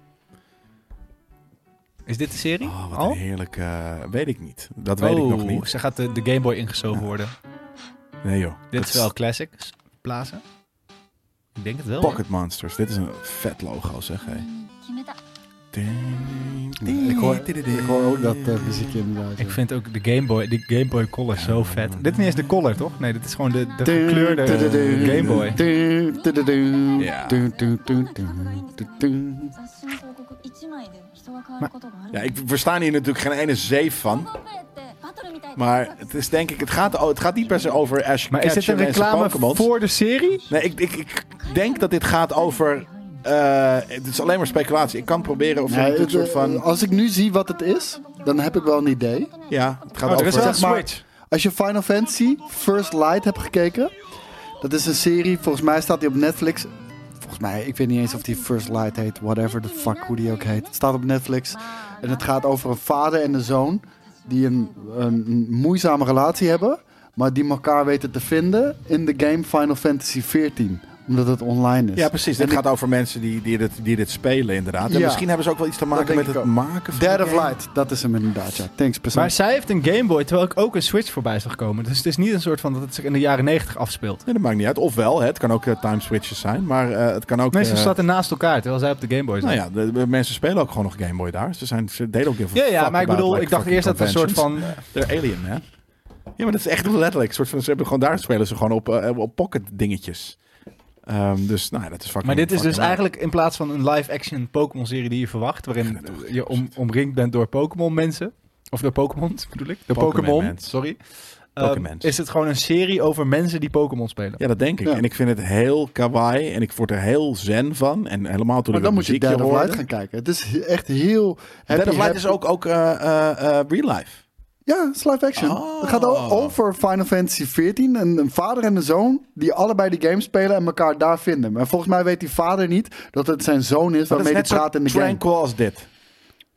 B: Is dit de serie?
A: Oh, wat
B: Al?
A: een heerlijke... eh, weet ik niet. Dat weet ik nog
B: Oh,
A: niet.
B: Ze gaat de, de Game Boy ingezogen worden.
A: Nee joh.
B: Dit
A: Dat
B: is wel classic. Plaza. Ik denk het wel.
A: Pocket Monsters. Dit is een vet logo, zeg. Hey.
E: 決めた
C: Ik hoor, ik hoor ook dat eh, muziekje inderdaad.
B: Ik
C: ja.
B: vind ook de Game Boy, de Game Boy Color zo vet. Dit is niet eens de color, toch? Nee, dit is gewoon de, de gekleurde eh, Game Boy.
A: Ja.
C: Ja.
E: 雑誌の広告一枚で人が変わることがある
A: Ja, ik verstaan hier natuurlijk geen ene zeef van.
E: 頑張れってバトルみたいな
A: Maar het is denk ik... Het gaat, het gaat niet per se over Ash
B: Maar is dit een
A: Ketchum en zijn
B: reclame
A: Pokémons.
B: voor de serie?
A: Nee, ik, ik, ik denk dat dit gaat over... eh, het is alleen maar speculatie. Ik kan proberen of er
C: Nee,
A: een soort
C: het, eh,
A: van...
C: Als ik nu zie wat het is, dan heb ik wel een idee.
A: Ja, het gaat
B: Oh,
A: over...
B: er is wel een
C: Zeg maar-
B: Switch.
C: Als je Final Fantasy First Light hebt gekeken, dat is een serie, volgens mij staat die op Netflix. Volgens mij, ik weet niet eens of die First Light heet, whatever the fuck, hoe die ook heet. Het staat op Netflix en het gaat over een vader en een zoon die een, een moeizame relatie hebben, maar die elkaar weten te vinden in de game Final Fantasy XIV, omdat het online is.
A: Ja, precies. Dit
C: En
A: gaat over mensen die, die, dit, die dit spelen, inderdaad. En
C: Ja.
A: misschien hebben ze ook wel iets te maken
C: denk
A: met
C: ik
A: het
C: ook.
A: maken van...
C: Dead
A: de
C: of
A: game.
C: Light, dat is hem inderdaad, ja. Thanks, persoon.
B: Maar zij heeft een Game Boy, terwijl ik ook een Switch voorbij zag komen. Dus het is niet een soort van dat het zich in de jaren 90 afspeelt.
A: Nee, dat maakt niet uit. Ofwel, hè, het kan ook eh, time switches zijn, maar eh, het kan ook...
B: Mensen
A: eh,
B: zaten naast elkaar, terwijl zij op de Game Boy zat.
A: Nou ja, de, de mensen spelen ook gewoon nog Game Boy daar. Ze, zijn, ze deden ook heel veel
B: ja, ja, maar ik bedoel, ik dacht eerst dat het
A: het
B: een soort van...
A: They're alien, hè? Ja, maar dat is echt letterlijk. Een soort van, ze hebben gewoon, daar spelen ze gewoon op, eh, op pocket dingetjes. Ehm, dus, nou ja, dat is fucking...
B: Maar dit is dus
A: fucking leuk.
B: eigenlijk in plaats van een live-action Pokémon-serie die je verwacht, waarin je om, omringd bent door Pokémon-mensen, of door Pokémons bedoel ik, door
A: Pokémon
B: Pokémon,
A: mensen.
B: sorry,
A: Pokémons.
B: Ehm, is het gewoon een serie over mensen die Pokémon spelen.
A: Ja, dat denk ik.
C: Ja.
A: En ik vind het heel kawaii en ik word er heel zen van. En helemaal toen ik
C: Maar dan
A: dat
C: moet je
A: muziekje
C: Dead of
A: hoorde.
C: Light gaan kijken. Het is he- echt heel... happy,
A: Dead of Light
C: happy.
A: is ook, ook eh, eh, eh, real life.
C: Ja, het is live action.
A: Oh.
C: Het gaat o- over Final Fantasy XIV. Een, een vader en een zoon die allebei die game spelen en elkaar daar vinden. Maar volgens mij weet die vader niet dat het zijn zoon is
A: Dat is
C: waarmee hij
A: net zo
C: praat in de game.
A: tranquil als dit.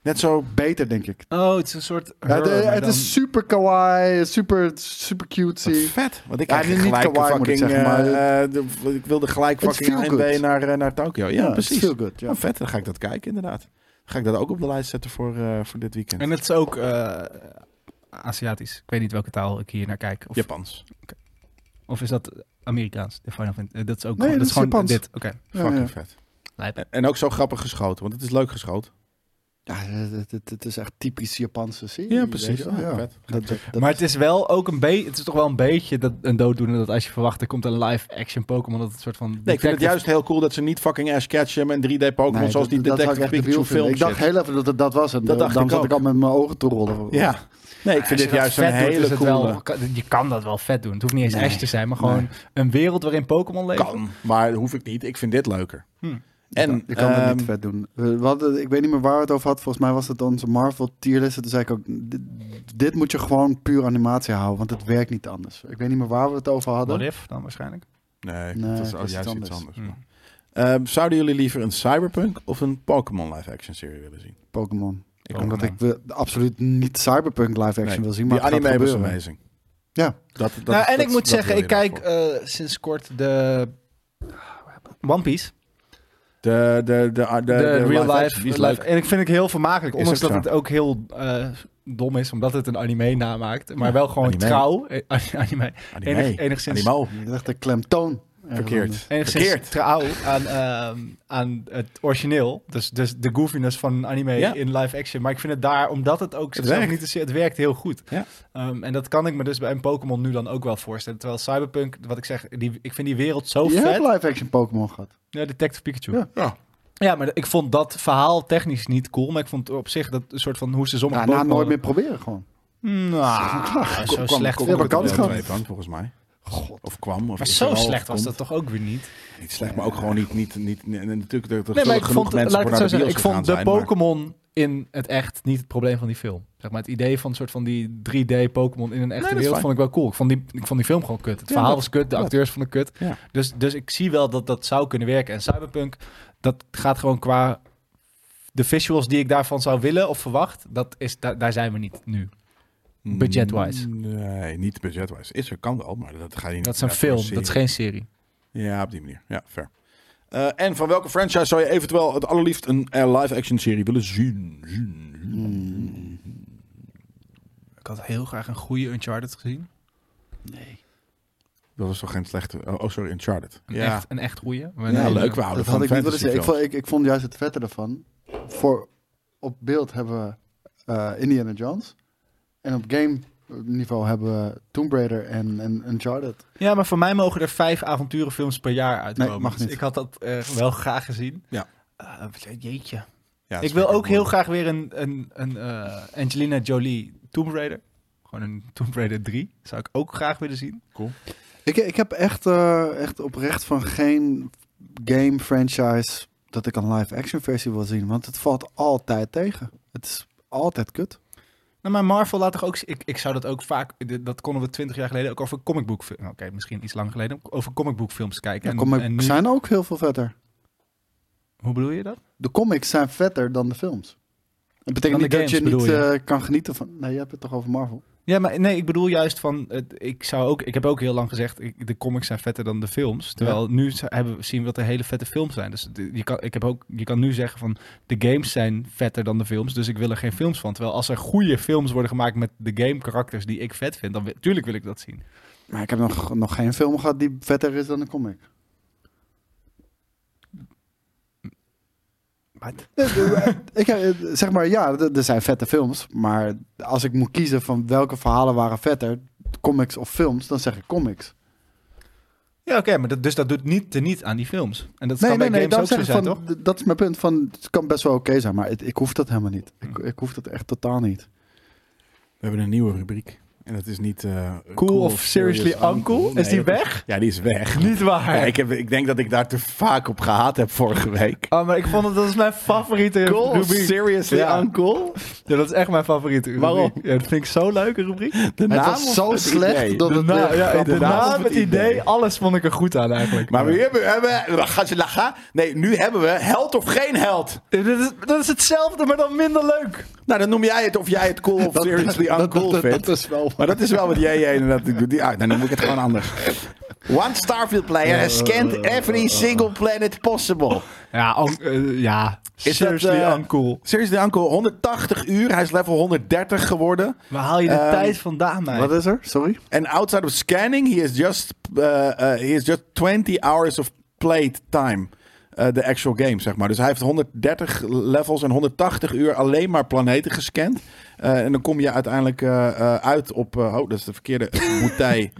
A: Net zo...
C: Beter, denk ik.
B: Oh, het is een soort...
C: Ja, de-
B: horror, maar
C: het
B: dan-
C: is super kawaii, super, super
A: Wat
C: cutesy.
A: vet. Want ik
C: Ja,
A: krijg
C: niet
A: gelijk
C: kawaii, moet ik
A: fucking...
C: zeggen, maar-
A: eh, eh, de- ik wilde gelijk
C: It's
A: fucking
C: feel
A: AMB
C: good.
A: naar, eh, naar Tokio. Ja,
C: Ja, it's
A: precies.
C: feel good, ja.
A: Nou, vet, dan ga ik dat kijken inderdaad. Dan ga ik dat ook op de lijst zetten voor, eh, voor dit weekend.
B: En het is ook eh, Aziatisch. Ik weet niet welke taal ik hier naar kijk. Of,
A: Japans.
B: Of is dat Amerikaans? De Final Fantasy? eh, Dat is ook
C: Nee,
B: gewoon-
C: dat
B: dat
C: is
B: is gewoon
C: Japans.
B: dit. Oké.
C: Ja,
A: Fucking
C: ja.
A: vet.
B: Lijp.
A: En- En ook zo grappig geschoten, want het is leuk geschoten.
C: Ja, het, het- het is echt typisch Japanse serie.
A: Ja, precies.
C: weet je wel.
A: Ja,
C: Ja.
A: vet.
C: Dat, dat- dat-
B: maar het is wel ook een beetje, het is toch wel een beetje dat een dooddoener dat als je verwacht er komt een live action Pokémon dat het soort van.
A: Nee, ik vind het juist heel cool dat ze niet fucking Ash Ketchum en 3D Pokémon
C: Nee,
A: zoals
C: dat-
A: die
C: dat zou
A: Detective
C: ik echt debiel
A: Pikachu
C: vinden.
A: film
C: Ik dacht
A: shit.
C: heel even dat het dat was. En
A: Dat
C: dan
A: dacht
C: dan
A: ik
C: zat
A: ook.
C: ik al met mijn ogen te rollen.
A: Ja. Nee, ik vind dit juist een hele coole...
B: je kan dat wel vet doen. Het hoeft niet eens
C: Nee.
B: Ash te zijn, maar gewoon een wereld waarin Pokémon leeft.
A: Kan, maar hoef ik niet. Ik vind dit leuker.
B: Hm.
A: En,
C: Ik kan dat
A: ehm,
C: niet vet doen. We, we hadden- ik weet niet meer waar we het over had. Volgens mij was het onze Marvel tierlist. En Toen zei ik ook, dit, dit moet je gewoon puur animatie houden. Want het werkt niet anders. Ik weet niet meer waar we het over hadden.
B: What if dan waarschijnlijk. Hm.
A: Nee,
C: Nee,
A: dat is
C: het
A: juist
C: is
A: iets
C: iets
A: anders.
C: anders.
A: maar. Ehm, zouden jullie liever een Cyberpunk of een Pokémon live-action serie willen zien?
C: Pokémon.
A: Ik
B: Pokémon.
C: Omdat ik wil- absoluut niet Cyberpunk live action
A: Nee,
C: wil zien. Maar
A: Die
C: het gaat
A: anime was
C: gebeuren.
A: amazing.
C: Ja.
A: Dat, dat,
B: nou, en
A: dat-
B: ik moet
A: dat
B: zeggen,
A: wil
B: ik
A: je
B: kijk
A: daarvoor.
B: eh, sinds kort de One Piece.
A: De, de, de, de,
B: de, real life,
A: live-action, die is
B: live-
A: leuk.
B: En ik vind het heel vermakelijk.
A: Is
B: Ondanks
A: ook
B: dat het ook heel eh, dom is, omdat het een anime namaakt. Maar wel gewoon
A: anime.
B: trouw. eh, anime.
A: Anime.
B: Enig- enigszins-
A: Animo.
C: Je legt de klemtoon. ergens
A: Verkeerd.
C: anders.
B: Enigszins
A: Verkeerd.
B: trouw aan, ehm, aan het origineel. Dus, dus de goofiness van een anime
A: Ja.
B: in live action. Maar ik vind het daar, omdat het ook zichzelf
A: werkt.
B: niet te zeer- het werkt heel goed.
A: Ja.
B: Ehm, en dat kan ik me dus bij een Pokémon nu dan ook wel voorstellen. Terwijl Cyberpunk, wat ik zeg, die, ik vind die wereld zo
C: Je
B: vet.
C: hebt live action Pokémon gehad.
B: Ja, Detective Pikachu.
C: Ja.
A: Ja.
B: Ja, maar ik vond dat verhaal technisch niet cool. Maar ik vond op zich dat een soort van hoe ze sommige
C: Ja, nou,
B: Pokémon-
C: nooit meer proberen gewoon.
B: Nou, zo
A: Kwam-
B: slecht
A: kwam-
B: vond ik
C: Ja,
B: het
C: maar
B: wel.
C: kan het
A: twee van, volgens mij.
C: God.
A: Of kwam. Of
B: Maar
A: is
B: zo
A: er al, of
B: slecht was
A: komt.
B: dat toch ook weer niet?
A: Niet slecht, maar ook gewoon niet... niet, niet, niet en natuurlijk, er, er
B: Nee, maar
A: zullen
B: ik
A: genoeg
B: vond,
A: mensen
B: laat ik
A: voor
B: het
A: naar
B: zo
A: de
B: zeggen,
A: bios
B: ik vond
A: gegaan
B: de
A: zijn, maar-
B: Pokémon in het echt niet het probleem van die film. Zeg maar, het idee van een soort van die 3D Pokémon in een echte
A: dat is
B: wereld
A: fijn.
B: vond ik wel cool. Ik vond die, ik vond die film gewoon kut. Het
A: Ja,
B: verhaal
A: dat-
B: was kut, de
A: dat.
B: acteurs vonden kut.
A: Ja.
B: Dus, dus ik zie wel dat dat zou kunnen werken. En Cyberpunk, dat gaat gewoon qua de visuals die ik daarvan zou willen of verwacht, dat is, da- daar zijn we niet nu. budget-wise.
A: Nee, niet budget-wise. Is er, kan wel, maar dat ga je niet...
B: Dat is een
A: ja,
B: film,
A: serie.
B: dat is geen serie.
A: Ja, op die manier. Ja, fair. Eh, en van welke franchise zou je eventueel het allerliefst een eh, live-action serie willen zien? Zien, zien.
C: Hmm.
B: Ik had heel graag een goede Uncharted gezien.
A: Dat was toch geen slechte... Oh, oh, sorry, Uncharted.
B: Een,
A: ja,
B: echt, een echt goede.
A: ja,
C: Nee,
A: leuk. We houden
C: Oh,
A: van
C: dat had ik niet willen
A: fantasy
C: zeggen. Ik
A: films.
C: vond, ik, ik vond juist het vette ervan. Voor, op beeld hebben we eh, Indiana Jones. En op game niveau hebben we Tomb Raider en, en Uncharted.
B: Ja, maar voor mij mogen er vijf avonturenfilms per jaar uitkomen.
C: Nee, mag
B: Dus
C: niet.
B: ik had dat eh, wel graag gezien.
A: Ja.
B: Eh, jeetje.
A: Ja, dat
B: ik
A: is
B: wil
A: lekker
B: ook heel
A: moeilijk.
B: graag weer een, een, een eh, Angelina Jolie Tomb Raider. Gewoon een Tomb Raider 3. Zou ik ook graag willen zien.
C: Ik, ik heb echt, eh, echt oprecht van geen game franchise dat ik een live action versie wil zien. Want het valt altijd tegen. Het is altijd kut.
B: Nou, maar Marvel laat toch ook... Ik, ik zou dat ook vaak... de- Dat konden we twintig jaar geleden ook over comicboekfilms... Oké, misschien iets lang geleden. Over comicboekfilms kijken.
C: De
B: En-
C: comics
B: en nu-
C: zijn ook heel veel vetter.
B: Hoe bedoel je dat?
C: De comics zijn vetter dan de films. Dat betekent
B: Dan
C: niet
B: de
C: dat je
B: games,
C: niet
B: bedoel je?
C: eh, kan genieten van... Nee, je hebt het toch over Marvel?
B: Ja, maar nee, ik bedoel juist van, het, ik zou ook, ik heb ook heel lang gezegd, ik, de comics zijn vetter dan de films. Terwijl nu z- hebben, we- zien we dat er hele vette films zijn. Dus de- je kan, ik heb ook, je kan nu zeggen van, de games zijn vetter dan de films, dus ik wil er geen films van. Terwijl als er goede films worden gemaakt met de game karakters die ik vet vind, dan wi- tuurlijk wil ik dat zien.
C: Maar ik heb nog, nog geen film gehad die vetter is dan een comic. ik, heb- zeg maar, ja, er er zijn vette films. Maar als ik moet kiezen van welke verhalen waren vetter, comics of films, dan zeg ik comics.
B: Ja, oké, maar dat, dus dat doet niet teniet aan die films. En dat kan bij games
C: daarom
B: ook zo
C: zeg
B: zijn,
C: ik van,
B: toch?
C: d- dat is mijn punt. Van, het kan best wel oké zijn, maar het- ik hoef dat helemaal niet. Ik, ik hoef dat echt totaal niet.
A: We hebben een nieuwe rubriek. En dat is niet... eh,
B: Cool, of seriously uncle? Is die
A: Nee, dat
B: weg?
A: Ja, die is weg.
B: Niet waar.
A: Ja, ik, heb, ik denk dat ik daar te vaak op gehaat heb vorige week.
B: Oh, maar ik vond het, dat is mijn favoriete rubriek.
A: seriously
B: Ja.
A: uncle?
B: Ja, dat is echt mijn favoriete rubriek.
A: Waarom?
B: Ja, dat vind ik zo'n leuke rubriek.
A: De
C: het
A: naam
C: was
A: of
C: zo
A: het
C: slecht
A: idee?
C: dat
B: De,
C: het...
B: na-
C: eh,
B: ja,
A: grappig.
B: de naam,
A: Het
B: het idee,
A: idee.
B: alles vond ik er goed aan eigenlijk.
A: Maar
B: Ja.
A: we hebben, we hebben, gaan ze lachen? Nee, nu hebben we held of geen held.
B: Dit is, dat is hetzelfde, maar dan minder leuk.
A: Nou, dan noem jij het of jij het cool of seriously
C: dat,
A: uncool
C: dat,
A: vindt.
C: dat is wel...
A: ah, Maar dat is wel wat jij inderdaad doet. Ja, dan noem ik het gewoon anders. One Starfield player has scanned every single planet possible.
B: Ja, un- eh, ja.
A: Is
B: seriously
A: dat, eh,
B: uncool.
A: Seriously Uncle, 180 uur. Hij is level 130 geworden.
B: Waar haal je de
A: Ehm,
B: tijd vandaan, mij?
C: Eh, Wat is er? Sorry.
A: And outside of scanning, he is just, uh, uh, he is just 20 hours of played time. Eh, De actual game, zeg maar. Dus hij heeft 130 levels en 180 uur alleen maar planeten gescand. Eh, en dan kom je uiteindelijk eh, eh, uit op. eh, oh, dat is de verkeerde boetij.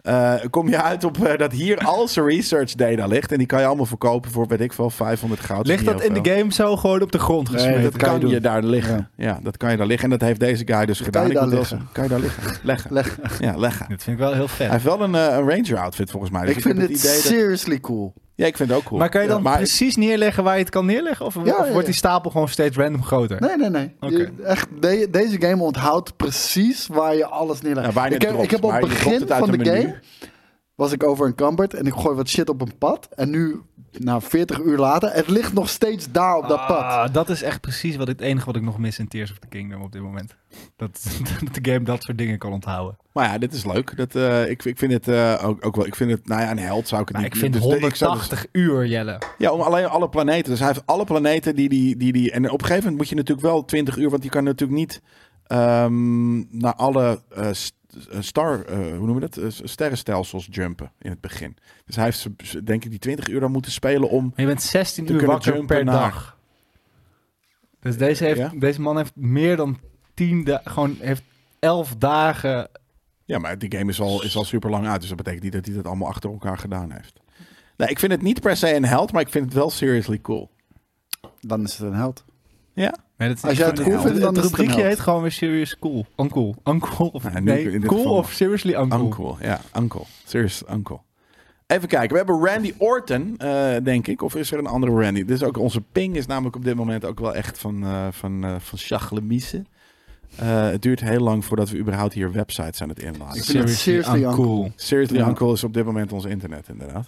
A: Eh, kom je uit op eh, dat hier al zijn research data ligt. En die kan je allemaal verkopen voor, weet ik veel, 500 goud.
B: Ligt dat in de game Dus zo gewoon op de grond gesmeten?
C: dat
A: Dat kan,
C: je
A: je,
C: doen.
A: daar liggen. Ja. dat kan je daar liggen. En dat heeft deze guy dus gedaan.
C: je
A: Ik
C: daar
A: moet wel
C: liggen?
A: zeggen, Kan je daar liggen? Leggen.
C: Leg.
A: Ja, leggen.
B: Dat vind ik wel heel vet.
A: Hij heeft wel een, eh, een ranger outfit volgens mij. Dus
C: Ik vind
A: heb
C: dit
A: het idee dat...
C: seriously cool.
A: Ja, ik vind het ook cool.
B: Maar kan je dan
A: Ja, maar-
B: precies neerleggen waar je het kan neerleggen? Of, of
C: ja, ja.
B: wordt die stapel gewoon steeds random groter?
C: Nee, nee, nee.
B: Oké.
C: Je- echt, de- deze game onthoudt precies waar je alles
A: Ja,
C: neerlegt.
A: waar je
C: ik,
A: het
C: heb,
A: dropt,
C: ik heb op
A: maar
C: het
A: je dropt
C: begin
A: het uit
C: van de
A: een menu.
C: game... was ik over een kambert en ik gooi wat shit op een pad. En nu, na 40 uur later, het ligt nog steeds daar op dat pad.
B: Ah, dat is echt precies wat ik, het enige wat ik nog mis in Tears of the Kingdom op dit moment. Dat, dat de game dat soort dingen kan onthouden.
A: Maar ja, dit is leuk. Dat, eh, ik, ik vind het eh, ook, ook wel... Ik vind het... Nou ja, een held zou ik het
B: Maar
A: niet...
B: ik vind
A: dus de- ik zou dus-
B: 180 uur, Jelle.
A: ja, om alleen alle planeten. Dus hij heeft alle planeten die die, die, die... En op een gegeven moment moet je natuurlijk wel 20 uur... Want je kan natuurlijk niet ehm, naar alle eh, st- eh, star... eh, hoe noemen we dat? Eh, sterrenstelsels jumpen in het begin. Dus hij heeft ze- denk ik die 20 uur dan moeten spelen om...
B: Maar je bent 16
A: Te
B: uur
A: kunnen
B: wakker
A: jumpen
B: per
A: naar-
B: dag. Dus deze, heeft,
A: Ja?
B: deze man heeft meer dan 10 dagen, gewoon heeft 11 dagen.
A: Ja, maar die game is al, is al super lang uit. Dus dat betekent niet dat hij dat allemaal achter elkaar gedaan heeft. Nee, ik vind het niet per se een held, maar ik vind het wel seriously cool.
C: Dan is het een held.
A: Ja.
B: Nee, dat is
C: Als jij het
A: een
C: cool
A: held.
C: vindt, dan
B: het
C: is het een
B: rubriekje
C: held.
B: heet gewoon weer Serious Cool. Uncool. Uncool of
A: Nou, nu in
B: nee,
A: dit
B: cool
A: geval-
B: of Seriously Uncool.
A: Uncle, ja. Uncle. Serious uncle. Even kijken. We hebben Randy Orton, eh, denk ik. Of is er een andere Randy? Dit is ook onze ping is namelijk op dit moment ook wel echt van, eh van, eh van chaglemisse. Eh, het duurt heel lang voordat we überhaupt hier websites aan het inladen.
C: Ik vind het seriously uncool.
A: Seriously
C: Ja.
A: Uncle is op dit moment ons internet, inderdaad.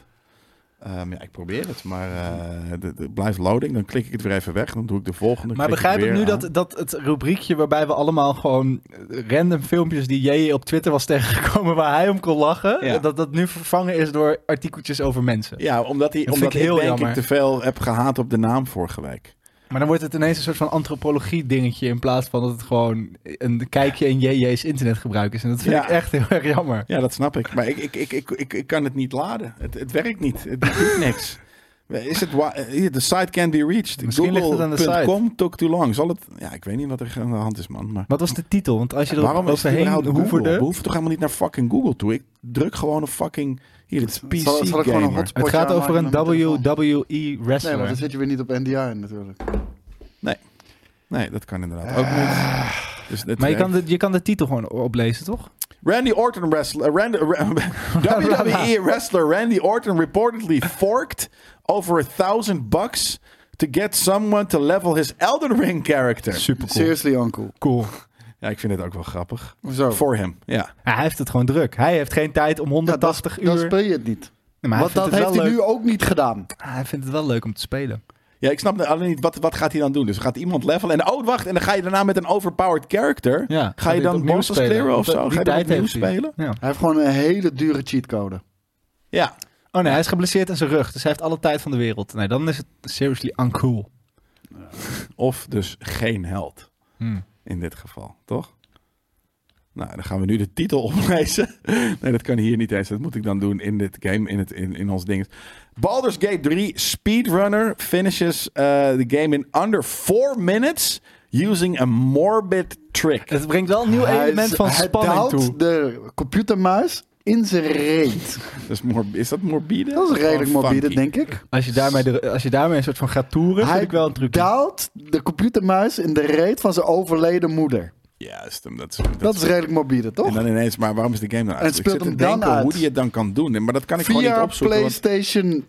A: Ehm, ja, ik probeer het, maar eh, de- de- het blijft loading. Dan klik ik het weer even weg. Dan doe ik de volgende.
B: Maar
A: klik
B: begrijp ik
A: weer
B: nu
A: aan.
B: dat, dat het rubriekje waarbij we allemaal gewoon eh, random filmpjes die JJ op Twitter was tegengekomen waar hij om kon lachen,
A: Ja.
B: dat dat nu vervangen is door artikeltjes over mensen.
A: Ja, omdat, die,
B: vind
A: omdat
B: ik
A: ik,
B: heel
A: denk
B: jammer.
A: ik te veel heb gehaat op de naam vorige week.
B: Maar dan wordt het ineens een soort van antropologie dingetje in plaats van dat het gewoon een kijkje in JJ's internetgebruik is. En dat vind
A: Ja.
B: ik echt heel erg jammer.
A: Ja, dat snap ik. Maar ik, ik, ik, ik, ik, ik kan het niet laden. Het, het werkt niet. Het doet niks. Is het wa- eh, the site can be reached.
B: Misschien ligt het aan de site.
A: Google.com took too long. Zal het? Ja, ik weet niet wat er aan de hand is, man. Maar
B: Wat was de titel? Want als je er
A: waarom is het
B: overheen
A: überhaupt Google? We
B: hoeverde...
A: hoeven toch helemaal niet naar fucking Google toe. Ik druk gewoon een fucking hier het is PC
C: zal ik gewoon een
A: gamer.
C: hotspot-
B: Het gaat
C: Potje
B: over een
C: aanmaken met mijn
B: WWE wrestler.
C: Nee, maar dan zit je weer niet op NDI natuurlijk.
A: Nee, dat kan inderdaad ook niet. Dus het
B: Maar je
A: werkt
B: kan, de, je kan de titel gewoon oplezen, toch?
A: Randy Orton wrestler, Randy, WWE wrestler Randy Orton reportedly forked over a thousand bucks to get someone to level his Elden Ring character.
B: Super
C: Seriously uncle.
B: Cool.
A: Ja, ik vind het ook wel grappig.
C: Hoezo?
A: Voor hem, ja.
B: Ja, hij heeft het gewoon druk. Hij heeft geen tijd om
C: Ja, dat-
B: 180
C: Dan
B: uur.
C: speel je het niet.
B: Nee, maar hij,
C: Want
B: vindt
C: dat
B: het wel
C: heeft hij
B: leuk.
C: nu ook niet gedaan.
B: Ah, hij vindt het wel leuk om te spelen.
A: Ja, ik snap alleen niet, wat, wat gaat hij dan doen? Dus gaat iemand levelen en, oh wacht, en dan ga je daarna met een overpowered character.
B: Ja,
A: ga je dan
B: opnieuw
A: bosses
B: spelen.
A: clearen of
B: Want eh,
A: zo?
B: die
A: Ga je dan
B: tijd
A: opnieuw
B: heeft hij.
A: spelen?
B: Ja.
C: Hij heeft gewoon een hele dure cheatcode.
A: Ja.
B: Oh nee, hij is geblesseerd aan zijn rug. Dus hij heeft alle tijd van de wereld. Nee, dan is het seriously uncool.
A: Of dus geen held.
B: Hmm.
A: In dit geval, toch? Nou, dan gaan we nu de titel oplezen. nee, dat kan hier niet eens. Dat moet ik dan doen in dit game, in, het, in, in ons ding. Baldur's Gate 3 Speedrunner finishes eh, the game in under 4 minutes using a morbid trick.
B: Het brengt wel een nieuw
C: Hij
B: element
C: is-
B: van
C: hij
B: spanning
C: daalt
B: toe.
C: de computermuis in zijn reet.
A: Dat is, mor- is dat morbide? Oh,
C: Dat is redelijk
A: Gewoon
C: morbide,
A: funky.
C: denk ik.
B: Als je, daarmee de- als je daarmee een soort van gaat toeren, vind
C: Hij
B: ik wel een trucje.
C: daalt de computermuis in de reet van zijn overleden moeder.
A: Juist, hem, dat is... Dat,
C: Dat is redelijk morbide,
A: en
C: toch?
A: dan ineens, maar waarom is de game dan uit?
C: het speelt
A: ik zit
C: hem
A: te
C: dan
A: denken
C: uit.
A: hoe die het dan kan doen. Maar dat kan ik gewoon niet
C: Via
A: opzoeken. want-
C: PlayStation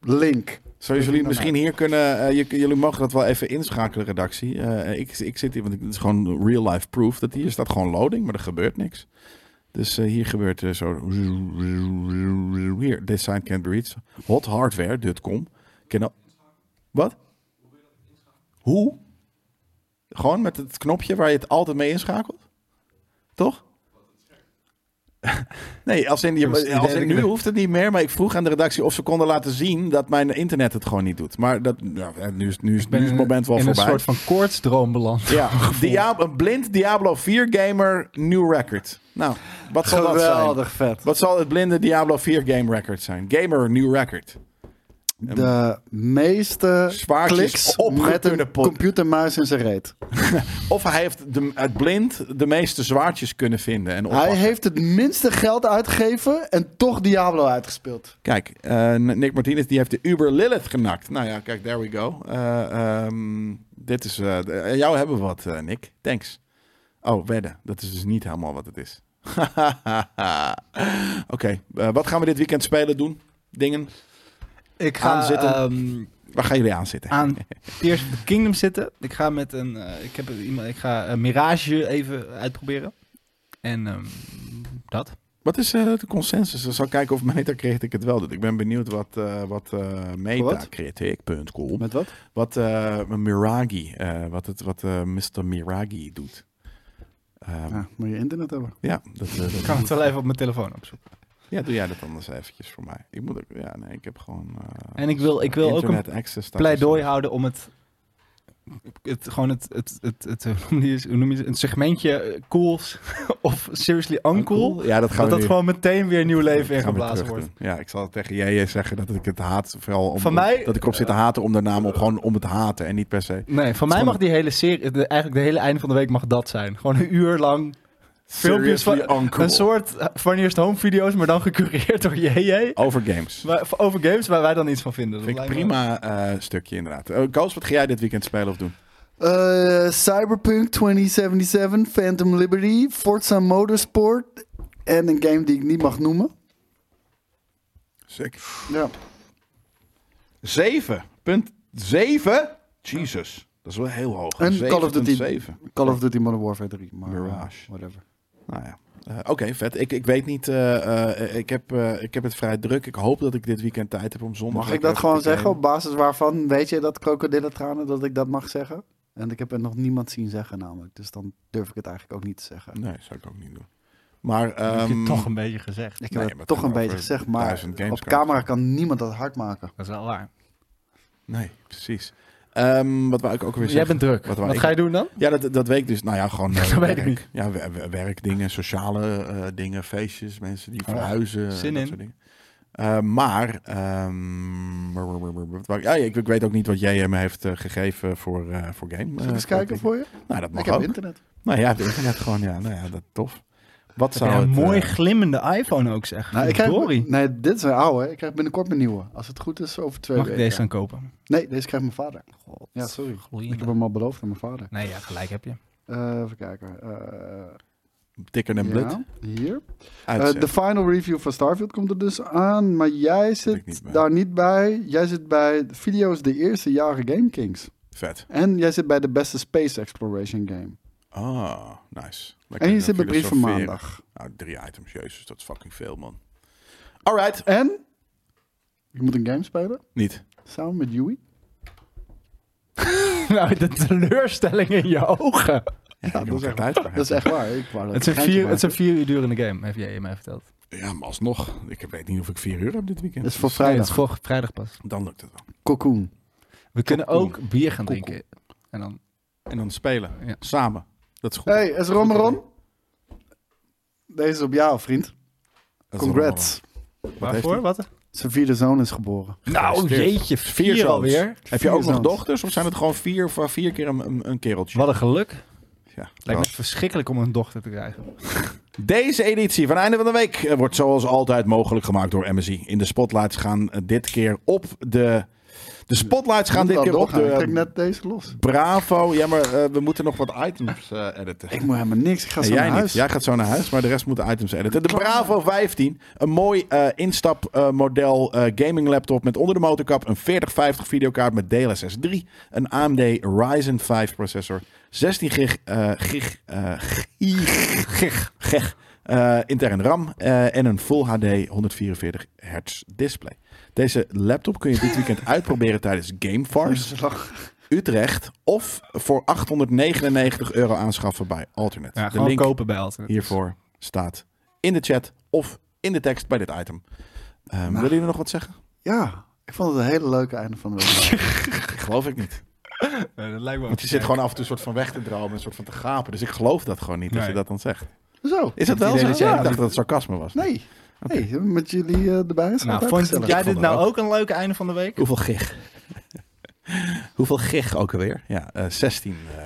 C: Link.
A: Zouden jullie misschien hier kunnen... eh, je- jullie mogen dat wel even inschakelen, redactie. Eh, ik, ik zit hier, want ik- het is gewoon real-life proof. Dat hier staat gewoon loading, maar er gebeurt niks. Dus eh, hier gebeurt eh, zo... Hier, this site can't be reached. Hothardware.com. Can al- Wat? Hoe? Gewoon met het knopje waar je het altijd mee inschakelt? Toch? Nee, als in, je,
B: Dus die
A: als in
B: derde
A: nu
B: keer-
A: hoeft het niet meer. Maar ik vroeg aan de redactie of ze konden laten zien dat mijn internet het gewoon niet doet. Maar dat, nou, ja, nu, is, nu, is, nu is het moment wel
B: in
A: voorbij.
B: een soort van koortsdroom beland.
A: ja, Diab- een blind Diablo 4 gamer, new record. Nou, wat zal dat zijn?
C: Geweldig vet.
A: Wat zal het blinde Diablo 4 game record zijn? Gamer, new record.
C: De meeste
A: Zwaartjes
C: kliks met
A: opgetunde
C: een
A: pot.
C: computermuis in zijn reet.
A: Of hij heeft de, het blind de meeste zwaardjes kunnen vinden. En
C: Hij
A: oppakken.
C: heeft het minste geld uitgegeven en toch Diablo uitgespeeld.
A: Kijk, eh, Nick Martinez die heeft de Uber Lilith genakt. Nou ja, kijk, there we go. Eh, ehm, dit is... eh, de- eh, jou hebben we wat, eh, Nick. Thanks. Oh, wedden. Dat is dus niet helemaal wat het is. Oké, eh, wat gaan we dit weekend spelen doen? Dingen?
B: Ik
A: ga,
B: ga zitten.
A: Waar gaan jullie aan zitten?
B: aan Tears of the Kingdom zitten. Ik ga met een. eh, ik, heb iemand, ik ga eh, Mirage even uitproberen. En ehm, dat.
A: Wat is eh, de consensus? Dan zal ik kijken of Metacritic het wel doet. Ik ben benieuwd wat, eh wat eh Metacritic.com...
C: Met wat?
A: Wat eh, Miragi, eh, wat, het, wat eh, Mr. Miragi doet. Ehm,
C: Ja, moet je internet hebben.
A: Ja, dat, eh, dat
B: Ik kan het wel even op mijn telefoon opzoeken.
A: ja, doe jij dat anders eventjes voor mij. Ik moet ook, ja, nee, ik heb gewoon. eh,
B: En ik wil- ik wil ook
A: internet access staat
B: Pleidooi
A: er
B: houden om het. Het, gewoon het, het, het, het, hoe noem je het, hoe noem je het, een segmentje eh, cools of seriously
A: zo.
B: uncool.
A: Ja, dat gaan
B: Dat
A: we
B: dat
A: nu-
B: gewoon meteen weer nieuw
A: dat gaan
B: leven
A: we
B: ingeblazen
A: terug
B: wordt.
A: doen. Ja, ik zal het tegen jij zeggen dat ik het haat. Vooral om,
B: Van mij-
A: dat ik op zit te haten om de naam op. Gewoon om het haten en niet per se.
B: Nee, van mij mag die hele serie, de, eigenlijk de hele einde van de week mag dat zijn. Gewoon een uur lang filmpjes van
A: Seriously uncool.
B: een soort eh, funniest home video's, maar dan gecureerd door JJ.
A: Over games.
B: Waar- voor- Over games waar wij dan iets van vinden. Dat
A: Vind ik
B: lijkt me-
A: prima eh, stukje inderdaad. Eh, Koos, wat ga jij dit weekend spelen of doen?
C: Eh, Cyberpunk 2077, Phantom Liberty, Forza Motorsport en een game die ik niet mag noemen.
A: Zeker.
C: Ja.
A: 7.7? Jesus. Dat is wel heel hoog.
C: En Call of Duty.
A: 7.7.
C: Call of Duty Modern Warfare 3, maar eh,
A: Mirage.
C: whatever.
A: Nou ja. Eh, Oké, vet. Ik, ik weet niet. eh, eh, ik, heb, eh, ik heb het vrij druk. Ik hoop dat ik dit weekend tijd heb om zondag.
C: Mag ik
A: lekker
C: dat
A: even te
C: gewoon
A: gamen.
C: zeggen op basis waarvan weet je dat krokodillentranen dat ik dat mag zeggen? En ik heb het nog niemand zien zeggen namelijk, dus dan durf ik het eigenlijk ook niet te zeggen.
A: Nee, zou ik ook niet doen. Maar.
B: Dat heb
A: ehm,
B: je toch een beetje gezegd.
C: Ik heb
A: Nee, maar
C: het toch een
A: over
C: beetje gezegd, maar
A: duizend games
C: op
A: kan het
C: camera kan niemand dat hard maken.
B: Dat is wel waar.
A: Nee, precies. Ehm, wat wou ik ook weer
B: Jij
A: zeggen?
B: bent druk.
A: Wat
B: Wat,
A: wou ik-
B: ga je doen dan?
A: Ja, dat, dat weet ik dus. Nou ja, gewoon. eh,
B: Dat weet ik
A: werk.
B: niet.
A: Ja, we- we- werkdingen, sociale eh, dingen, feestjes, mensen
C: Oh,
A: die verhuizen. eh,
B: Zin
A: dat
B: in.
A: soort dingen. Eh, maar, ehm, wat wou ik- ja, ik, ik weet ook niet wat jij eh, me heeft eh, gegeven voor, eh, voor game.
C: Zullen we eens
A: eh,
C: kijken voor je?
A: Nou, dat mag
C: Ik heb
A: ook.
C: internet.
A: Nou ja, het internet gewoon, ja. Nou ja, dat tof. Wat zou
B: Ja,
A: het...
B: een mooi
A: eh,
B: glimmende iPhone ook zeg.
C: Nou, ik krijg,
B: Verdorie.
C: nee, dit is een oude. Ik krijg binnenkort mijn nieuwe. Als het goed is, over twee
B: Mag ik
C: weken.
B: deze dan kopen?
C: Nee, deze krijgt mijn vader.
B: God,
C: Ja, sorry.
B: gloeiende.
C: Ik heb hem al beloofd aan mijn vader.
B: Nee, ja, gelijk heb je.
C: Eh, even kijken. Eh,
A: dikker dan blut.
C: ja, hier. Eh,
A: Uitzet.
C: de final review van Starfield komt er dus aan. Maar jij
A: ik
C: zit
A: niet bij.
C: daar niet bij. Jij zit bij de video's de eerste jaren Game Kings.
A: Vet.
C: En jij zit bij de beste space exploration game.
A: Ah, nice. Lekker
C: En je
A: eh,
C: zit bij brief van
A: filosoferen.
C: maandag.
A: Nou, drie items, jezus, dat is fucking veel, man. Alright.
C: En je moet een game spelen.
A: Niet.
C: Samen met Yui.
B: nou, de teleurstelling in je ogen.
A: Ja, ik heb
C: dat is
A: ook
C: echt-
A: tijd voor
C: Dat is echt waar. Ik wou dat
B: Het zijn,
C: een geintje
B: vier, het
C: maken.
B: zijn vier uur durende game, heeft jij mij verteld.
A: Ja, maar alsnog. Ik weet niet of ik vier uur heb dit weekend. Dus
C: Dat is voor
B: Nee, het
C: vrijdag.
B: is vorige vrijdag pas.
A: Dan lukt het wel.
C: Cocoon.
B: We kunnen ook bier gaan
A: Koekoek.
B: drinken. En dan
A: En dan spelen.
B: Ja.
A: Samen. Dat is goed.
C: Hey, is Ron Ron? Deze is op jou, vriend.
A: Dat is allemaal
C: Congrats.
A: wel. Wat heeft hij?
B: Wat?
C: Zijn vierde zoon is geboren.
B: Nou,
A: Gefeliciteerd.
B: jeetje,
A: Vier
B: vier
A: zoons.
B: alweer.
A: Heb je ook
C: Vier
A: nog
C: zoons.
A: dochters? Of zijn het gewoon vier, voor vier keer een, een, een kereltje?
B: Wat een geluk.
A: Ja,
B: Lijkt me verschrikkelijk om een dochter te krijgen.
A: Deze editie van Einde van de Week eh, wordt zoals altijd mogelijk gemaakt door MSI. In de spotlights gaan eh, dit keer op de. De spotlights gaan dit
C: Moet wel
A: keer op
C: doorgaan. Ik trek
A: de.
C: net deze los.
A: Bravo. Ja, maar eh, we moeten nog wat items eh, editen.
C: Ik moet helemaal niks. Ik ga
A: En
C: zo
A: jij
C: naar
A: niet.
C: huis.
A: Jij gaat zo naar huis, maar de rest moeten items editen. De Bravo 15. Een mooi eh, instapmodel eh, gaming laptop met onder de motorkap een 4050 videokaart met DLSS 3. Een AMD Ryzen 5 processor. 16 gig, eh, gig, eh, gig, gig, gig, eh, intern RAM. eh, en een Full HD 144 Hz display. Deze laptop kun je dit weekend uitproberen tijdens GameFarce Utrecht. Of voor 899 euro aanschaffen bij Alternate.
B: Ja,
A: de
B: gewoon
A: link
C: dus-
B: kopen bij Alternate.
A: hiervoor staat in de chat of in de tekst bij dit item. Ehm
C: Nou,
A: Willen jullie nog wat zeggen?
C: Ja, ik vond het een hele leuke einde van de week.
A: Geloof ik niet.
B: Eh, dat lijkt me
A: Want je zit gewoon af en toe soort van weg te dromen en soort van te gapen. Dus ik geloof dat gewoon niet als je
B: Nee.
A: dat dan zegt.
C: Zo.
A: Is dat wel
B: idee
A: zo?
B: dat jij-
A: Ja, ik dacht dat het sarcasme was.
C: Nee. Nee, met jullie eh, erbij is
B: Nou,
C: altijd
B: vond
C: gezellig.
B: jij
A: Ik vond
B: dit
A: het
B: nou
A: ook.
B: ook een leuke einde van de week?
A: Hoeveel gig? Hoeveel gig ook alweer? Ja, eh, 16. eh,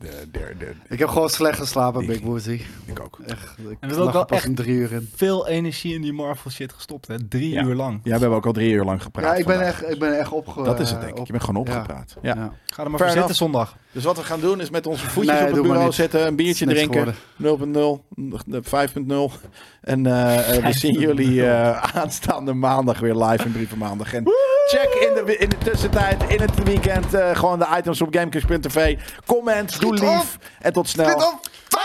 A: de, de, de,
C: Ik heb gewoon slecht geslapen,
A: Die-
C: Big Woozy.
A: ik ook.
C: Echt, ik
B: En we
C: lag
B: ook wel
C: er pas
B: echt-
C: om drie uur in.
B: Veel energie in die Marvel shit gestopt, hè? Drie
A: Ja.
B: uur lang.
A: Ja, we hebben ook al drie uur lang gepraat.
C: Ja, ik ben,
A: vandaag.
C: echt, ik ben echt opge...
A: Dat is het denk ik.
C: op-
A: Je bent gewoon
C: Ja.
A: opgepraat. Ja.
C: Ja.
B: Ga er maar
A: Fair
B: voor
A: enough.
B: zitten zondag.
A: Dus wat we gaan doen is met onze voetjes
C: Nee,
A: op het
C: doe maar
A: bureau
C: niet.
A: zetten, een biertje
C: Niks
A: drinken. 0.0, 5.0. En eh, eh, we zien jullie eh, aanstaande maandag weer live in Brieven Maandag. En check in de, in de tussentijd, in het weekend, eh, gewoon de items op GameKings.tv. Comment, doe
C: Schiet op.
A: lief en tot snel.
C: Dit op.